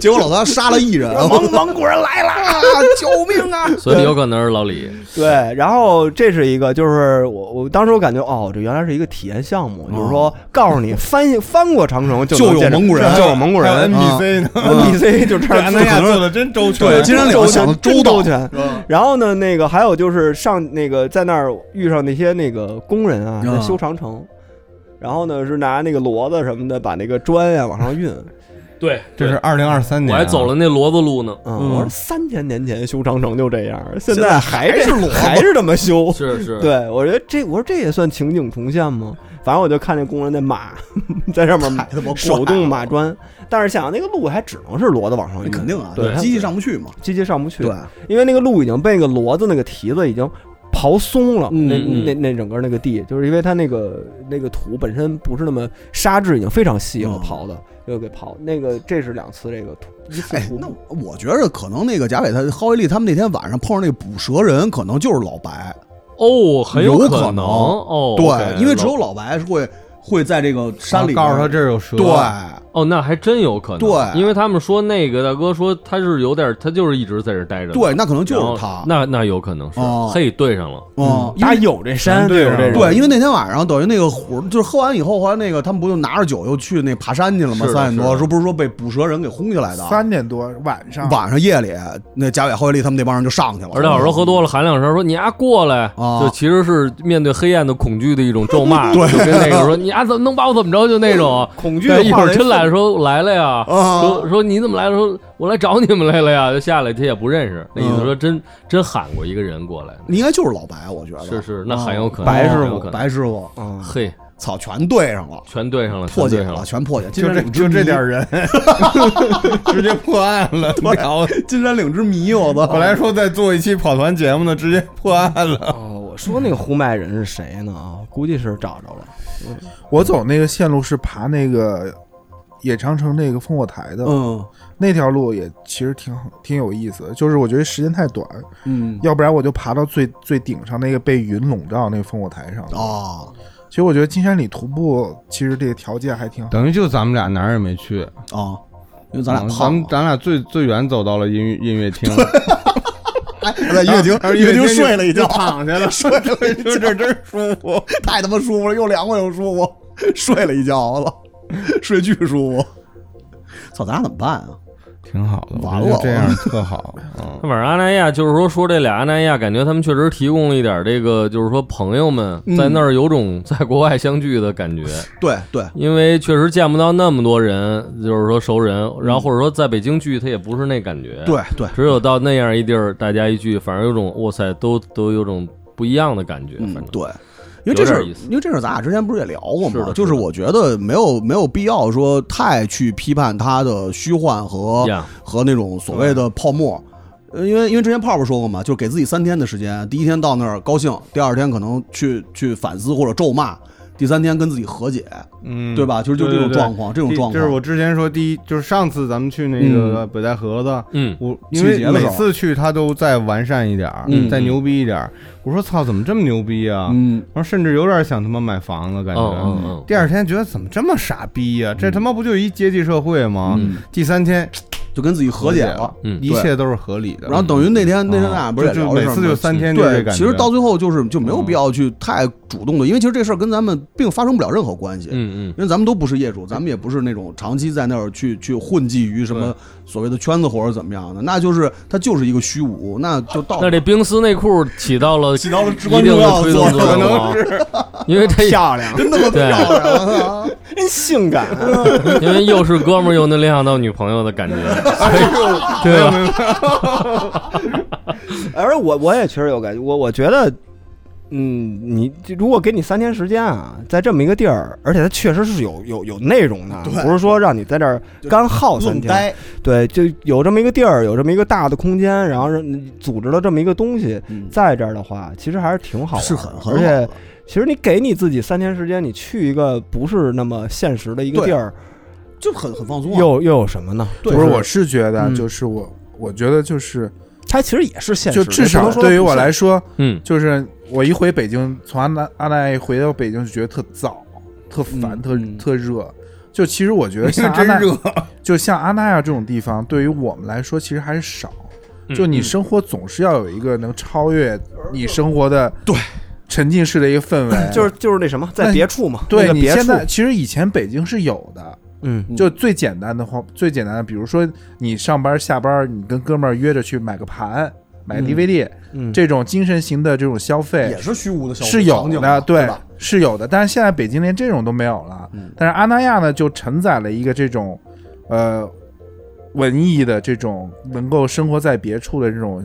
Speaker 6: 结果老三杀了一人，
Speaker 3: 蒙蒙古人来了，
Speaker 6: 啊，救命 啊！
Speaker 4: 所以有可能是老李。
Speaker 3: 对，然后这是一个，就是我我当时我感觉哦，这原来是一个体验项目，就是说告诉你翻翻过长城就
Speaker 6: 哦就
Speaker 3: 能
Speaker 6: 有
Speaker 3: 见着
Speaker 6: 蒙古人
Speaker 3: 就有蒙古
Speaker 2: 还有
Speaker 3: 人
Speaker 2: NPC 呢，
Speaker 3: NPC 就这
Speaker 2: 这
Speaker 3: 样
Speaker 2: 安那亚做的真周全。啊
Speaker 6: 对，金山
Speaker 3: 周
Speaker 6: 岭想的
Speaker 3: 全真
Speaker 6: 到，嗯
Speaker 3: 全。然后呢，那个还有就是上那个在那儿遇上那些那个工人啊，
Speaker 6: 嗯
Speaker 3: 在修长城，然后呢是拿那个骡子什么的把那个砖呀往上运，
Speaker 4: 对，
Speaker 2: 这是二零二三
Speaker 4: 我
Speaker 2: 年啊，
Speaker 4: 还走了那骡子路呢。
Speaker 3: 嗯，我说三千年前修长城就这样，现
Speaker 6: 在
Speaker 3: 还
Speaker 6: 还
Speaker 3: 这
Speaker 6: 是骡子
Speaker 3: 还是这么 修，
Speaker 4: 是是，
Speaker 3: 对，我觉得这，我说这也算情景重现吗？反正我就看见工人那马 在上面
Speaker 6: 太他妈怪
Speaker 3: 手动马砖，但是想那个路还只能是骡子往上运，
Speaker 6: 肯定啊，
Speaker 3: 对，
Speaker 6: 机器上不去嘛，
Speaker 3: 机器上不去，
Speaker 6: 对，
Speaker 3: 因为那个路已经被那个骡子那个蹄子已经刨松了，
Speaker 6: 嗯
Speaker 3: 那
Speaker 6: 嗯
Speaker 3: 那那整个那个地，就是因为它那个那个土本身不是那么沙质已经非常细了，
Speaker 6: 嗯
Speaker 3: 刨的又给刨，那个这是两次这个土一次
Speaker 6: 哎
Speaker 3: 徒，
Speaker 6: 那
Speaker 3: 步，
Speaker 6: 我觉着可能那个贾伟他郝威利他们那天晚上碰上那个捕蛇人，可能就是老白，
Speaker 4: 哦，很
Speaker 6: 有可
Speaker 4: 可
Speaker 6: 能
Speaker 4: 哦，
Speaker 6: 对，
Speaker 4: OK，
Speaker 6: 因为只有
Speaker 4: 老
Speaker 6: 老白是会会在这个山里
Speaker 2: 告诉他这儿有蛇，
Speaker 6: 对，
Speaker 4: 哦，那还真有可能。
Speaker 6: 对
Speaker 4: 因为他们说那个大哥说他是有点，他就是一直在这儿待着的。
Speaker 6: 对，那可能就
Speaker 4: 然后
Speaker 6: 是他，
Speaker 4: 那那有可能是
Speaker 6: 哦，
Speaker 4: 嘿，对上了。
Speaker 6: 嗯，因
Speaker 3: 他
Speaker 6: 为
Speaker 3: 有这山，
Speaker 2: 对
Speaker 3: 有这人，
Speaker 6: 对，因为那天晚上等于那个虎，就是喝完以后，后来那个他们不就拿着酒又去那爬山去了吗？
Speaker 4: 是的
Speaker 6: 三点
Speaker 4: 是
Speaker 6: 多，
Speaker 4: 的
Speaker 6: 说不是说被捕蛇人给轰下来的。啊
Speaker 7: 三点多晚上，
Speaker 6: 晚上夜里，那贾伟、郝伟丽他们那帮人就上去了，嗯
Speaker 4: 而且有时候喝多了喊两声说你丫、过来，
Speaker 6: 啊
Speaker 4: 就其实是面对黑暗的恐惧的一种咒骂，
Speaker 6: 对
Speaker 4: 就跟那个说你丫、怎么能把我怎么着就那 种。
Speaker 3: 恐惧
Speaker 4: 对，一
Speaker 3: 化
Speaker 4: 会儿
Speaker 3: 为
Speaker 4: 真来了说来了呀，
Speaker 6: 啊
Speaker 4: 说说你怎么来了？说我来找你们来了呀，就下来他也不认识，那意思
Speaker 6: 嗯
Speaker 4: 说真真喊过一个人过来，
Speaker 6: 应该就是老白，我觉得
Speaker 4: 是
Speaker 6: 嗯
Speaker 4: 是，那很有可能，
Speaker 3: 白师
Speaker 4: 很
Speaker 3: 傅
Speaker 4: 有可能
Speaker 6: 白师傅，嗯
Speaker 3: 啊，
Speaker 4: 嘿，
Speaker 6: 草全对上了，
Speaker 4: 全对上了，
Speaker 6: 破
Speaker 4: 全
Speaker 6: 解
Speaker 4: 对上
Speaker 6: 了，
Speaker 4: 了。
Speaker 6: 全破解。金
Speaker 2: 就
Speaker 6: 山
Speaker 2: 这
Speaker 6: 岭之
Speaker 2: 就这
Speaker 6: 谜
Speaker 2: 点，人， 直接破案了。了，
Speaker 6: 金山岭之谜，我操！
Speaker 2: 本来说再做一期跑团节目呢，直接破案了。
Speaker 3: 哦，我说那个呼麦人是谁呢？啊，估计是找着了。
Speaker 7: 我走那个线路是爬那个野长城那个烽火台的，
Speaker 6: 嗯
Speaker 7: 那条路也其实挺好，挺有意思的。就是我觉得时间太短，
Speaker 6: 嗯
Speaker 7: 要不然我就爬到最最顶上那个被云笼罩那个烽火台上。
Speaker 6: 啊
Speaker 7: 其实我觉得金山里徒步其实这个条件还挺 好。
Speaker 2: 等于就咱们俩哪儿也没去，嗯
Speaker 6: 啊，因为咱俩
Speaker 2: 咱
Speaker 6: 胖
Speaker 2: 们
Speaker 6: 嘛，
Speaker 2: 咱俩最最远走到了音乐音乐厅，
Speaker 6: 在月经
Speaker 2: 然后
Speaker 6: 月经
Speaker 2: 厅就
Speaker 6: 睡了一觉
Speaker 2: 就，躺下 了，
Speaker 6: 睡了 一
Speaker 2: 就
Speaker 6: 觉，
Speaker 2: 这真舒服。
Speaker 6: 太他妈舒服了，又凉快又舒服，睡了一觉，我操， 睡巨舒服。操，咱俩怎么办啊？
Speaker 2: 挺好的，
Speaker 6: 完
Speaker 2: 我觉得
Speaker 6: 了
Speaker 2: 这样特好。嗯，
Speaker 4: 那反正阿那亚就是说说这俩阿那亚，感觉他们确实提供了一点这个，就是说朋友们
Speaker 6: 嗯
Speaker 4: 在那儿有种在国外相聚的感觉，
Speaker 6: 对对，
Speaker 4: 因为确实见不到那么多人，就是说熟人，然后或者说在北京聚，他也不是那感觉，
Speaker 6: 嗯对对，
Speaker 4: 只有到那样一地儿，大家一聚，反而有种哇塞，都都有种不一样的感觉，反
Speaker 6: 嗯
Speaker 4: 正
Speaker 6: 对。因为这事
Speaker 4: 有
Speaker 6: 儿，
Speaker 4: 点意思
Speaker 6: 因为这事儿，咱俩之前不是也聊过
Speaker 4: 是的
Speaker 6: 吗？
Speaker 4: 是
Speaker 6: 就是
Speaker 4: 的
Speaker 6: 我觉得没有没有必要说太去批判它的虚幻和
Speaker 4: 呀
Speaker 6: 和那种所谓的泡沫。呃，因为因为之前泡泡说过嘛，就是给自己三天的时间，第一天到那儿高兴，第二天可能去去反思或者咒骂，第三天跟自己和解，
Speaker 2: 嗯，
Speaker 6: 对吧？就是就
Speaker 2: 对
Speaker 6: 这种
Speaker 2: 对
Speaker 6: 状况，这种
Speaker 2: 第
Speaker 6: 状况，
Speaker 2: 就是我之前说第一，就是上次咱们去那个北戴河的，
Speaker 4: 嗯，
Speaker 2: 我因为
Speaker 6: 季节的
Speaker 2: 每
Speaker 6: 时候
Speaker 2: 次去他都再完善一点儿，
Speaker 6: 嗯
Speaker 2: 再牛逼一点儿。我说操，怎么这么牛逼啊？
Speaker 6: 嗯，哦
Speaker 2: 然后甚至有点想他妈买房子感
Speaker 4: 嗯
Speaker 2: 觉。
Speaker 4: 嗯嗯，
Speaker 2: 第二天觉得怎么这么傻逼呀、这他妈不就一阶级社会吗？
Speaker 6: 嗯
Speaker 2: 第三天
Speaker 6: 就跟自己和解了。
Speaker 4: 嗯
Speaker 2: 一切都是合理的。
Speaker 6: 然后等于那天那天咱
Speaker 2: 啊
Speaker 6: 俩不是也
Speaker 2: 就
Speaker 6: 聊
Speaker 2: 就
Speaker 6: 这事儿
Speaker 2: 每次就
Speaker 6: 吗
Speaker 2: 三天就这
Speaker 6: 对，
Speaker 2: 感觉。嗯
Speaker 6: 其实到最后就是就没有必要去太主动的，因为其实这事儿跟咱们并发生不了任何关系。
Speaker 4: 嗯嗯
Speaker 6: 因为咱们都不是业主，咱们也不是那种长期在那儿去去混迹于什么所谓的圈子或者怎么样的，那就是它就是一个虚无，那就到
Speaker 4: 那这冰丝内裤起到了
Speaker 6: 哦起到了至
Speaker 4: 一
Speaker 6: 关
Speaker 4: 定
Speaker 6: 重
Speaker 4: 的
Speaker 6: 要
Speaker 4: 推
Speaker 6: 的
Speaker 4: 动
Speaker 6: 作
Speaker 4: 作
Speaker 6: 用，
Speaker 4: 用啊，因为这
Speaker 3: 漂亮，
Speaker 6: 真他嗯妈漂
Speaker 4: 对
Speaker 6: 亮啊！
Speaker 3: 真性感。啊
Speaker 4: 因为又是哥们儿又能联想到女朋友的感觉，
Speaker 2: 对啊吧？
Speaker 3: 而我我也确实有感觉，我我觉得，嗯，你就如果给你三天时间啊，在这么一个地儿，而且它确实是有有有内容的，啊不是说让你在这儿干耗三
Speaker 6: 愣
Speaker 3: 天。
Speaker 6: 呆，
Speaker 3: 对，就有这么一个地儿，有这么一个大的空间，然后让你组织了这么一个东西，
Speaker 6: 嗯
Speaker 3: 在这儿的话，其实还是挺好玩的，啊
Speaker 6: 是很很好
Speaker 3: 而
Speaker 6: 的
Speaker 3: 且其实你给你自己三天时间，你去一个不是那么现实的一个
Speaker 6: 对
Speaker 3: 地儿，
Speaker 6: 就很很放松啊。
Speaker 3: 又又有什么呢？
Speaker 6: 对
Speaker 3: 就
Speaker 7: 不是，我是觉得
Speaker 3: 嗯
Speaker 7: 就是我，我觉得就是
Speaker 3: 它其实也是现实
Speaker 7: 就
Speaker 3: 的，
Speaker 7: 至
Speaker 3: 也不
Speaker 7: 少
Speaker 3: 能说
Speaker 7: 对于
Speaker 3: 它不
Speaker 7: 我
Speaker 3: 现
Speaker 7: 来说，
Speaker 4: 嗯，
Speaker 7: 就是我一回北京，从阿那阿那亚一回到北京就觉得特燥、特烦、
Speaker 6: 嗯
Speaker 7: 特
Speaker 6: 嗯
Speaker 7: 特热。就其实我觉 得像阿
Speaker 2: 真
Speaker 7: 那
Speaker 2: 热，
Speaker 7: 就像阿那亚这种地方，对于我们来说其实还是少。
Speaker 4: 嗯
Speaker 7: 就你生活总是要有一个能超越你生活的
Speaker 6: 对
Speaker 7: 沉浸式的一个氛围，
Speaker 3: 就是就是那什么，在
Speaker 7: 那
Speaker 3: 别处嘛，那
Speaker 7: 对
Speaker 3: 个
Speaker 7: 你
Speaker 3: 别
Speaker 7: 现
Speaker 3: 处，
Speaker 7: 在其实以前北京是有的，
Speaker 3: 嗯，
Speaker 6: 嗯
Speaker 7: 就最简单的话，最简单的，比如说你上班下班，你跟哥们儿约着去买个盘，买个 DVD，、
Speaker 3: 嗯
Speaker 7: 这种精神型的这种消费
Speaker 6: 也是虚无的小
Speaker 7: 是有的，
Speaker 6: 对
Speaker 7: 对
Speaker 6: 吧？，
Speaker 7: 是有的。但是现在北京连这种都没有了。
Speaker 6: 嗯
Speaker 7: 但是阿那亚呢，就承载了一个这种，呃，文艺的这种能够生活在别处的这种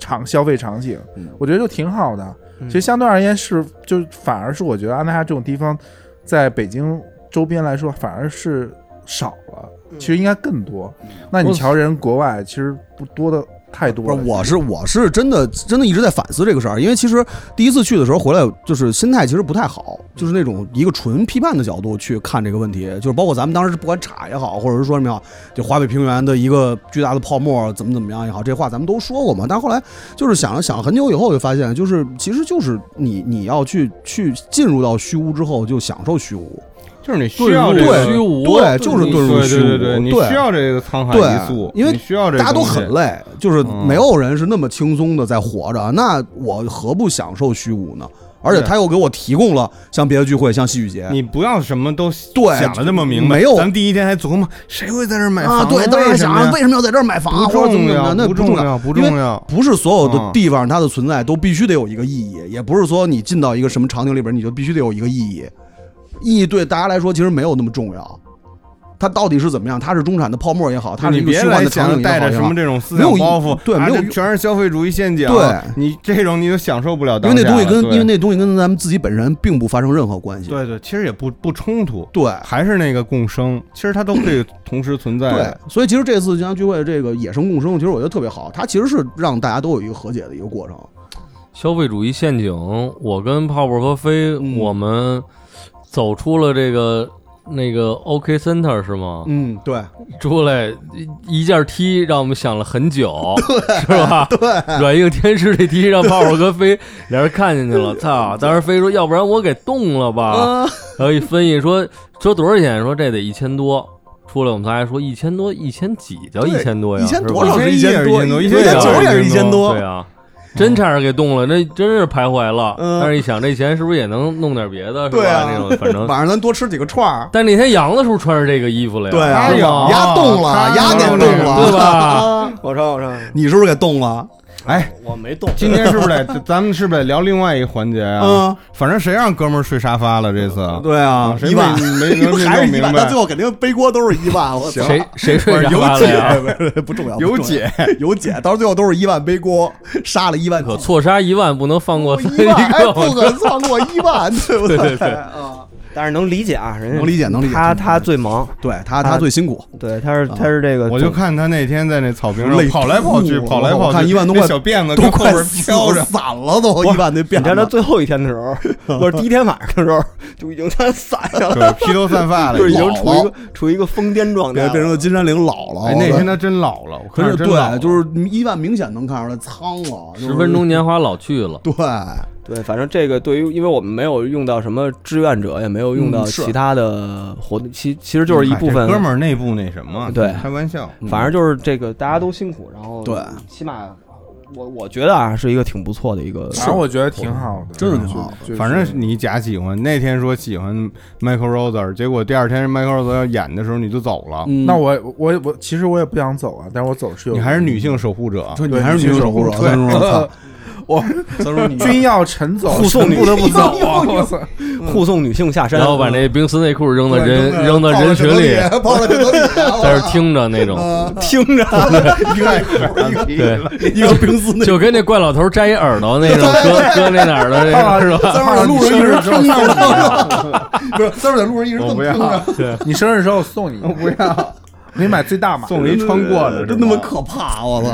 Speaker 7: 场消费场景，
Speaker 6: 嗯
Speaker 7: 我觉得就挺好的。
Speaker 3: 嗯
Speaker 7: 其实相对而言是，就反而是我觉得阿那亚这种地方，在北京周边来说反而是少了，
Speaker 6: 嗯
Speaker 7: 其实应该更多。那你瞧人国外其实不多的太多
Speaker 6: 不
Speaker 7: 了。
Speaker 6: 是，我是我是真的真的一直在反思这个事儿，因为其实第一次去的时候回来，就是心态其实不太好，就是那种一个纯批判的角度去看这个问题，就是包括咱们当时不管查也好，或者是说什么也好，就华北平原的一个巨大的泡沫怎么怎么样也好，这话咱们都说过嘛。但后来就是想了想了很久以后，就发现就是其实就是你你要去去进入到虚无之后，就享受虚无，
Speaker 2: 就是你需要这
Speaker 6: 对
Speaker 2: 个
Speaker 4: 虚无，
Speaker 6: 对，就是
Speaker 2: 你
Speaker 6: 遁入
Speaker 2: 对
Speaker 6: 虚无，
Speaker 2: 对对对，你需要这个沧海
Speaker 6: 对
Speaker 2: 一粟，
Speaker 6: 因为
Speaker 2: 你需要这个
Speaker 6: 大家都
Speaker 2: 东西
Speaker 6: 很累，就是
Speaker 2: 嗯
Speaker 6: 没有人是那么轻松的在活着。那我何不享受虚无呢？而且
Speaker 2: 对
Speaker 6: 他又给我提供了像别的聚会，像戏剧节，
Speaker 2: 你不要什么都
Speaker 6: 对
Speaker 2: 想的那么明白，
Speaker 6: 没有
Speaker 2: 咱们第一天还琢磨谁会在这儿买
Speaker 6: 啊，
Speaker 2: 房，
Speaker 6: 对，当
Speaker 2: 为
Speaker 6: 时
Speaker 2: 什
Speaker 6: 想
Speaker 2: 么
Speaker 6: 啊
Speaker 2: 呀
Speaker 6: 为什么要在这儿买房啊，
Speaker 2: 不
Speaker 6: 或者怎么
Speaker 2: 重
Speaker 6: 怎么样，那
Speaker 2: 不
Speaker 6: 重
Speaker 2: 重要，不
Speaker 6: 因为
Speaker 2: 重要。
Speaker 6: 不是所有的
Speaker 2: 嗯
Speaker 6: 地方它的存在都必须得有一个意义，也不是说你进到一个什么场景里边你就必须得有一个意义，意义对大家来说其实没有那么重要。它到底是怎么样？它是中产的泡沫也好，它是
Speaker 2: 你
Speaker 6: 一个
Speaker 2: 别
Speaker 6: 虚
Speaker 2: 来
Speaker 6: 幻的场
Speaker 2: 想
Speaker 6: 景
Speaker 2: 着
Speaker 6: 也好
Speaker 2: 带着
Speaker 6: 也
Speaker 2: 什
Speaker 6: 好
Speaker 2: 么这种思
Speaker 6: 没
Speaker 2: 想
Speaker 6: 有
Speaker 2: 包袱，
Speaker 6: 对
Speaker 2: 啊
Speaker 6: 没有
Speaker 2: 这全是消费主义陷阱。啊
Speaker 6: 对，
Speaker 2: 你这种你就享受不了
Speaker 6: 因
Speaker 2: 当
Speaker 6: 为
Speaker 2: 下
Speaker 6: 那
Speaker 2: 了，
Speaker 6: 东西跟因为
Speaker 2: 对
Speaker 6: 那东西跟咱们自己本身并不发生任何关系。
Speaker 2: 对对，其实也不不冲突，
Speaker 6: 对
Speaker 2: 还是那个共生，其实它都可以同时存在
Speaker 6: 对
Speaker 4: 哎
Speaker 2: 的。，
Speaker 6: 所以其实这次家聚会这个野生共生，其实我觉得特别好，它其实是让大家都有一个和解的一个过
Speaker 4: 啊
Speaker 6: 程。
Speaker 4: 消费主义陷阱，我跟泡泡和飞，
Speaker 6: 嗯
Speaker 4: 我们走出了这个那个 OK Center 是吗？
Speaker 6: 嗯，对，
Speaker 4: 出来一一件 T 让我们想了很久，是吧？对，软硬天师这 T 让泡泡和飞 俩人看见去了，操！当时飞说，要不然我给冻了
Speaker 6: 啊
Speaker 4: 吧。然后一分析说说多少钱？说这得一千多。出来我们仨还说一千多，一千几叫一千多呀？
Speaker 6: 一千
Speaker 4: 啊是吧
Speaker 6: 多少是一千多，
Speaker 2: 一千
Speaker 6: 一
Speaker 2: 一也是一千多
Speaker 6: 千
Speaker 4: 对啊
Speaker 6: 九也是一
Speaker 2: 一
Speaker 6: 千
Speaker 2: 千
Speaker 6: 多
Speaker 4: 对。啊，嗯真差点给冻了，那真是徘徊了。但是一想这钱是不是也能弄点别的，是吧？
Speaker 6: 嗯对啊
Speaker 4: 那种反正。
Speaker 6: 晚上咱多吃几个串儿，
Speaker 4: 但那天阳的时候穿着这个衣服哎了呀，
Speaker 6: 对啊，
Speaker 4: 是吗
Speaker 6: 牙动了，牙给冻了，
Speaker 4: 对？ 吧？
Speaker 3: 啊我说我说
Speaker 6: 你是不是给冻了？
Speaker 2: 哎，
Speaker 3: 我没动，
Speaker 2: 今天是不是得 咱们是不是得聊另外一环节啊
Speaker 6: 嗯？
Speaker 2: 反正谁让哥们儿睡沙发了这次？
Speaker 6: 对啊
Speaker 2: 谁
Speaker 6: 一
Speaker 2: 没
Speaker 6: 万
Speaker 2: 没没没
Speaker 6: 还
Speaker 2: 弄
Speaker 6: 是一
Speaker 2: 明
Speaker 6: 万，他
Speaker 2: 白
Speaker 6: 最？后肯定背锅都是一万。我操，
Speaker 4: 谁谁睡着
Speaker 2: 有
Speaker 4: 了呀？
Speaker 6: 对 不重要，不
Speaker 2: 有
Speaker 6: 重要
Speaker 2: 解，
Speaker 6: 有解，到最后都是一万背锅，杀了一万
Speaker 4: 可
Speaker 6: 几
Speaker 4: 错杀一万不能放过
Speaker 6: 不
Speaker 4: 三
Speaker 6: 一万，哎，不
Speaker 4: 个。
Speaker 6: 可放过一万，对不对？
Speaker 4: 对对对
Speaker 6: 啊，
Speaker 3: 但是能理解啊，人家
Speaker 6: 能理解，能理解。
Speaker 3: 他他最忙，
Speaker 6: 对他
Speaker 3: 他
Speaker 6: 他最辛苦，
Speaker 3: 对，他是
Speaker 6: 啊
Speaker 3: 他是这个，
Speaker 2: 我就看他那天在那草坪
Speaker 6: 累
Speaker 2: 上跑来跑去，
Speaker 6: 吐了
Speaker 2: 跑来
Speaker 6: 我
Speaker 2: 跑去，
Speaker 6: 看一万多
Speaker 2: 那
Speaker 6: 块
Speaker 2: 小辫子
Speaker 6: 都
Speaker 2: 呃跟后
Speaker 6: 快
Speaker 2: 边
Speaker 6: 死
Speaker 2: 飘着。
Speaker 6: 散了都，一万那变
Speaker 3: 你知道他
Speaker 6: 的。
Speaker 3: 最后一天的时 候，不是第一天晚上的时候就已经他散 了，
Speaker 2: 对，披头散发的
Speaker 3: 就，是已经
Speaker 6: 老
Speaker 3: 处于一
Speaker 6: 了
Speaker 3: 个处于一个疯癫状态
Speaker 6: 变
Speaker 3: 了，
Speaker 6: 变成了金山岭老了，
Speaker 2: 哎，那天他真老了，我
Speaker 6: 可
Speaker 2: 看着
Speaker 6: 是
Speaker 2: 真老了
Speaker 6: 对，就是一万明显能看出来苍了，就是
Speaker 4: 十分钟年华老去了，
Speaker 6: 对，
Speaker 3: 对，反正这个对于，因为我们没有用到什么志愿者，也没有用
Speaker 6: 嗯
Speaker 3: 到
Speaker 6: 是
Speaker 3: 其他的活动，其其实就是一
Speaker 2: 哎
Speaker 3: 部
Speaker 2: 这
Speaker 3: 分，
Speaker 2: 哥们儿内部那什么，
Speaker 3: 对
Speaker 2: 开玩笑，
Speaker 3: 反正就是这个大家都辛苦，然后
Speaker 6: 对，
Speaker 3: 起码我我觉得啊是一个挺不错的一个，
Speaker 7: 反正我觉得挺好的，
Speaker 6: 真的挺好的
Speaker 7: 就是
Speaker 2: 反正你假喜欢，那天说喜欢 Michael Roser，结果第二天 Michael Roser 演的时候你就走了，
Speaker 6: 嗯
Speaker 7: 那我我我其实我也不想走啊，但是我走是有
Speaker 2: 你还是女性守护者，
Speaker 6: 说你还是女守护者，
Speaker 7: 对
Speaker 6: 三叔，操
Speaker 7: 我
Speaker 6: 三叔你
Speaker 7: 君要臣走，
Speaker 3: 护送
Speaker 7: 臣
Speaker 3: 女
Speaker 7: 不得不走 啊！我操
Speaker 3: 护送女性下山，
Speaker 4: 然后把那冰丝内裤扔到人
Speaker 6: 对
Speaker 4: 扔到人群里，，
Speaker 6: 抱了枕头底下，
Speaker 4: 在这听着那种，
Speaker 6: 嗯
Speaker 3: 听着
Speaker 2: 太牛逼
Speaker 4: 对
Speaker 2: 了，，
Speaker 6: 一个冰 丝那
Speaker 4: 就跟那怪老头摘一耳朵那种，割割那哪儿的那个是吧？
Speaker 6: 三叔在路上一直听着，不是三叔在路上一直这
Speaker 2: 我不
Speaker 6: 么
Speaker 2: 要
Speaker 6: 听着，
Speaker 7: 你生日时候我送 你，我不要，你买最大码，
Speaker 2: 送了一 穿过的，
Speaker 6: 真他妈可怕，我操！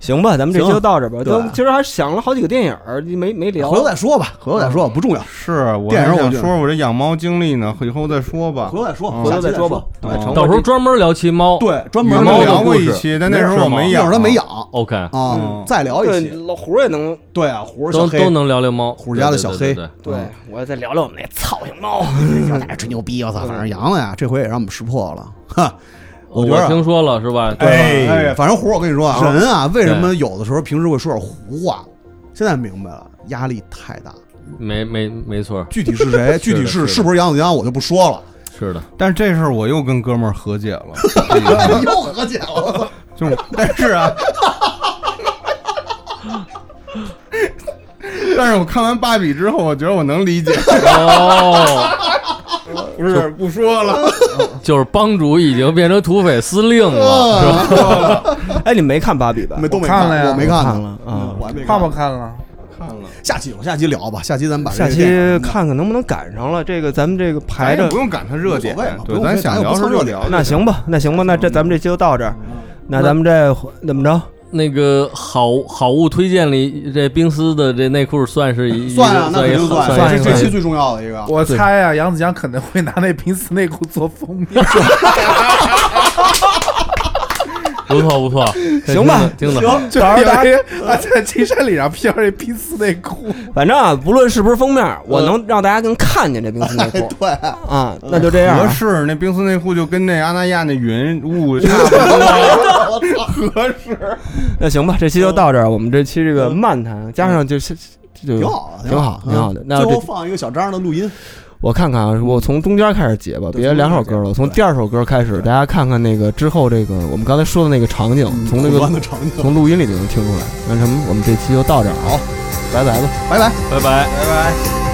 Speaker 3: 行吧，咱们这期
Speaker 6: 行
Speaker 3: 就到这儿吧。
Speaker 6: 对
Speaker 3: 咱其实还想了好几个电影儿，没没聊
Speaker 6: 回。头再说吧，回头再说吧，不重要，
Speaker 2: 是我
Speaker 6: 电影
Speaker 2: 还
Speaker 6: 我
Speaker 2: 想
Speaker 6: 觉得
Speaker 2: 说我这养猫经历呢，以后再说吧
Speaker 6: 回。
Speaker 2: 嗯
Speaker 6: 头再说，
Speaker 3: 回头再说吧，
Speaker 6: 对
Speaker 3: 对成
Speaker 4: 到时候专门聊骑猫。
Speaker 6: 对，专
Speaker 2: 羽
Speaker 6: 门
Speaker 2: 毛
Speaker 6: 聊
Speaker 2: 聊
Speaker 6: 过
Speaker 2: 过一期，但那时候我没
Speaker 6: 那
Speaker 2: 养，
Speaker 6: 会儿他没养
Speaker 4: ，OK，
Speaker 6: 啊
Speaker 2: 嗯，
Speaker 6: 再聊一
Speaker 3: 对
Speaker 6: 期，
Speaker 3: 老胡也能
Speaker 6: 对啊，胡儿小
Speaker 4: 都
Speaker 6: 黑
Speaker 4: 都能聊聊猫。
Speaker 6: 虎家的小黑
Speaker 4: 对对对对
Speaker 3: 对我再聊聊我们那操性猫，
Speaker 6: 让哎大家吹牛逼，我操！反正杨子呀，这回也让我们识破了。哈，我觉
Speaker 4: 我
Speaker 6: 得啊
Speaker 4: 听说了是吧？
Speaker 6: 哎 哎，反正胡，我跟你说啊，人啊，为什
Speaker 4: 对
Speaker 6: 么有的时候平时会说点胡话？现在明白了，压力太大。
Speaker 4: 没没没错，
Speaker 6: 具体是 谁，具体
Speaker 4: 是
Speaker 6: 是
Speaker 4: 的
Speaker 6: 是不是杨子江，我就不说了。
Speaker 4: 是的，
Speaker 2: 但是这事儿我又跟哥们儿和解了，
Speaker 6: 又和解了，我 操！
Speaker 2: 就是我但是啊，但是我看完芭比之后，我觉得我能理解，
Speaker 4: 哦，
Speaker 2: 不是不说了，
Speaker 4: 就是帮主已经变成土匪司令
Speaker 6: 呃
Speaker 4: 了，是吧？
Speaker 3: 哎，你没看芭比吧？
Speaker 6: 啊没都没
Speaker 7: 看了呀
Speaker 6: 我没看呢，
Speaker 3: 了啊
Speaker 6: 嗯，我还没
Speaker 7: 看
Speaker 6: 看
Speaker 7: 不。看了？
Speaker 2: 看了，
Speaker 6: 下期有，下期聊吧，下期咱们把这
Speaker 3: 下
Speaker 6: 个
Speaker 3: 期
Speaker 6: 电影
Speaker 3: 看看能不能赶上了。这个咱们这个排
Speaker 2: 咱也
Speaker 3: 着
Speaker 2: 不，用赶它热点
Speaker 6: 无所谓嘛，不
Speaker 2: 对，
Speaker 6: 用
Speaker 2: 咱
Speaker 6: 非
Speaker 2: 想
Speaker 6: 咱又
Speaker 2: 聊
Speaker 6: 不蹭
Speaker 2: 什么
Speaker 6: 热
Speaker 2: 就
Speaker 6: 点
Speaker 2: 聊。
Speaker 3: 那行吧，那行吧，那这咱们这期就到这儿。那咱们这怎么着？
Speaker 4: 那个好好物推荐里，这冰丝的这内裤算是一
Speaker 6: 算啊，那
Speaker 4: 算一
Speaker 6: 肯定
Speaker 4: 算
Speaker 6: 算
Speaker 4: 一
Speaker 6: 啊，
Speaker 4: 算
Speaker 6: 这
Speaker 4: 一
Speaker 6: 这期最重要的一个。
Speaker 7: 我猜啊，杨子江可能会拿那平丝内裤做封 面，
Speaker 4: 不错不错，
Speaker 3: 行吧
Speaker 4: 听着听着，
Speaker 7: 就有一他在金山岭上飘着一平丝内裤，
Speaker 3: 反正啊，不论是不是封面，我能让大家能看见这冰丝内 裤
Speaker 6: 对啊，
Speaker 3: 啊。那就这样
Speaker 2: 合
Speaker 3: 啊，
Speaker 2: 适，那冰丝内裤就跟那阿那亚那云 雾差不多。
Speaker 3: 那行吧，这期就到这儿。我们这期这个漫谈加上就是就
Speaker 6: 挺好的，
Speaker 3: 嗯挺好挺好的。那
Speaker 6: 最后
Speaker 3: 这
Speaker 6: 放一个小张的录音，
Speaker 3: 我看看啊，我从中间开始截吧，
Speaker 6: 对
Speaker 3: 别两首歌了，从第二首歌开始，大家看看那个之后这个我们刚才说的那个场景，从那
Speaker 6: 混
Speaker 3: 个
Speaker 6: 乱的场景。
Speaker 3: 从录音里就能听出来。那什么，我们这期就到这儿，好，拜拜吧。
Speaker 6: 拜拜。
Speaker 4: 拜拜。
Speaker 13: 「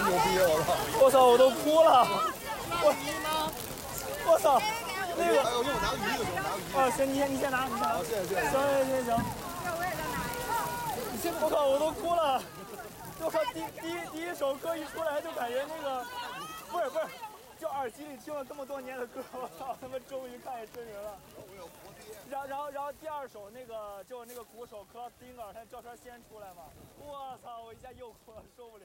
Speaker 8: 我都哭了，我我操，那个
Speaker 14: 我给我拿个鱼就行，拿个鱼。
Speaker 8: 啊，行，你先你先拿，你先拿，
Speaker 14: 好，谢谢谢
Speaker 8: 行
Speaker 14: 谢。
Speaker 8: 行行行，
Speaker 15: 我也能拿一个。
Speaker 8: 我靠，我都哭了，我靠，第第一第一首歌一出来就感觉那个，不是不是，就耳机里听了这么多年的歌，我操，他妈终于看见真人了。然后然后然后第二首那个就是那个鼓手 Klaus Dinger，他这圈先出来嘛，我操，我一下又哭了，受不了。